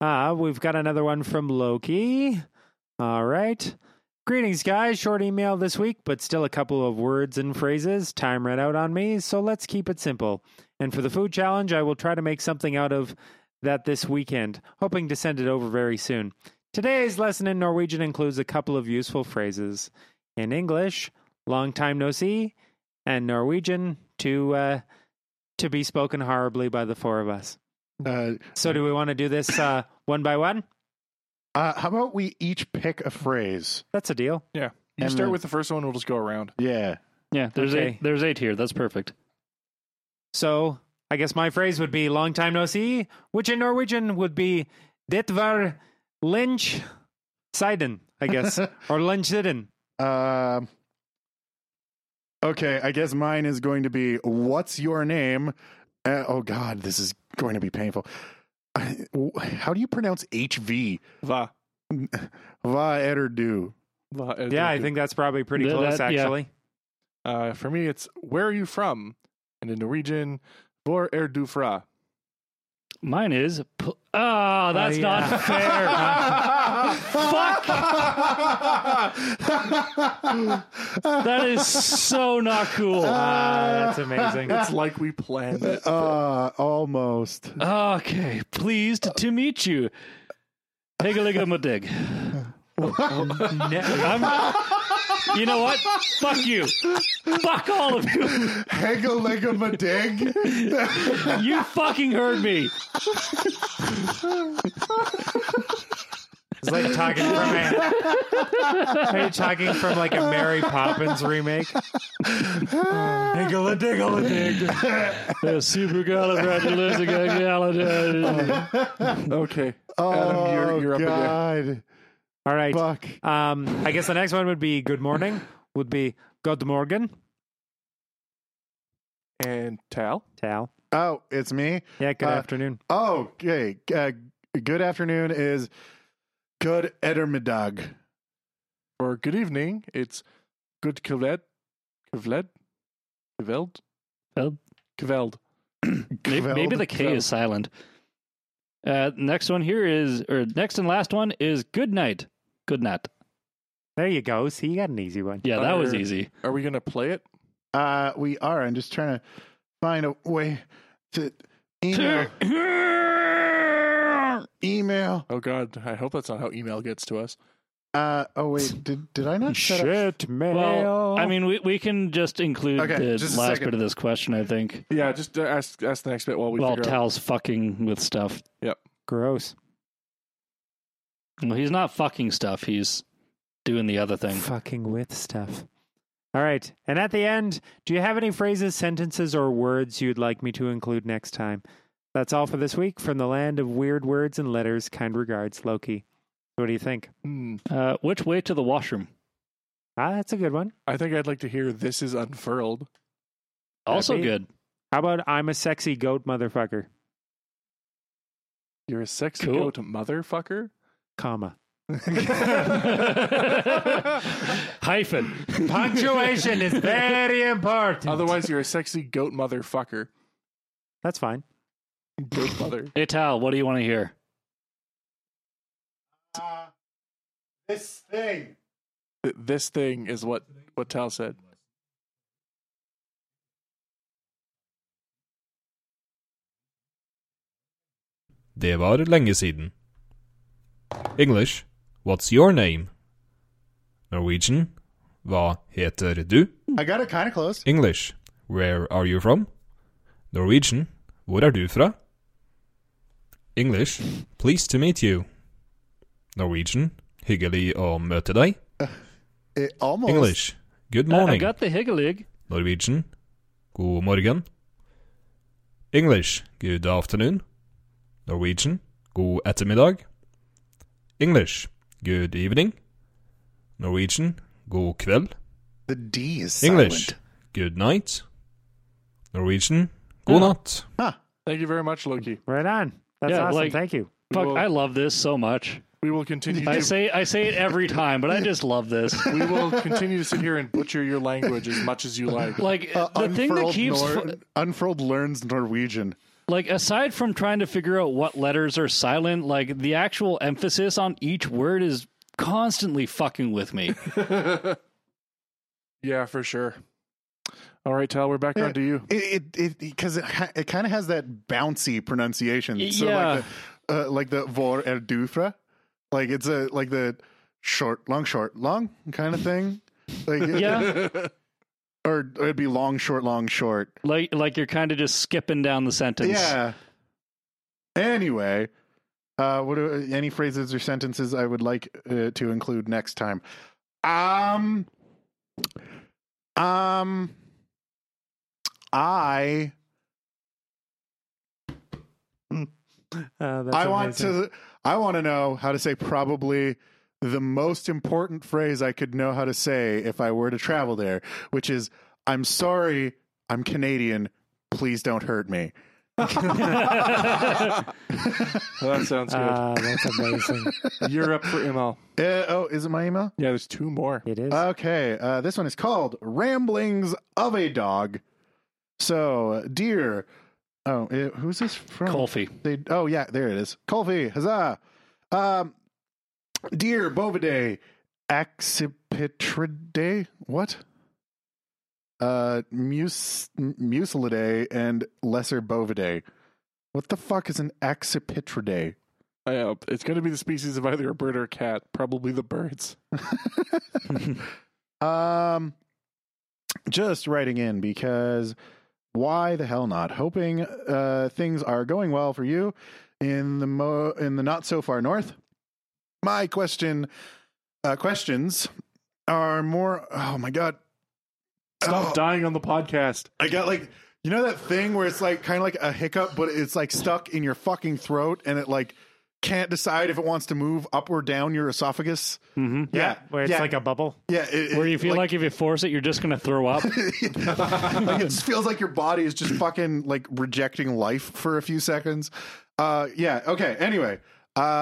S6: Ah, we've got another one from Loki. All right. Greetings, guys. Short email this week, but still a couple of words and phrases. Time ran out on me, so let's keep it simple. And for the food challenge, I will try to make something out of that this weekend, hoping to send it over very soon. Today's lesson in Norwegian includes a couple of useful phrases. In English, long time no see, and Norwegian, to, uh, to be spoken horribly by the four of us.
S1: Uh,
S6: So do we want to do this uh, one by one?
S1: uh, how about we each pick a phrase?
S6: That's a deal.
S4: Yeah. You
S1: And
S4: start
S1: the-
S4: with the first one. We'll just go around.
S1: Yeah.
S5: Yeah, there's
S6: Okay.
S5: eight. There's eight here. That's perfect.
S6: So I guess my phrase would be "long time no see," which in Norwegian would be "det var lynch siden," I
S5: [LAUGHS]
S6: guess, or lynch siden.
S1: Um, okay, I guess mine is going to be what's your name? Uh, oh God, this is going to be painful. Uh, How do you pronounce HV?
S4: Va.
S1: Va er du?
S4: va eh,
S6: Yeah, I
S4: du-
S6: think that's probably pretty
S5: Th-
S6: close,
S5: that- yeah.
S6: actually.
S4: Uh, for me, it's where are you from, and in Norwegian, hvor er du fra?
S5: Mine is. Pl- ah, that's
S6: Oh,
S5: not [LAUGHS] fair. Fuck. that is so not cool.
S6: Ah, That's amazing.
S4: [LAUGHS] It's like we planned it.
S1: Uh, [LAUGHS] almost.
S5: Okay, pleased to meet you.
S6: [LAUGHS]
S5: Higgligamedig. I'm, you know what? Fuck you. Fuck all of you.
S1: Hegel
S4: [LAUGHS]
S1: dig.
S5: You fucking heard me.
S6: It's like talking from a,
S5: [LAUGHS]
S6: are you talking from like a Mary Poppins remake.
S5: Supercalifragilisticexpialidocious.
S4: Okay.
S1: Oh,
S4: Adam, you're, you're up again.
S1: God.
S6: All right.
S1: Fuck.
S6: Um, I guess the next one would be Good Morning. Would be Good Morgan.
S4: And Tal?
S6: Tal.
S1: Oh, it's me.
S6: Yeah. Good
S1: Uh,
S6: afternoon.
S1: Oh, okay. Uh, good afternoon is good Edermadag.
S4: Or good evening. It's good Kvled. Kvled? Kveld?
S5: Kveld.
S4: Kveld.
S5: Maybe, maybe the K is silent. Uh, next one here is, or next and last one is good night. Good night.
S6: There you go. See, you got an easy one.
S5: Yeah, that was
S4: Or-
S5: easy.
S4: Are we going to play it?
S1: Uh, we are. I'm just trying to find a way to
S5: [LAUGHS]
S1: email. email.
S4: Oh, God. I hope that's not how email gets to us.
S1: Uh, oh wait, did did I not shut up?
S6: Shit, mail.
S5: Well, I mean, we, we can just include
S1: Okay,
S5: the
S1: just a
S5: last
S1: second.
S5: bit of this question, I think.
S4: Yeah, just uh, ask, ask the next bit while we
S5: While
S4: figure out.
S5: Tal's fucking with stuff.
S6: gross.
S5: Well, he's not fucking stuff. He's doing the other thing.
S6: Fucking with stuff. All right. And at the end, do you have any phrases, sentences, or words you'd like me to include next time? That's all for this week from the land of weird words and letters. Kind regards, Loki. What do you think?
S4: Hmm.
S5: Uh, which way to the washroom?
S6: Ah, that's a good one.
S4: I think I'd like to hear This Is Unfurled.
S5: Also
S6: Happy?
S5: good.
S6: How about I'm a sexy goat motherfucker?
S4: You're a sexy
S5: Cool.
S4: goat motherfucker?
S6: Comma.
S5: Hyphen.
S6: Punctuation is very important.
S4: Otherwise, you're a sexy goat motherfucker.
S6: That's fine.
S4: Goat mother.
S5: Hey, Tal, what do you want to hear?
S1: Uh, this thing.
S4: Th- This thing is what, what Tal said.
S8: Det var lenge siden. English, what's your name? Norwegian, hva heter du?
S1: I got it kind of close.
S8: English, where are you from? Norwegian, hvor er du fra? English, pleased to meet you. Norwegian, hyggelig å møte deg.
S1: It almost.
S8: English, good
S5: I, I
S8: morning.
S5: got the higglig.
S8: Norwegian, god morgen. English, good afternoon. Norwegian, god ettermiddag. English, good evening. Norwegian, god kveld.
S1: The D is silent.
S8: English, good night. Norwegian, god natt.
S4: Thank you very much, Loki.
S6: Right on. That's
S5: Yeah,
S6: awesome.
S5: like-
S6: Thank you.
S5: Fuck,
S4: Well-
S5: I love this so much.
S4: We will continue
S5: I
S4: to
S5: say I say it every time, but I just
S1: [LAUGHS]
S5: love this.
S4: we will continue to sit here and butcher your language as much as you like.
S5: Like
S1: Uh,
S5: the thing that
S1: unfurled
S5: keeps
S1: Nor-
S5: fu-
S1: unfurled learns Norwegian.
S5: like aside from trying to figure out what letters are silent, like the actual emphasis on each word is constantly fucking
S1: [LAUGHS]
S5: with me.
S4: yeah, for sure. All right, Tal, we're back
S1: Yeah.
S4: on to [LAUGHS] you.
S1: It it because it, ha- it kind of has that bouncy pronunciation. So
S5: Yeah.
S1: like the uh, like the vor er dufra, like it's a like the short long short long kind of thing. Like it-
S5: Yeah.
S1: [LAUGHS] or, or it'd be long short long short.
S5: like like you're kind of just skipping down the sentence.
S1: Yeah. Anyway, uh, what are, any phrases or sentences I would like uh, to include next time? Um, um, I
S6: Uh, that's
S1: I want to
S6: amazing.
S1: I want to know how to say probably the most important phrase I could know how to say if I were to travel there, which is I'm sorry, I'm Canadian. Please don't hurt me.
S4: That sounds good.
S6: Ah, that's
S1: [LAUGHS]
S6: amazing.
S4: Uh, You're up for ML.
S1: Uh, oh, is it my email?
S4: Yeah, there's two more.
S6: it is.
S1: Okay, uh, this one is called Ramblings of a Dog. So, dear Oh, it, who's this from?
S5: Colfi.
S1: They, oh yeah, there it is. Colfi, huzzah! Um, dear Bovidae, Accipitridae, what? Uh, mus m- Mucilidae and Lesser Bovidae. What the fuck is an Accipitridae?
S4: I hope it's going to be the species of either a bird or a cat, probably the birds.
S1: [LAUGHS] Um, just writing in because why the hell not? Hoping uh, things are going well for you in the mo- in the not so far north. My question uh, questions are more. Oh my god!
S4: Stop
S1: Oh.
S4: dying on the podcast.
S1: I got like you know that thing where it's like kind of like a hiccup, but it's like stuck in your fucking throat, and it like can't decide if it wants to move up or down your esophagus. Mm-hmm. Yeah,
S6: where it's
S1: yeah,
S6: like a bubble.
S1: yeah, it-
S5: Where
S1: it-
S5: you feel like, if you force it, you're just going to
S1: [LAUGHS]
S5: throw up.
S1: like it
S5: [LAUGHS]
S1: just feels like your body is just fucking like rejecting life for a few seconds. Uh, yeah. Okay. Anyway,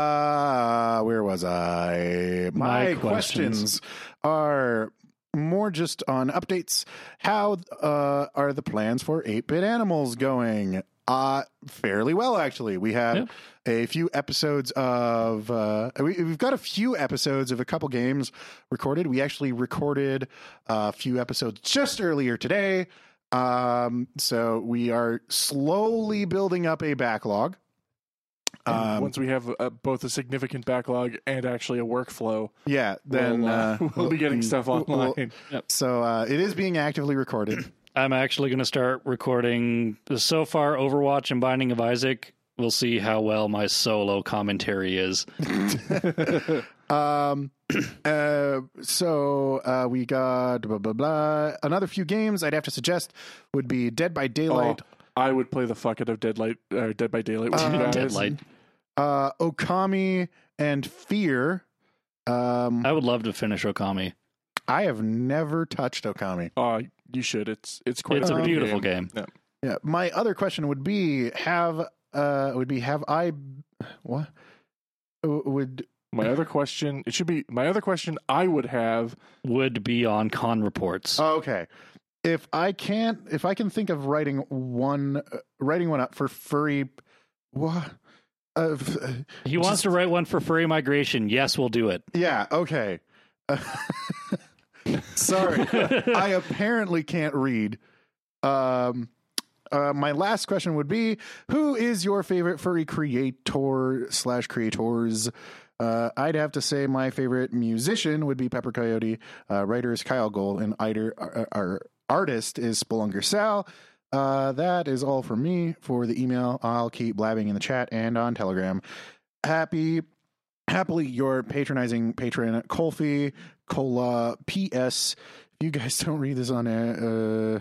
S1: uh, where was I? My,
S5: My
S1: questions.
S5: questions.
S1: are more just on updates. How uh, are the plans for eight bit animals going? Uh, fairly well, actually. We have a few episodes of uh, we, we've got a few episodes of a couple games recorded. We actually recorded uh, a few episodes just earlier today. Um, so we are slowly building up a backlog.
S4: And once we have uh both a significant backlog and actually a workflow,
S1: Yeah, then
S4: we'll,
S1: uh,
S4: uh, [LAUGHS] we'll be getting stuff
S1: we'll- we'll-
S4: online.
S1: so uh, it is being actively
S4: [CLEARS THROAT]
S1: recorded.
S5: I'm actually going to start recording so far Overwatch and Binding of Isaac. We'll see how well my solo commentary is.
S1: Um, [CLEARS THROAT] uh, so uh, we got blah blah blah. Another few games I'd have to suggest would be Dead by Daylight,
S4: Oh, I would play the fuck out of Deadlight, uh, Dead by Daylight with you guys.
S5: Deadlight.
S1: uh, Okami, and Fear. Um,
S5: I would love to finish Okami.
S1: I have never touched Okami.
S4: Uh, you should. It's it's quite.
S5: It's a
S4: fun
S5: beautiful game.
S4: Yeah.
S1: Yeah, my other question would be have uh would be have I what would
S4: My other question. It should be my other question. I would have.
S5: Would be on con reports.
S1: oh, okay if I can't if I can think of writing one uh, writing one up for furry what uh, f-
S5: he wants to write one for furry migration. Yes, we'll do it.
S1: yeah okay [LAUGHS] Uh, sorry I apparently can't read um. Uh, my last question would be: Who is your favorite furry creator slash creators? Uh, I'd have to say my favorite musician would be Pepper Coyote. Uh, writer is Kyle Gold, and either, our, our artist is Spelunker Sal. Uh, that is all for me for the email. I'll keep blabbing in the chat and on Telegram. Happy, happily, your patronizing patron Colfi Cola P.S. If you guys [LAUGHS] don't read this on air, uh,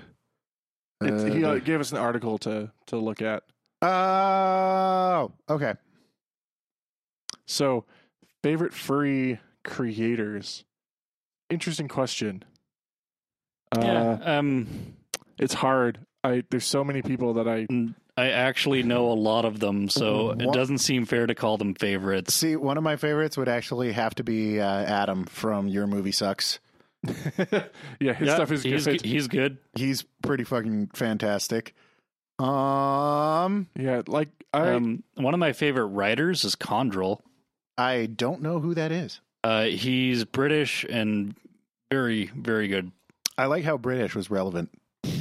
S4: It's, he
S1: uh,
S4: uh, gave us an article to to look at.
S1: Oh, okay.
S4: So, favorite furry creators. Interesting question. Uh,
S5: yeah. Um,
S4: It's hard. I there's so many people that I
S5: I actually know a lot of them, so it
S1: What-
S5: doesn't seem fair to call them favorites.
S1: See, one of my favorites would actually have to be uh, Adam from Your Movie Sucks.
S4: yeah, his
S5: Yeah,
S4: stuff is
S5: he's,
S4: good.
S5: he's good.
S1: He's pretty fucking fantastic. Um,
S4: yeah, like I
S5: Um, one of my favorite writers is Condrel.
S1: I don't know who that is.
S5: Uh, he's British and very, very good.
S1: I like how British was relevant. [LAUGHS]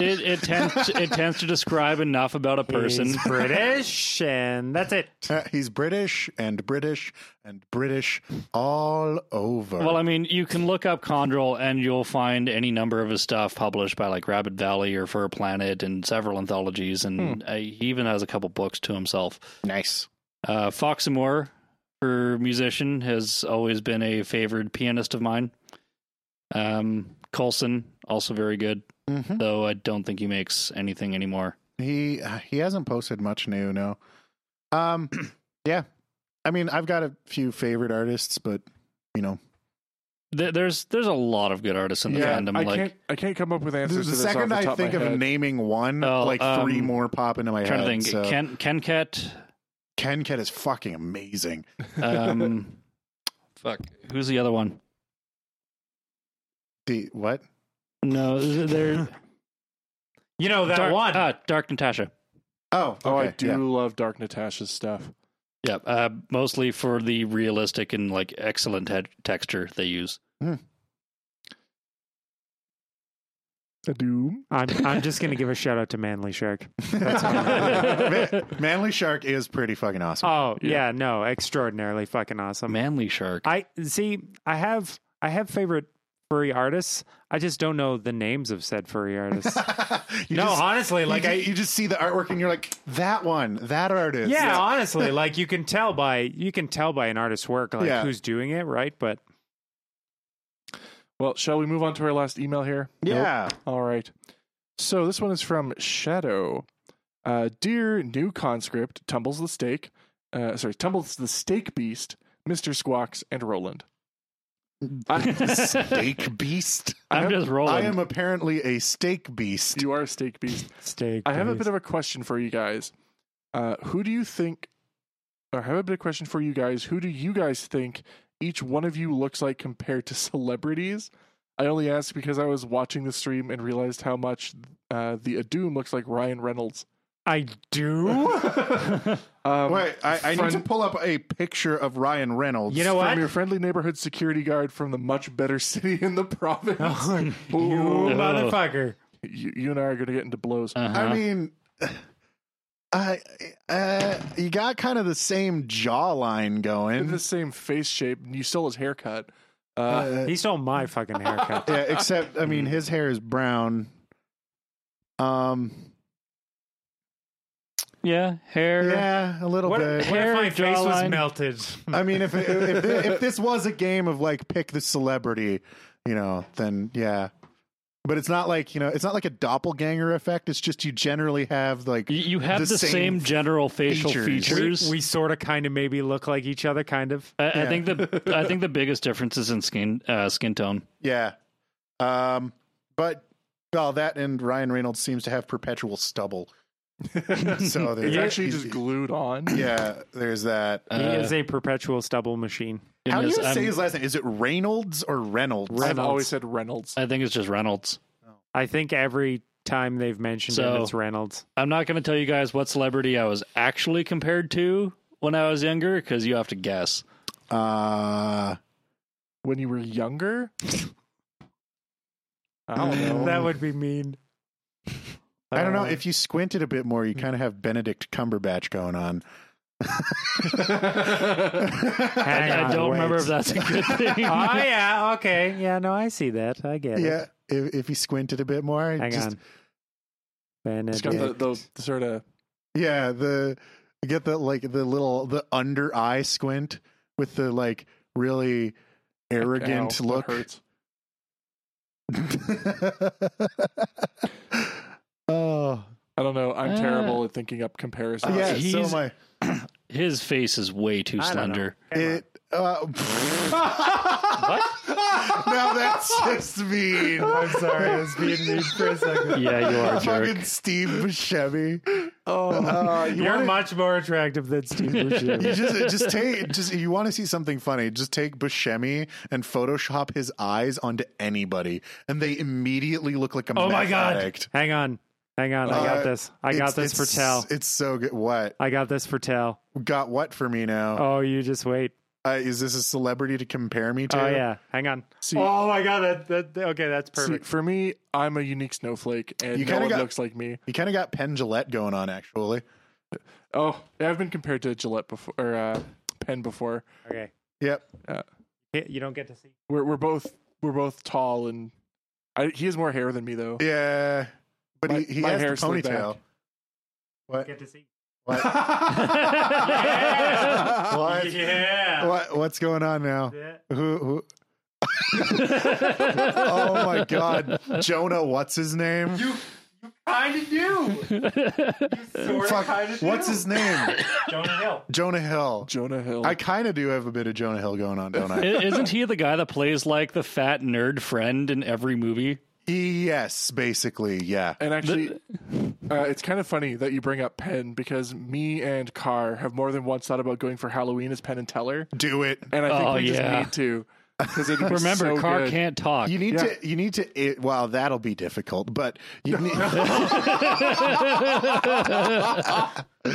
S5: It, it tends to, it tends to describe enough about a person.
S6: He's British, and that's it.
S1: Uh, he's British and British and British all over.
S5: Well, I mean, you can look up Condrel and you'll find any number of his stuff published by like Rabbit Valley or Fur Planet and several anthologies, and
S4: Hmm.
S5: uh, he even has a couple books to himself.
S1: nice.
S5: Uh, Fox Moore, her musician, has always been a favored pianist of mine. Um, Colson, also very good,
S1: Mhm.
S5: though I don't think he makes anything anymore.
S1: He uh, he hasn't posted much new. No. Um. [CLEARS THROAT] yeah. I mean, I've got a few favorite artists, but you know,
S5: There, there's there's a lot of good artists in the
S4: yeah,
S5: fandom.
S4: I
S5: like
S4: can't I can't come up with
S1: the,
S4: answers.
S1: the
S4: to this off
S1: second
S4: the
S1: I
S4: top
S1: think
S4: my
S1: of
S4: head.
S1: naming one,
S5: Oh,
S1: like three
S5: um,
S1: more pop into my
S5: trying
S1: head.
S5: to think,
S1: so.
S5: Ken Ken Cat.
S1: Ken Ket is fucking amazing.
S4: [LAUGHS]
S5: Um, fuck, who's the other one?
S1: The, what?
S5: No, there.
S6: You know that
S5: Dark,
S6: one.
S5: ah, Dark Natasha.
S1: Oh, okay.
S4: oh, I do
S1: yeah.
S4: love Dark Natasha's stuff.
S5: Yeah, uh, mostly for the realistic and like excellent te- texture they use.
S4: A doom.
S6: [LAUGHS] I'm I'm just gonna give a shout out to Manly Shark.
S1: Man- Manly Shark is pretty fucking awesome.
S6: Oh
S4: Yeah.
S6: yeah, no, extraordinarily fucking awesome.
S5: Manly Shark.
S6: I see. I have I have favorite furry artists. I just don't know the names of said furry [LAUGHS] artists.
S1: [LAUGHS] You
S6: no,
S1: just-
S6: honestly, like
S1: you, [LAUGHS]
S6: I.
S1: you just see the artwork and you're like, that one, that artist.
S6: yeah, [LAUGHS] honestly, like you can tell by you can tell by an artist's work like
S1: Yeah.
S6: who's doing it, right? But
S4: Well, shall we move on to our last email here?
S1: yeah.
S4: All right. So this one is from Shadow. Uh, dear new conscript, tumbles the stake. Uh, sorry, tumbles the stake beast, Mister Squawks, and Roland.
S5: [LAUGHS]
S4: I, [LAUGHS]
S1: Steak beast.
S5: I'm just rolling.
S1: I am apparently a steak beast.
S4: you are a stake beast.
S6: stay.
S4: I have a bit of a question for you guys. Uh, who do you think? Or I have a bit of question for you guys. Who do you guys think each one of you looks like compared to [LAUGHS] celebrities? I only ask because I was watching the stream and realized how much uh, the Adoom looks like Ryan Reynolds.
S6: I do.
S4: Um,
S1: Wait, I, I need
S4: friend-
S1: to pull up a picture of Ryan Reynolds.
S6: You know
S4: From
S6: what?
S4: your friendly neighborhood security guard from the much better [LAUGHS] city in the
S6: [LAUGHS]
S4: province.
S6: [LAUGHS] Oh, you motherfucker.
S4: you, you and I are going to get into blows.
S5: Uh-huh.
S1: I mean, [SIGHS] I, uh, you got kind of the same jawline
S4: In
S1: going.
S4: the same face shape, and you stole his haircut. Uh,
S1: Uh,
S6: He stole my fucking haircut.
S1: yeah, except I mean, his hair is brown. Um,
S5: yeah, hair.
S1: yeah, a little [LAUGHS]
S6: [LAUGHS] What, what
S1: bit.
S6: if
S5: Hair,
S6: my face was
S5: jawline.
S6: melted?
S1: I mean, if if, if, thi- if this was a game of like pick the celebrity, you know, then yeah. But it's not like you know, it's not like a doppelganger effect. It's just you generally have like
S5: You, you have
S1: The
S5: the,
S1: same
S5: same, general facial
S1: features.
S5: features.
S6: We sort of kind of maybe look like each other, kind of.
S5: I,
S1: Yeah.
S5: I think the I
S6: [LAUGHS]
S5: think the biggest difference is in skin uh, skin tone.
S1: yeah. Um, but well, that and Ryan Reynolds seems to have perpetual stubble. so there's
S4: it's actually just glued on.
S1: yeah. There's that.
S5: Uh,
S6: He is a perpetual stubble machine.
S1: How do
S5: goodness,
S1: you say
S5: I'm-
S1: his last name? Is it Reynolds or Reynolds?
S4: I've always said Reynolds.
S5: I think it's just Reynolds.
S6: I think every time they've mentioned
S5: So-
S6: him, it's Reynolds.
S5: I'm not going to tell you guys what celebrity I was actually compared to when I was younger because you have to guess.
S1: Uh,
S4: When you were younger? I
S6: Oh,
S4: don't
S1: [LAUGHS]
S4: know.
S6: That would be [LAUGHS] mean.
S1: I don't know.
S6: Oh. [LAUGHS]
S1: If you squinted a bit more, you kind of have Benedict Cumberbatch going on. [LAUGHS]
S6: Hang
S5: I,
S6: on,
S5: don't
S6: wait.
S5: remember if that's a good thing.
S6: oh
S1: [LAUGHS]
S6: yeah, okay, yeah. No, I see that. I get it.
S1: Yeah, if, if you squinted a bit more,
S6: Hang
S1: just-
S6: on. Benedict.
S4: It's got the, the, sort of.
S1: Yeah, the you get the like the little the under eye squint with the like really arrogant look.
S4: Hurts.
S1: [LAUGHS] oh,
S4: I don't know. I'm
S5: Uh,
S4: terrible at thinking up comparisons.
S1: yeah. So
S5: he's-
S1: am I.
S5: His face is way too
S6: I don't know.
S5: slender.
S1: It. Uh, [LAUGHS] now that's just mean.
S6: I'm sorry, I was being mean for a second.
S5: Yeah, you are a
S1: [LAUGHS]
S5: jerk.
S1: Fucking Steve Buscemi.
S4: Oh,
S1: Uh, you
S6: You're
S1: wanna-
S6: much more attractive than [LAUGHS] Steve
S1: you
S6: Buscemi.
S1: just
S6: [LAUGHS]
S1: just take just you want to see something funny just take Buscemi and photoshop his eyes onto anybody and they immediately look like a
S6: Oh my
S1: meth
S6: God.
S1: addict.
S6: Hang on, hang on. I
S1: Uh,
S6: got this. I got
S1: It's-
S6: this for
S1: it's-
S6: Tal.
S1: It's so good. What
S6: I got this for Tal.
S1: got what for me now?
S6: Oh, you just wait.
S1: Uh, is this a celebrity to compare me to?
S6: Oh yeah, hang on.
S4: See-
S6: oh my god, that, that- that- okay, that's
S4: [LAUGHS] See,
S6: perfect.
S4: for me, I'm a unique snowflake, and
S1: You
S4: no
S1: kinda
S4: one
S1: got-
S4: looks like me.
S1: You kind of got Penn Gillette going on actually.
S4: Oh, I've been compared to Gillette before, or uh, Penn before.
S6: okay,
S1: Yep.
S6: Yeah, you don't get to see.
S4: We're we're both we're both tall, and I, he has more hair than me though.
S1: Yeah. But
S4: My-
S1: he, he
S4: my
S1: has the
S4: hair slid
S1: ponytail.
S4: back.
S1: What?
S6: Get to
S1: [LAUGHS]
S6: see. [LAUGHS]
S1: What?
S6: Yeah.
S1: what?
S6: Yeah.
S1: What? What's going on now?
S6: Yeah.
S1: Who?
S3: [LAUGHS]
S1: who? oh my God, Jonah! What's his name?
S3: You, you kind of do. You sort of
S1: Fuck,
S3: kind of do.
S1: what's his name?
S6: Jonah Hill.
S1: Jonah Hill.
S4: Jonah Hill.
S1: I kind of do have a bit of Jonah Hill going on, don't
S5: [LAUGHS]
S1: I?
S5: I- Isn't he the guy that plays like the fat nerd friend in every movie?
S1: yes, basically, yeah.
S4: and actually, [LAUGHS] uh, it's kind of funny that you bring up Penn because me and Carr have more than once thought about going for Halloween as Penn and Teller,
S1: Do it.
S4: and I think
S5: Oh,
S4: we
S5: yeah.
S4: just need to. because
S5: [LAUGHS]
S4: it was
S5: Remember,
S4: so
S5: car
S4: good.
S5: can't talk.
S1: You need
S4: Yeah.
S1: to. You need to. It, well, that'll be difficult, but
S3: [LAUGHS]
S1: you need. [LAUGHS]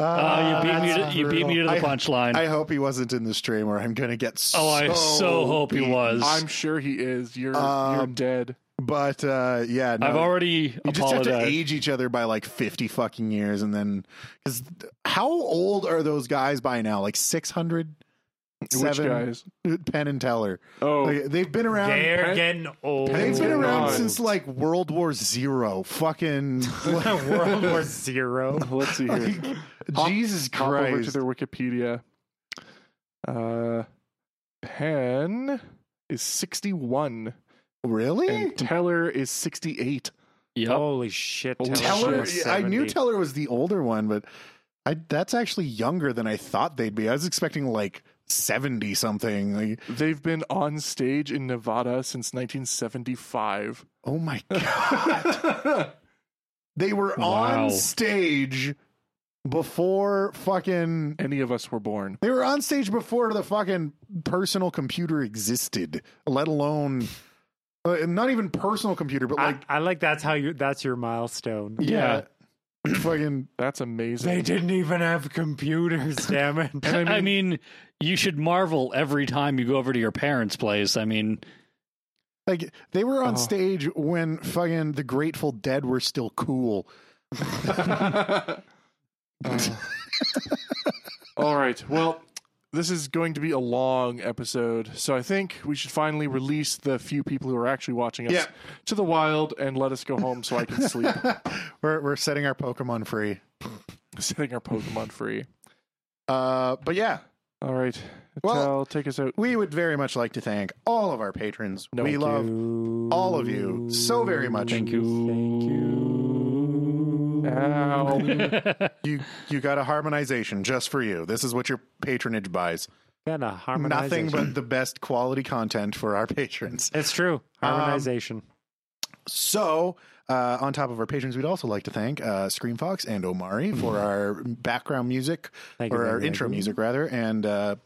S5: Oh, you beat me. To, you beat me to the
S1: I-
S5: punchline.
S1: I hope he wasn't in the stream, or I'm going to get.
S5: oh, I so, hope he
S1: beat.
S5: was. i
S4: I'm sure he is. You're you're
S1: Um,
S4: dead.
S1: But uh, yeah, no,
S5: have already
S1: You just have to
S5: apologized.
S1: age each other by like 50 fucking years, and then because how old are those guys by now? Like 600.
S4: Which guys?
S1: Penn and Teller.
S4: Oh,
S1: Like, they've been around.
S6: They're
S4: Pen-
S6: getting old.
S1: They've Um, been
S4: Penn-
S1: around
S4: God.
S1: since like World War Zero.
S4: [LAUGHS]
S1: Fucking
S6: [LAUGHS]
S1: [LAUGHS]
S6: World War Zero.
S4: let's see here.
S1: Jesus
S4: [LAUGHS] Hop over to
S1: Christ!
S4: their Wikipedia. Uh, Penn is 61
S1: Really?
S4: and Teller is 68.
S5: Yep.
S6: Holy shit!
S4: Holy
S1: Teller.
S6: was
S1: I knew
S6: 70.
S1: Teller was the older one, but I that's actually younger than I thought they'd be. I was expecting like seventy something. Like,
S4: They've been on stage in Nevada since 1975.
S1: oh
S4: [LAUGHS]
S1: my god! they were
S5: Wow.
S1: on stage before fucking.
S4: Any of us were born.
S1: They were on stage before the fucking personal computer existed, let alone uh, not even personal computer, but like
S6: I, I like that's how you. That's your milestone.
S1: [LAUGHS] yeah, fucking
S4: That's amazing.
S6: They didn't even have computers. Damn it!
S5: I mean, you should marvel every time you go over to your parents' place. I mean,
S1: Like they were on
S4: Oh.
S1: stage when fucking the Grateful Dead were still cool.
S4: [LAUGHS] All right. Well, this is going to be a long episode, so I think we should finally release the few people who are actually watching us
S1: Yeah.
S4: to the wild and let us go home so I can sleep, [LAUGHS]
S1: We're we're setting our Pokemon free.
S4: setting our Pokemon free.
S1: Uh, but yeah,
S4: All right.
S1: Well-
S4: Tal, take us out.
S1: we would very much like to thank all of our patrons.
S4: No,
S1: we
S4: thank
S1: love all of you so very much.
S5: thank you.
S4: Ow.
S6: [LAUGHS]
S1: You you got a harmonization just for you. This is what your patronage buys.
S6: Then a harmonization.
S1: Nothing but the best quality content for our patrons.
S6: It's true.
S1: Um,
S6: Harmonization.
S1: So, uh, on top of our patrons, we'd also like to thank uh, Scream Fox and Omari for our background music,
S6: Mm-hmm. Thank you,
S1: or
S6: thank
S1: our
S6: you,
S1: intro
S6: thank you.
S1: music, rather, and uh,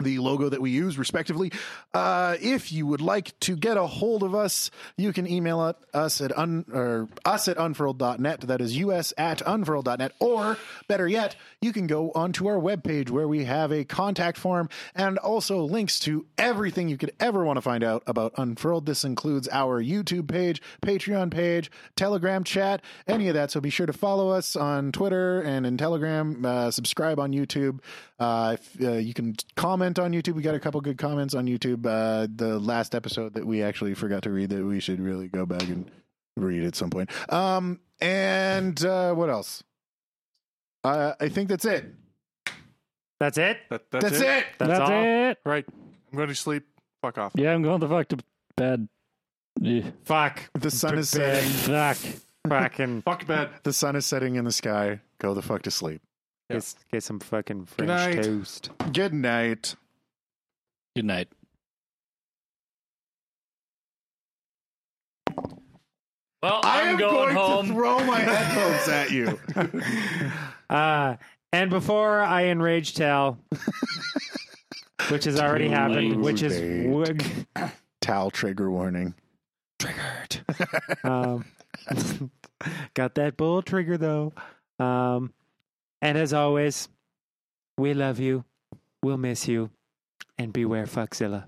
S1: the logo that we use, respectively. Uh, if you would like to get a hold of us, you can email at us at un, or us at unfurled.net. That is us at unfurled.net. Or, better yet, you can go onto our webpage where we have a contact form and also links to everything you could ever want to find out about Unfurled. This includes our YouTube page, Patreon page, Telegram chat, any of that. So be sure to follow us on Twitter and in Telegram. Uh, subscribe on YouTube. Uh, if, uh, you can comment on YouTube. We got a couple good comments on YouTube. Uh, the last episode that we actually forgot to read that we should really go back and read at some point. Um, and uh, what else? Uh, I think that's it.
S6: That's it.
S4: That-
S1: That's, it.
S6: That's,
S5: That's
S6: all.
S5: it.
S4: Right. I'm going to sleep. Fuck off.
S5: Yeah, I'm going the fuck to bed. Yeah.
S6: Fuck.
S1: The sun is
S6: Big
S1: setting. [LAUGHS]
S5: Fuck.
S6: Fucking
S4: Fuck bed.
S1: The sun is setting in the sky. Go the fuck to sleep.
S4: Yeah.
S6: get, get some fucking
S4: night.
S6: French toast.
S1: Good night.
S5: Good night. Well,
S1: I
S5: I'm
S1: am
S5: going,
S1: going,
S5: home.
S1: to throw my headphones at you.
S6: Uh, and before I enrage Tal, which has already
S5: Too
S6: happened, which is
S1: late.
S6: wig.
S1: Towel trigger warning.
S6: [LAUGHS] Um, [LAUGHS] got that bull trigger though. Um, and as always, we love you. We'll miss you. And beware, Fuckzilla.